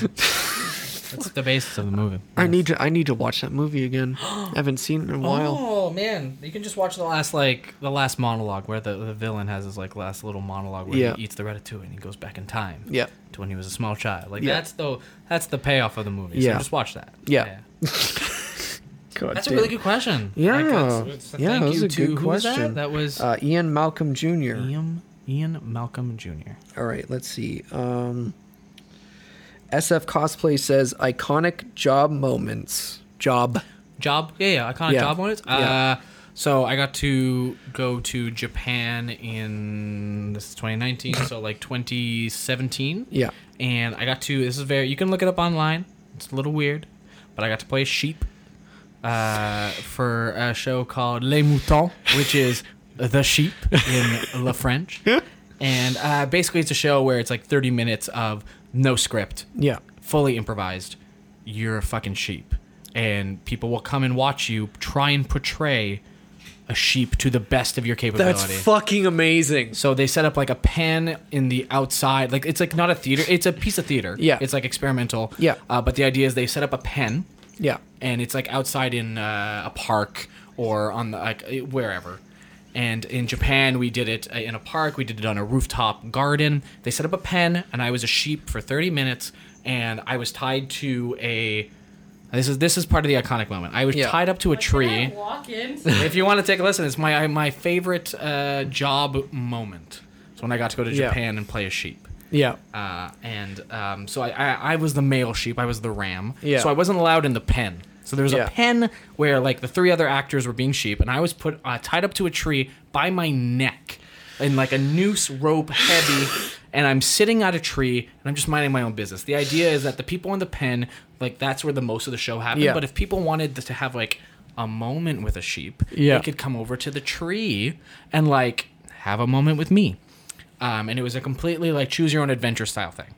Speaker 2: That's the basis of the movie.
Speaker 1: I need to. I need to watch that movie again. I haven't seen it in a while.
Speaker 2: Oh man, you can just watch the last like the last monologue where the, the villain has his like last little monologue where
Speaker 1: Yeah.
Speaker 2: he eats the ratatouille and he goes back in time.
Speaker 1: Yeah.
Speaker 2: To when he was a small child. Like
Speaker 1: Yeah.
Speaker 2: that's the that's the payoff of the movie.
Speaker 1: Yeah.
Speaker 2: So just watch that.
Speaker 1: Yeah. God
Speaker 2: That's
Speaker 1: damn.
Speaker 2: a really good question.
Speaker 1: Yeah.
Speaker 2: Like, that's- that's-
Speaker 1: Yeah,
Speaker 2: thank
Speaker 1: that was
Speaker 2: you
Speaker 1: a
Speaker 2: to-
Speaker 1: good
Speaker 2: who was
Speaker 1: question.
Speaker 2: that? That was
Speaker 1: Uh, Ian Malcolm Jr.
Speaker 2: Ian Ian Malcolm Jr.
Speaker 1: All right, let's see. Um, SF cosplay says iconic job moments. Job.
Speaker 2: job yeah yeah iconic
Speaker 1: Yeah.
Speaker 2: job moments
Speaker 1: Yeah.
Speaker 2: uh so i got to go to japan in this is 2019 so like 2017
Speaker 1: Yeah.
Speaker 2: and i got to this is very you can look it up online it's a little weird but i got to play a sheep uh, for a show called les moutons which is the sheep in la french and uh, basically it's a show where it's like 30 minutes of no script
Speaker 1: Yeah.
Speaker 2: fully improvised. You're a fucking sheep, and people will come and watch you try and portray a sheep to the best of your capability.
Speaker 1: That's fucking amazing.
Speaker 2: so they set up like a pen in the outside, like it's like not a theater, it's a piece of theater.
Speaker 1: Yeah.
Speaker 2: it's like experimental.
Speaker 1: Yeah.
Speaker 2: uh, but the idea is they set up a pen,
Speaker 1: Yeah.
Speaker 2: and it's like outside in uh, a park or on the like eh, wherever. And in Japan, we did it uh, in a park. We did it on a rooftop garden. They set up a pen, and I was a sheep for 30 minutes, and I was tied to a. This is this is part of the iconic moment. I was
Speaker 1: Yeah.
Speaker 2: tied up to a
Speaker 3: Like, can I
Speaker 2: tree.
Speaker 3: walk in.
Speaker 2: if you want to take a listen, it's my my favorite uh, job moment. It's when I got to go to
Speaker 1: Yeah.
Speaker 2: Japan and play a sheep.
Speaker 1: Yeah.
Speaker 2: Uh, and um, so I, I, I was the male sheep. I was the ram.
Speaker 1: Yeah.
Speaker 2: So I wasn't allowed in the pen. So there was
Speaker 1: Yeah.
Speaker 2: a pen where like the three other actors were being sheep, and I was put uh, tied up to a tree by my neck in like a noose rope heavy, and I'm sitting at a tree and I'm just minding my own business. The idea is that the people in the pen, like that's where the most of the show happened.
Speaker 1: Yeah.
Speaker 2: But if people wanted to have like a moment with a sheep,
Speaker 1: Yeah.
Speaker 2: they could come over to the tree and like have a moment with me um, and it was a completely like choose your own adventure style thing.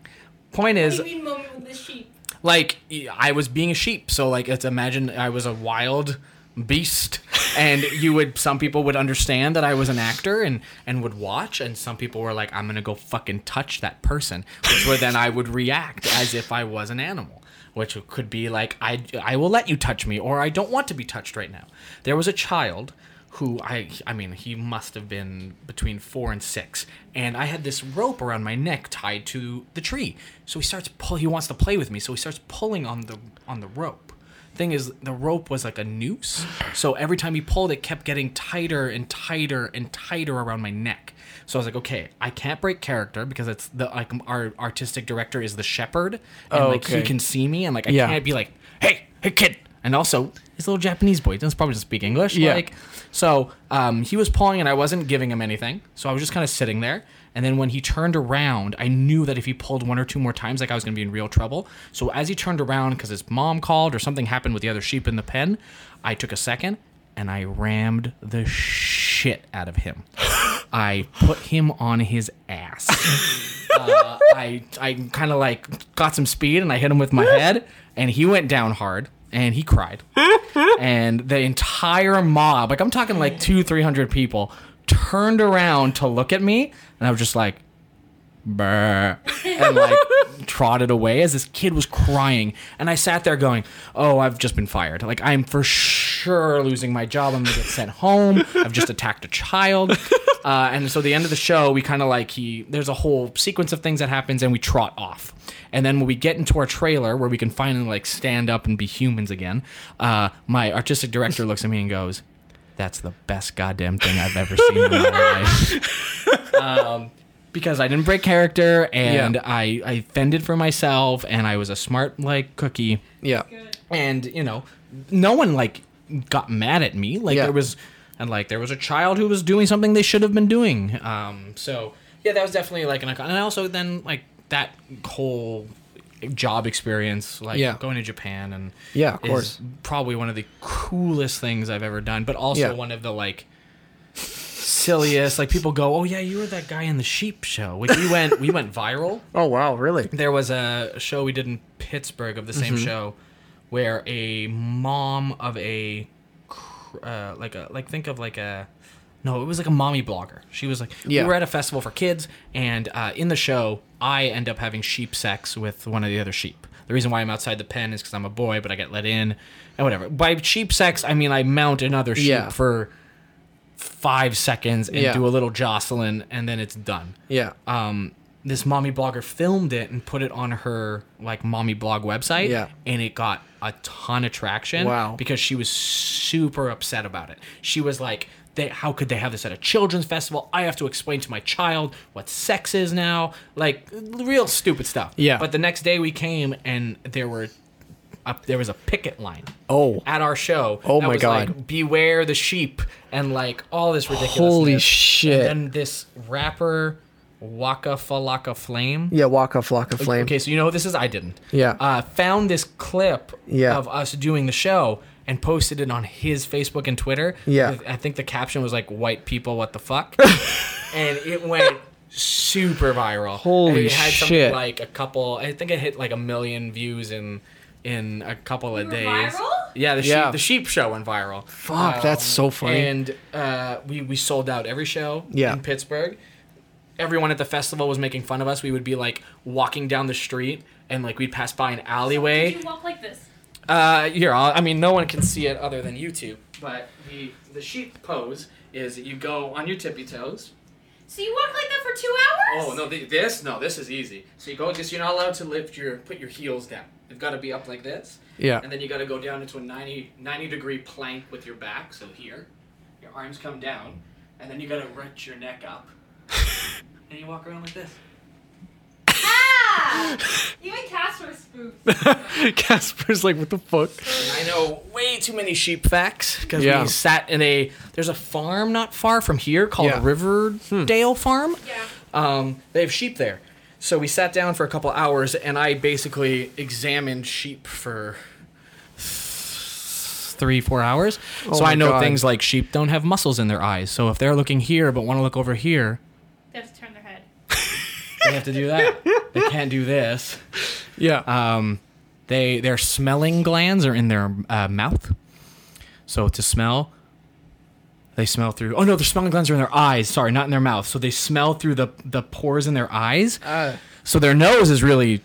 Speaker 2: Point
Speaker 3: What
Speaker 2: is,
Speaker 3: do you mean moment with the sheep?
Speaker 2: like I was being a sheep, so like it's imagine I was a wild beast, and you would some people would understand that I was an actor and and would watch, and some people were like, I'm gonna go fucking touch that person, which were then I would react as if I was an animal. Which could be like I, I will let you touch me, or I don't want to be touched right now. There was a child who I I mean he must have been between 4 and 6 and I had this rope around my neck tied to the tree so he starts pull he wants to play with me so he starts pulling on the on the rope thing is the rope was like a noose so every time he pulled it kept getting tighter and tighter and tighter around my neck so I was like okay I can't break character because it's the like our artistic director is the shepherd and like
Speaker 1: Okay.
Speaker 2: he can see me and like I
Speaker 1: Yeah.
Speaker 2: can't be like hey hey kid and also he's a little Japanese boy he doesn't probably speak English
Speaker 1: Yeah.
Speaker 2: like so um, he was pulling, and I wasn't giving him anything. So I was just kind of sitting there. And then when he turned around, I knew that if he pulled one or two more times, like I was going to be in real trouble. So as he turned around, because his mom called or something happened with the other sheep in the pen, I took a second and I rammed the shit out of him. I put him on his ass. uh, I I kind of like got some speed and I hit him with my head, and he went down hard and he cried and the entire mob, like I'm talking like two, three hundred people, turned around to look at me, and I was just like, Brr, and like trotted away as this kid was crying, and I sat there going, "Oh, I've just been fired. Like I'm for sure losing my job. I'm gonna get sent home. I've just attacked a child." Uh, and so the end of the show, we kind of like he there's a whole sequence of things that happens, and we trot off. And then when we get into our trailer, where we can finally like stand up and be humans again, uh, my artistic director looks at me and goes, "That's the best goddamn thing I've ever seen in my life." Um, because I didn't break character, and
Speaker 1: Yeah.
Speaker 2: I I fended for myself, and I was a smart like cookie
Speaker 1: Yeah.
Speaker 3: Good.
Speaker 2: and you know no one like got mad at me like
Speaker 1: Yeah.
Speaker 2: there was and like there was a child who was doing something they should have been doing um so yeah that was definitely like an icon and also then like that whole job experience like
Speaker 1: Yeah.
Speaker 2: going to japan and
Speaker 1: Yeah, of
Speaker 2: is
Speaker 1: course.
Speaker 2: probably one of the coolest things i've ever done but also
Speaker 1: Yeah.
Speaker 2: one of the like silliest like people go oh yeah you were that guy in the sheep show which we went we went viral
Speaker 1: Oh wow, really?
Speaker 2: there was a show we did in Pittsburgh of the same
Speaker 1: Mm-hmm.
Speaker 2: show, where a mom of a, cr- uh, like a like think of like a, no, it was like a mommy blogger. She was like,
Speaker 1: Yeah.
Speaker 2: we were at a festival for kids, and uh, in the show, I end up having sheep sex with one of the other sheep. The reason why I'm outside the pen is because I'm a boy, but I get let in, and whatever. By sheep sex, I mean I mount another sheep
Speaker 1: Yeah.
Speaker 2: for five seconds and
Speaker 1: Yeah.
Speaker 2: do a little jostling, and then it's done
Speaker 1: Yeah. uh,
Speaker 2: um, this mommy blogger filmed it and put it on her like mommy blog website
Speaker 1: Yeah.
Speaker 2: and it got a ton of traction
Speaker 1: Wow.
Speaker 2: because she was super upset about it she was like they, how could they have this at a children's festival i have to explain to my child what sex is now like real stupid stuff
Speaker 1: Yeah.
Speaker 2: but the next day we came and there were up there was a picket line
Speaker 1: Oh.
Speaker 2: at our show
Speaker 1: Oh
Speaker 2: that
Speaker 1: my
Speaker 2: was
Speaker 1: God.
Speaker 2: like beware the sheep and like all this ridiculous
Speaker 1: Holy shit.
Speaker 2: and then this rapper Waka Falaka Flame.
Speaker 1: Yeah, Waka Flocka Flame.
Speaker 2: Okay, so you know what this is I didn't.
Speaker 1: Yeah.
Speaker 2: Uh, found this clip
Speaker 1: Yeah.
Speaker 2: of us doing the show and posted it on his Facebook and Twitter.
Speaker 1: Yeah.
Speaker 2: With- I think the caption was like "White people, what the fuck," and it went super viral.
Speaker 1: Holy
Speaker 2: it had
Speaker 1: shit.
Speaker 2: Something like a couple. I think it hit like a million views in in a couple of
Speaker 3: You were
Speaker 2: days.
Speaker 3: viral?
Speaker 2: Yeah. The
Speaker 1: Yeah.
Speaker 2: sheep. The sheep show went viral. Um,
Speaker 1: Fuck, that's so funny.
Speaker 2: And uh, we we sold out every show
Speaker 1: Yeah.
Speaker 2: in Pittsburgh. Everyone at the festival was making fun of us. We would be like walking down the street and like we'd pass by an alleyway.
Speaker 3: Did you walk like this?
Speaker 2: Uh, here, I'll, I mean, no one can see it other than YouTube. But the the sheep pose is that you go on your tippy toes.
Speaker 3: So you walked like that for two hours?
Speaker 2: Oh no, th this no, this is easy. So you go just you're not allowed to lift your put your heels down. They've got to be up like this.
Speaker 1: Yeah.
Speaker 2: And then you got to go down into a 90, 90 degree plank with your back. So here, your arms come down, and then you got to wrench your neck up, and you walk around like this.
Speaker 3: Ah! Even cats were spooked.
Speaker 1: Casper's like, what the fuck?
Speaker 2: And I know way too many sheep facts because
Speaker 1: Yeah.
Speaker 2: we sat in a there's a farm not far from here called
Speaker 1: Yeah. Hmm.
Speaker 2: Riverdale Farm.
Speaker 3: Yeah.
Speaker 2: Um, they have sheep there. So we sat down for a couple hours, and I basically examined sheep for three, four hours. so
Speaker 1: Oh my
Speaker 2: I know
Speaker 1: God.
Speaker 2: things like sheep don't have muscles in their eyes. So if they're looking here but want to look over here,
Speaker 3: They have to turn their head.
Speaker 2: they have to do that. they can't do this.
Speaker 1: Yeah.
Speaker 2: Um, they their smelling glands are in their uh, mouth, so to smell, they smell through. Oh no, their smelling glands are in their eyes. Sorry, not in their mouth. So they smell through the the pores in their eyes.
Speaker 1: Uh,
Speaker 2: So their nose is really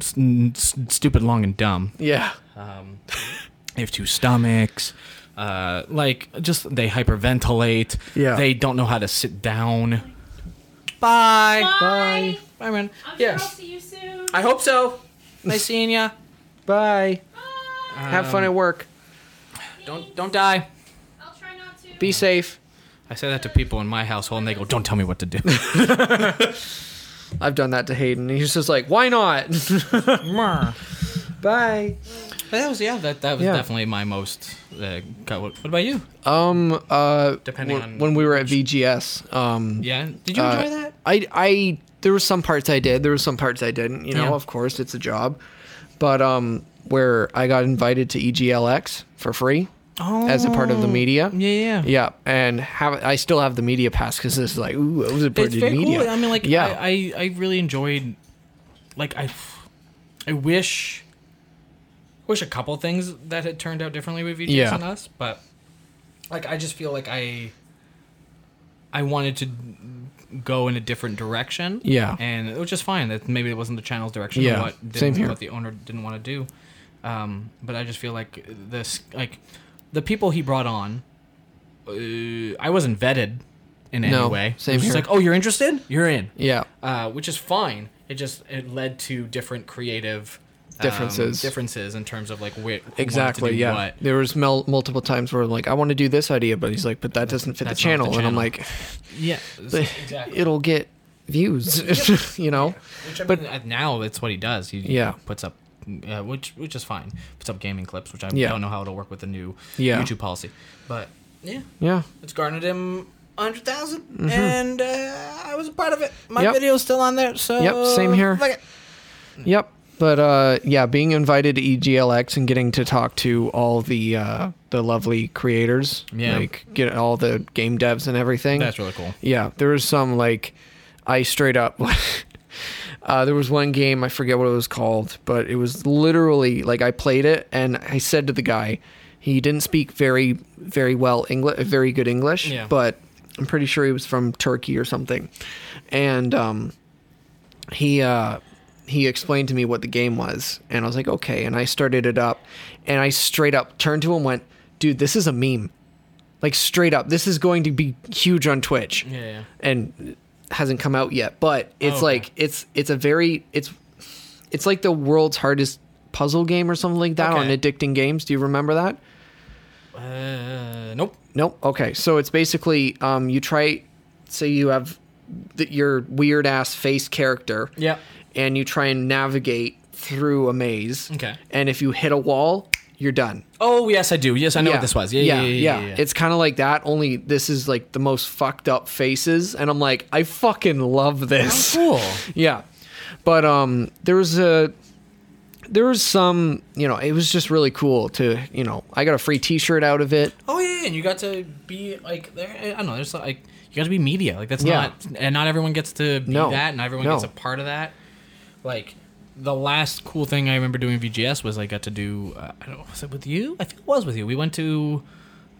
Speaker 2: s- n- s- stupid, long, and dumb.
Speaker 1: yeah.
Speaker 2: They have two stomachs. Uh, like just they hyperventilate.
Speaker 1: Yeah.
Speaker 2: They don't know how to sit down. Bye.
Speaker 3: Bye.
Speaker 2: Bye, man.
Speaker 3: I'm sure I'll
Speaker 2: Yes.
Speaker 3: see you soon.
Speaker 2: I hope so. Nice seeing ya.
Speaker 1: Bye.
Speaker 3: Bye.
Speaker 1: Have fun at work.
Speaker 2: Uh, Don't don't die.
Speaker 3: I'll try not to.
Speaker 1: Be safe.
Speaker 2: I say that to people in my household, and they go, "Don't tell me what to do."
Speaker 1: I've done that to Hayden. He's just like, why not?
Speaker 2: but
Speaker 1: Bye.
Speaker 2: that was yeah, that that was
Speaker 1: Yeah.
Speaker 2: definitely my most. Uh, cut. What, what about you?
Speaker 1: Um. Uh.
Speaker 2: Depending
Speaker 1: when,
Speaker 2: on
Speaker 1: when we were at VGS. Um.
Speaker 2: Yeah, did you
Speaker 1: uh,
Speaker 2: enjoy that?
Speaker 1: I. I. There were some parts I did. There were some parts I didn't. You know,
Speaker 2: Yeah.
Speaker 1: of course, it's a job. But um, where I got invited to E EGLX for free
Speaker 2: Oh,
Speaker 1: as a part of the media.
Speaker 2: Yeah, yeah.
Speaker 1: Yeah, and have I still have the media pass because this is like, ooh, it was a part
Speaker 2: It's
Speaker 1: of the
Speaker 2: very
Speaker 1: media.
Speaker 2: cool. I mean, like,
Speaker 1: yeah,
Speaker 2: I, I I really enjoyed. Like I, I wish. Wish a couple things that had turned out differently with VGS
Speaker 1: Yeah.
Speaker 2: and us, but like I just feel like I. I wanted to go in a different direction.
Speaker 1: Yeah.
Speaker 2: And it was just fine that maybe it wasn't the channel's direction
Speaker 1: Yeah,
Speaker 2: or what, didn't,
Speaker 1: same here.
Speaker 2: what the owner didn't want to do. Um, but I just feel like this, like the people he brought on, uh, I wasn't vetted in
Speaker 1: No,
Speaker 2: any way.
Speaker 1: same
Speaker 2: It's just
Speaker 1: here.
Speaker 2: like, oh, you're interested? You're in.
Speaker 1: Yeah.
Speaker 2: Uh, which is fine. It just it led to different creative um,
Speaker 1: Differences.
Speaker 2: differences in terms of like where who wanted to
Speaker 1: Exactly.
Speaker 2: do
Speaker 1: Yeah.
Speaker 2: what.
Speaker 1: There was mel- multiple times where I'm like, I want to do this idea, but he's like, but that doesn't fit the
Speaker 2: That's not
Speaker 1: channel.
Speaker 2: the
Speaker 1: and I'm
Speaker 2: channel.
Speaker 1: like,
Speaker 2: Yeah. Exactly.
Speaker 1: it'll get views, you know.
Speaker 2: Which I mean, but now that's what he does. He
Speaker 1: Yeah.
Speaker 2: puts up, uh, which which is fine. Puts up gaming clips, which I
Speaker 1: Yeah.
Speaker 2: don't know how it'll work with the new
Speaker 1: Yeah.
Speaker 2: YouTube policy. But yeah,
Speaker 1: Yeah.
Speaker 2: it's garnered him hundred and uh, I was a part of it. My
Speaker 1: Mm-hmm. Yep.
Speaker 2: video's still on there, so
Speaker 1: Yep, same here.
Speaker 2: fuck it.
Speaker 1: Yep. But uh, yeah, being invited to E EGLX and getting to talk to all the uh, the lovely creators,
Speaker 2: Yeah.
Speaker 1: like get all the game devs and everything.
Speaker 2: That's really cool.
Speaker 1: Yeah, there was some like I straight up. uh, there was one game I forget what it was called, but it was literally like I played it and I said to the guy, he didn't speak very very well English, very good English,
Speaker 2: Yeah.
Speaker 1: but I'm pretty sure he was from Turkey or something, and um, he uh, he explained to me what the game was, and I was like, okay, and I started it up, and I straight up turned to him, and went, dude, this is a meme. Like straight up, this is going to be huge on Twitch
Speaker 2: Yeah, yeah.
Speaker 1: and it hasn't come out yet but it's
Speaker 2: Oh, okay.
Speaker 1: like it's it's a very it's it's like the world's hardest puzzle game or something like that on
Speaker 2: Okay.
Speaker 1: addicting games do you remember that
Speaker 2: Uh, nope.
Speaker 1: nope okay so it's basically um you try say you have th- your weird ass face character
Speaker 2: Yeah.
Speaker 1: and you try and navigate through a maze
Speaker 2: Okay.
Speaker 1: and if you hit a wall you're done
Speaker 2: Oh yes, I do. Yes, I know what this was. Yeah, yeah, yeah. yeah, yeah.
Speaker 1: It's kind of like that, only this is like the most fucked up faces. And I'm like, I fucking love this.
Speaker 2: Oh, cool.
Speaker 1: yeah. But um, there was a. There was some, you know, it was just really cool to, you know, I got a free t shirt out of it.
Speaker 2: Oh yeah, yeah, and you got to be like there. I don't know. There's like you got to be media. Like that's
Speaker 1: Yeah.
Speaker 2: not and not everyone gets to be
Speaker 1: No.
Speaker 2: that, and not everyone
Speaker 1: No.
Speaker 2: gets a part of that. Like the last cool thing I remember doing VGS was I got to do. Uh, I don't know, was it with you? I think it was with you. We went to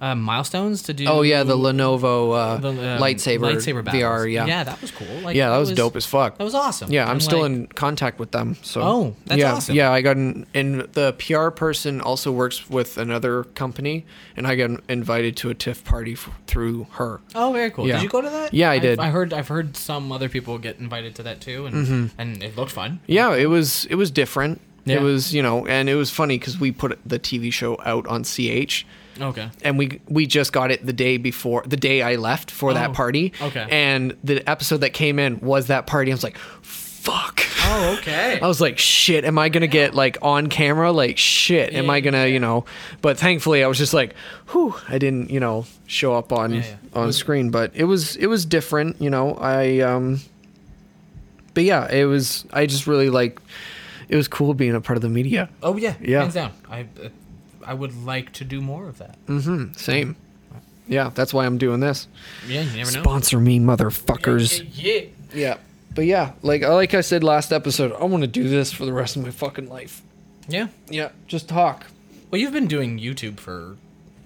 Speaker 2: uh, milestones to do.
Speaker 1: Oh, yeah, the Lenovo uh,
Speaker 2: the, um,
Speaker 1: lightsaber,
Speaker 2: battles.
Speaker 1: VR. Yeah. Yeah,
Speaker 2: yeah, that was cool. Like,
Speaker 1: that was, dope as fuck.
Speaker 2: That was awesome.
Speaker 1: Yeah, I'm
Speaker 2: And,
Speaker 1: still
Speaker 2: like,
Speaker 1: in contact with them. So
Speaker 2: Oh, that's
Speaker 1: yeah,
Speaker 2: awesome.
Speaker 1: Yeah, I got an and the PR person also works with another company, and I got invited to a TIFF party f- through her.
Speaker 2: Oh, very cool.
Speaker 1: Yeah.
Speaker 2: Did you go to that?
Speaker 1: Yeah, I
Speaker 2: I've-
Speaker 1: did.
Speaker 2: I heard. I've heard some other people get invited to that too, and and it looked fun.
Speaker 1: Mm-hmm. Yeah, it was it was different.
Speaker 2: Yeah.
Speaker 1: It was you know, and it was funny because we put the TV show out on CH,
Speaker 2: Okay.
Speaker 1: and we we just got it the day before the day I left for that
Speaker 2: Oh,
Speaker 1: party.
Speaker 2: okay.
Speaker 1: and the episode that came in was that party. I was like, fuck.
Speaker 2: Oh, okay.
Speaker 1: I was like, shit, am I gonna get like on camera? Like, shit, am
Speaker 2: Yeah,
Speaker 1: I gonna,
Speaker 2: yeah.
Speaker 1: you know? But thankfully, I was just like, whew, I didn't, you know, show up on
Speaker 2: Yeah, yeah.
Speaker 1: on screen. But it was it was different, you know. I um, but yeah, it was. I just really like. It was cool being a part of the media.
Speaker 2: Oh yeah,
Speaker 1: Yeah.
Speaker 2: hands down. I uh, I would like to do more of that.
Speaker 1: Mm. Same. Yeah, that's why I'm doing this.
Speaker 2: Yeah, you never know.
Speaker 1: Sponsor me, motherfuckers.
Speaker 2: Yeah, yeah.
Speaker 1: Yeah. But yeah, like like I said last episode, I want to do this for the rest of my fucking life.
Speaker 2: Yeah.
Speaker 1: Yeah, just talk.
Speaker 2: Well, you've been doing YouTube for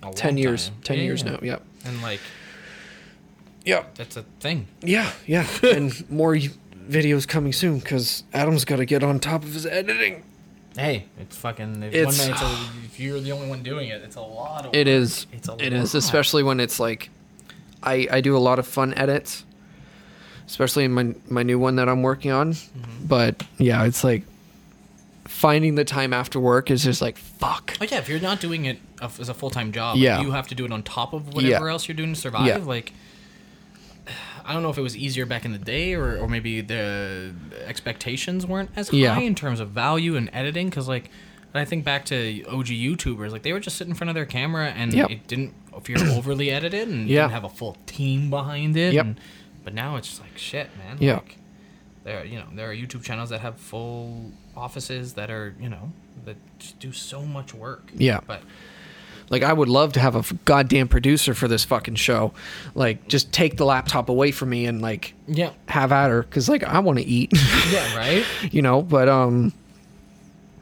Speaker 2: a
Speaker 1: Ten
Speaker 2: long
Speaker 1: years,
Speaker 2: time.
Speaker 1: ten
Speaker 2: Yeah,
Speaker 1: years
Speaker 2: yeah.
Speaker 1: now. Yep.
Speaker 2: and like
Speaker 1: Yep.
Speaker 2: that's a thing.
Speaker 1: Yeah, yeah. and more y- videos coming soon because Adam's got to get on top of his editing.
Speaker 2: Hey, it's fucking. If
Speaker 1: It's-
Speaker 2: one minute, it's a, if you're the only one doing it, it's a lot of.
Speaker 1: It
Speaker 2: work.
Speaker 1: is.
Speaker 2: It's a
Speaker 1: It is,
Speaker 2: lot.
Speaker 1: especially when it's like, I I do a lot of fun edits, especially in my my new one that I'm working on.
Speaker 2: Mm-hmm.
Speaker 1: But yeah, it's like finding the time after work is just like fuck.
Speaker 2: Oh yeah, if you're not doing it of- as a full time job,
Speaker 1: Yeah.
Speaker 2: you have to do it on top of whatever else you're doing to survive.
Speaker 1: Yeah.
Speaker 2: Like, I don't know if it was easier back in the day, or, or maybe the expectations weren't as high
Speaker 1: Yeah.
Speaker 2: in terms of value and editing. Because like, when I think back to OG YouTubers, like they would just sit in front of their camera and
Speaker 1: Yep.
Speaker 2: it didn't. If you're overly edited and
Speaker 1: Yeah.
Speaker 2: you didn't have a full team behind it,
Speaker 1: Yep.
Speaker 2: and, but now it's just like shit, man.
Speaker 1: Yeah.
Speaker 2: Like, there are, you know there are YouTube channels that have full offices that are you know that just do so much work.
Speaker 1: Yeah.
Speaker 2: But
Speaker 1: Like I would love to have a f- goddamn producer for this fucking show. Like just take the laptop away from me and like
Speaker 2: yeah,
Speaker 1: have at her because like I want to eat.
Speaker 2: yeah, right.
Speaker 1: you know but um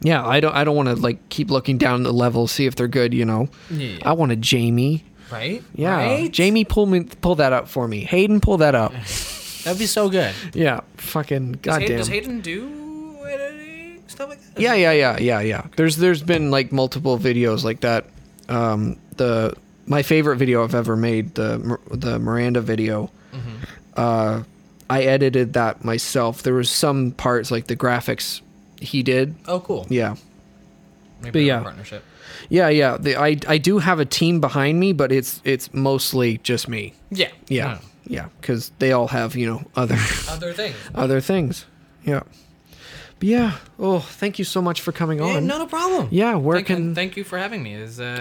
Speaker 1: yeah i don't i don't want to like keep looking down the level see if they're good you know
Speaker 2: Yeah.
Speaker 1: i want a jamie
Speaker 2: Right?
Speaker 1: yeah
Speaker 2: Right?
Speaker 1: jamie pull me pull that up for me hayden pull that up
Speaker 2: That'd be so good.
Speaker 1: yeah fucking
Speaker 2: Does Hayden,
Speaker 1: goddamn
Speaker 2: does Hayden do editing stuff like that?
Speaker 1: yeah yeah yeah yeah yeah there's there's been like multiple videos like that um the my favorite video i've ever made the Mir- the miranda video
Speaker 2: Mm-hmm.
Speaker 1: uh, I edited that myself. There was some parts like the graphics he did.
Speaker 2: Oh, cool.
Speaker 1: Yeah.
Speaker 2: Maybe
Speaker 1: but
Speaker 2: we have
Speaker 1: yeah.
Speaker 2: a partnership.
Speaker 1: Yeah, yeah. The, I I do have a team behind me, but it's it's mostly just me.
Speaker 2: Yeah.
Speaker 1: Yeah,
Speaker 2: No.
Speaker 1: yeah, because they all have you know other
Speaker 2: Other things.
Speaker 1: other things. Yeah, but yeah. Oh, thank you so much for coming
Speaker 2: Yeah,
Speaker 1: on.
Speaker 2: not a problem.
Speaker 1: Yeah, where
Speaker 2: thank,
Speaker 1: can-
Speaker 2: thank you for having me. Is uh,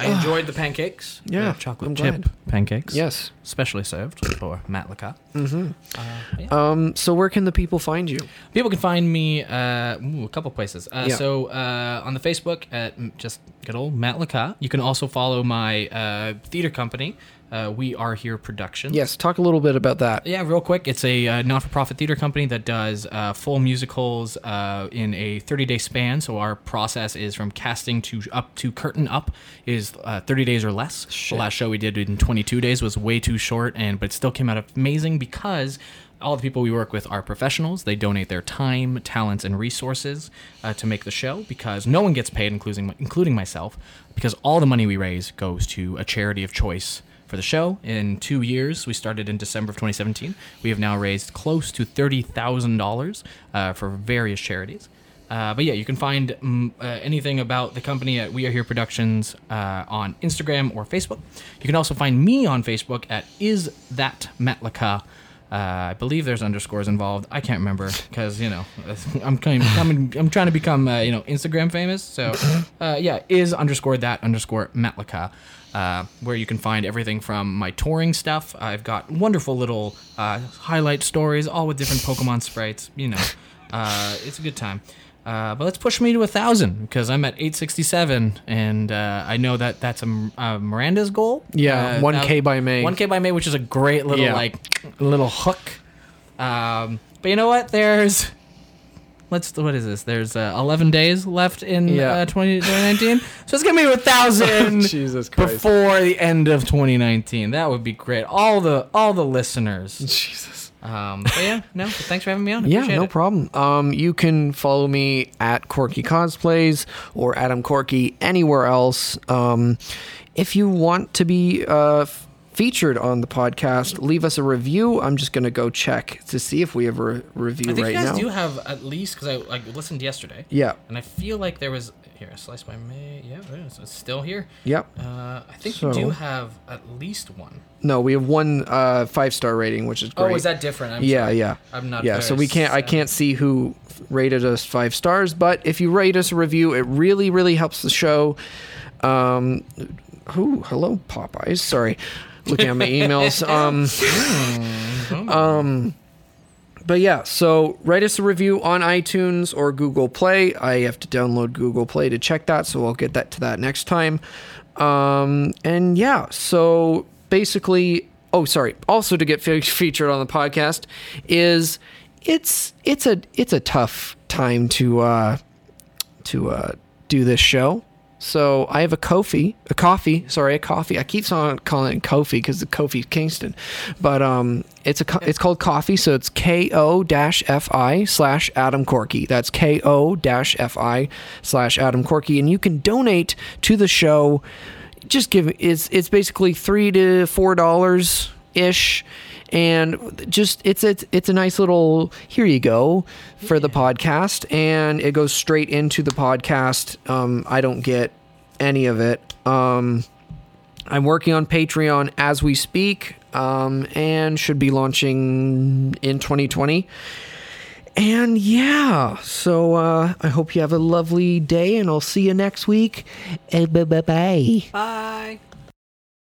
Speaker 2: I enjoyed the pancakes. the
Speaker 1: Yeah,
Speaker 2: chocolate
Speaker 1: I'm
Speaker 2: chip pancakes.
Speaker 1: Yes. Mm-hmm.
Speaker 2: specially served for Matt Lacat. Uh,
Speaker 1: Um. So where can the people find you?
Speaker 2: People can find me uh, ooh, a couple places. Uh,
Speaker 1: Yeah.
Speaker 2: So uh, on the Facebook at m- just good old Matt Lacat. You can also follow my uh, theater company, uh, We Are Here Productions.
Speaker 1: Yes. Talk a little bit about that.
Speaker 2: Yeah, real quick. It's a uh, not-for-profit theater company that does uh, full musicals uh, in a 30-day span. So our process is from casting to up to curtain up is uh, 30 days or less. The last show we did in 22 days was way too short, and but it still came out amazing because all the people we work with are professionals. They donate their time, talents, and resources uh, to make the show because no one gets paid, including including myself, because all the money we raise goes to a charity of choice for the show. In two years, we started in December of 2017. We have now raised close to $30,000 uh, for various charities. Uh, but yeah, you can find mm, uh, anything about the company at We Are Here Productions uh, on Instagram or Facebook. You can also find me on Facebook at Is That Matlaka. Uh, I believe there's underscores involved. I can't remember because you know I'm coming, coming, I'm trying to become uh, you know Instagram famous. So uh, yeah, is underscore that underscore Matlaka, uh, where you can find everything from my touring stuff. I've got wonderful little uh, highlight stories, all with different Pokemon sprites. You know, uh, it's a good time. Uh, but let's push me to a thousand because I'm at 867, and uh, I know that that's a, M- uh Miranda's goal.
Speaker 1: Yeah,
Speaker 2: Uh,
Speaker 1: 1K by May.
Speaker 2: 1K by May, which is a great little
Speaker 1: Yeah.
Speaker 2: like little hook. Um, but you know what? There's let's what is this? There's uh, 11 days left in
Speaker 1: Yeah. Oh,
Speaker 2: uh, 20, 2019, so it's gonna be a thousand
Speaker 1: Jesus Christ.
Speaker 2: before the end of 2019. That would be great. All the all the listeners.
Speaker 1: Jesus.
Speaker 2: Um, but yeah, no, but thanks for having me on. I
Speaker 1: Yeah,
Speaker 2: appreciate
Speaker 1: no
Speaker 2: it.
Speaker 1: problem. Um, you can follow me at Corky Cosplays or Adam Corky anywhere else. Um, if you want to be uh, f- featured on the podcast, leave us a review. I'm just going to go check to see if we have a re- review
Speaker 2: I think
Speaker 1: right
Speaker 2: you guys
Speaker 1: now.
Speaker 2: do have at least because I like listened yesterday.
Speaker 1: Yeah.
Speaker 2: and I feel like there was here slice by May. Yeah, there it is. it's still here.
Speaker 1: Yep.
Speaker 2: Uh, I think
Speaker 1: So-
Speaker 2: we do have at least one.
Speaker 1: No, we have one uh, five star rating, which is great.
Speaker 2: Oh, is that different? I'm
Speaker 1: yeah,
Speaker 2: sorry.
Speaker 1: yeah.
Speaker 2: I'm not.
Speaker 1: Yeah,
Speaker 2: very
Speaker 1: so we can't. I
Speaker 2: savvy.
Speaker 1: can't see who rated us five stars, but if you rate us a review, it really, really helps the show. Um, who? Hello, Popeyes. Sorry, looking at my emails. Um, but yeah, so write us a review on iTunes or Google Play. I have to download Google Play to check that, so I'll get that to that next time. Um, and yeah, so basically, oh sorry, also to get fe- featured on the podcast is it's it's a it's a tough time to uh, to uh, do this show. So I have a Kofi, a coffee. Sorry, a coffee. I keep on calling it Kofi because the Kofi Kingston, but um, it's a co- it's called coffee. So it's K O dash F I slash Adam Corky. That's K O dash F I slash Adam Corky, and you can donate to the show. Just give it's it's basically three to four dollars ish and just it's it's it's a nice little here you go for the podcast and it goes straight into the podcast um i don't get any of it um i'm working on patreon as we speak um and should be launching in 2020 and yeah so uh i hope you have a lovely day and i'll see you next week bye bye
Speaker 2: Bye.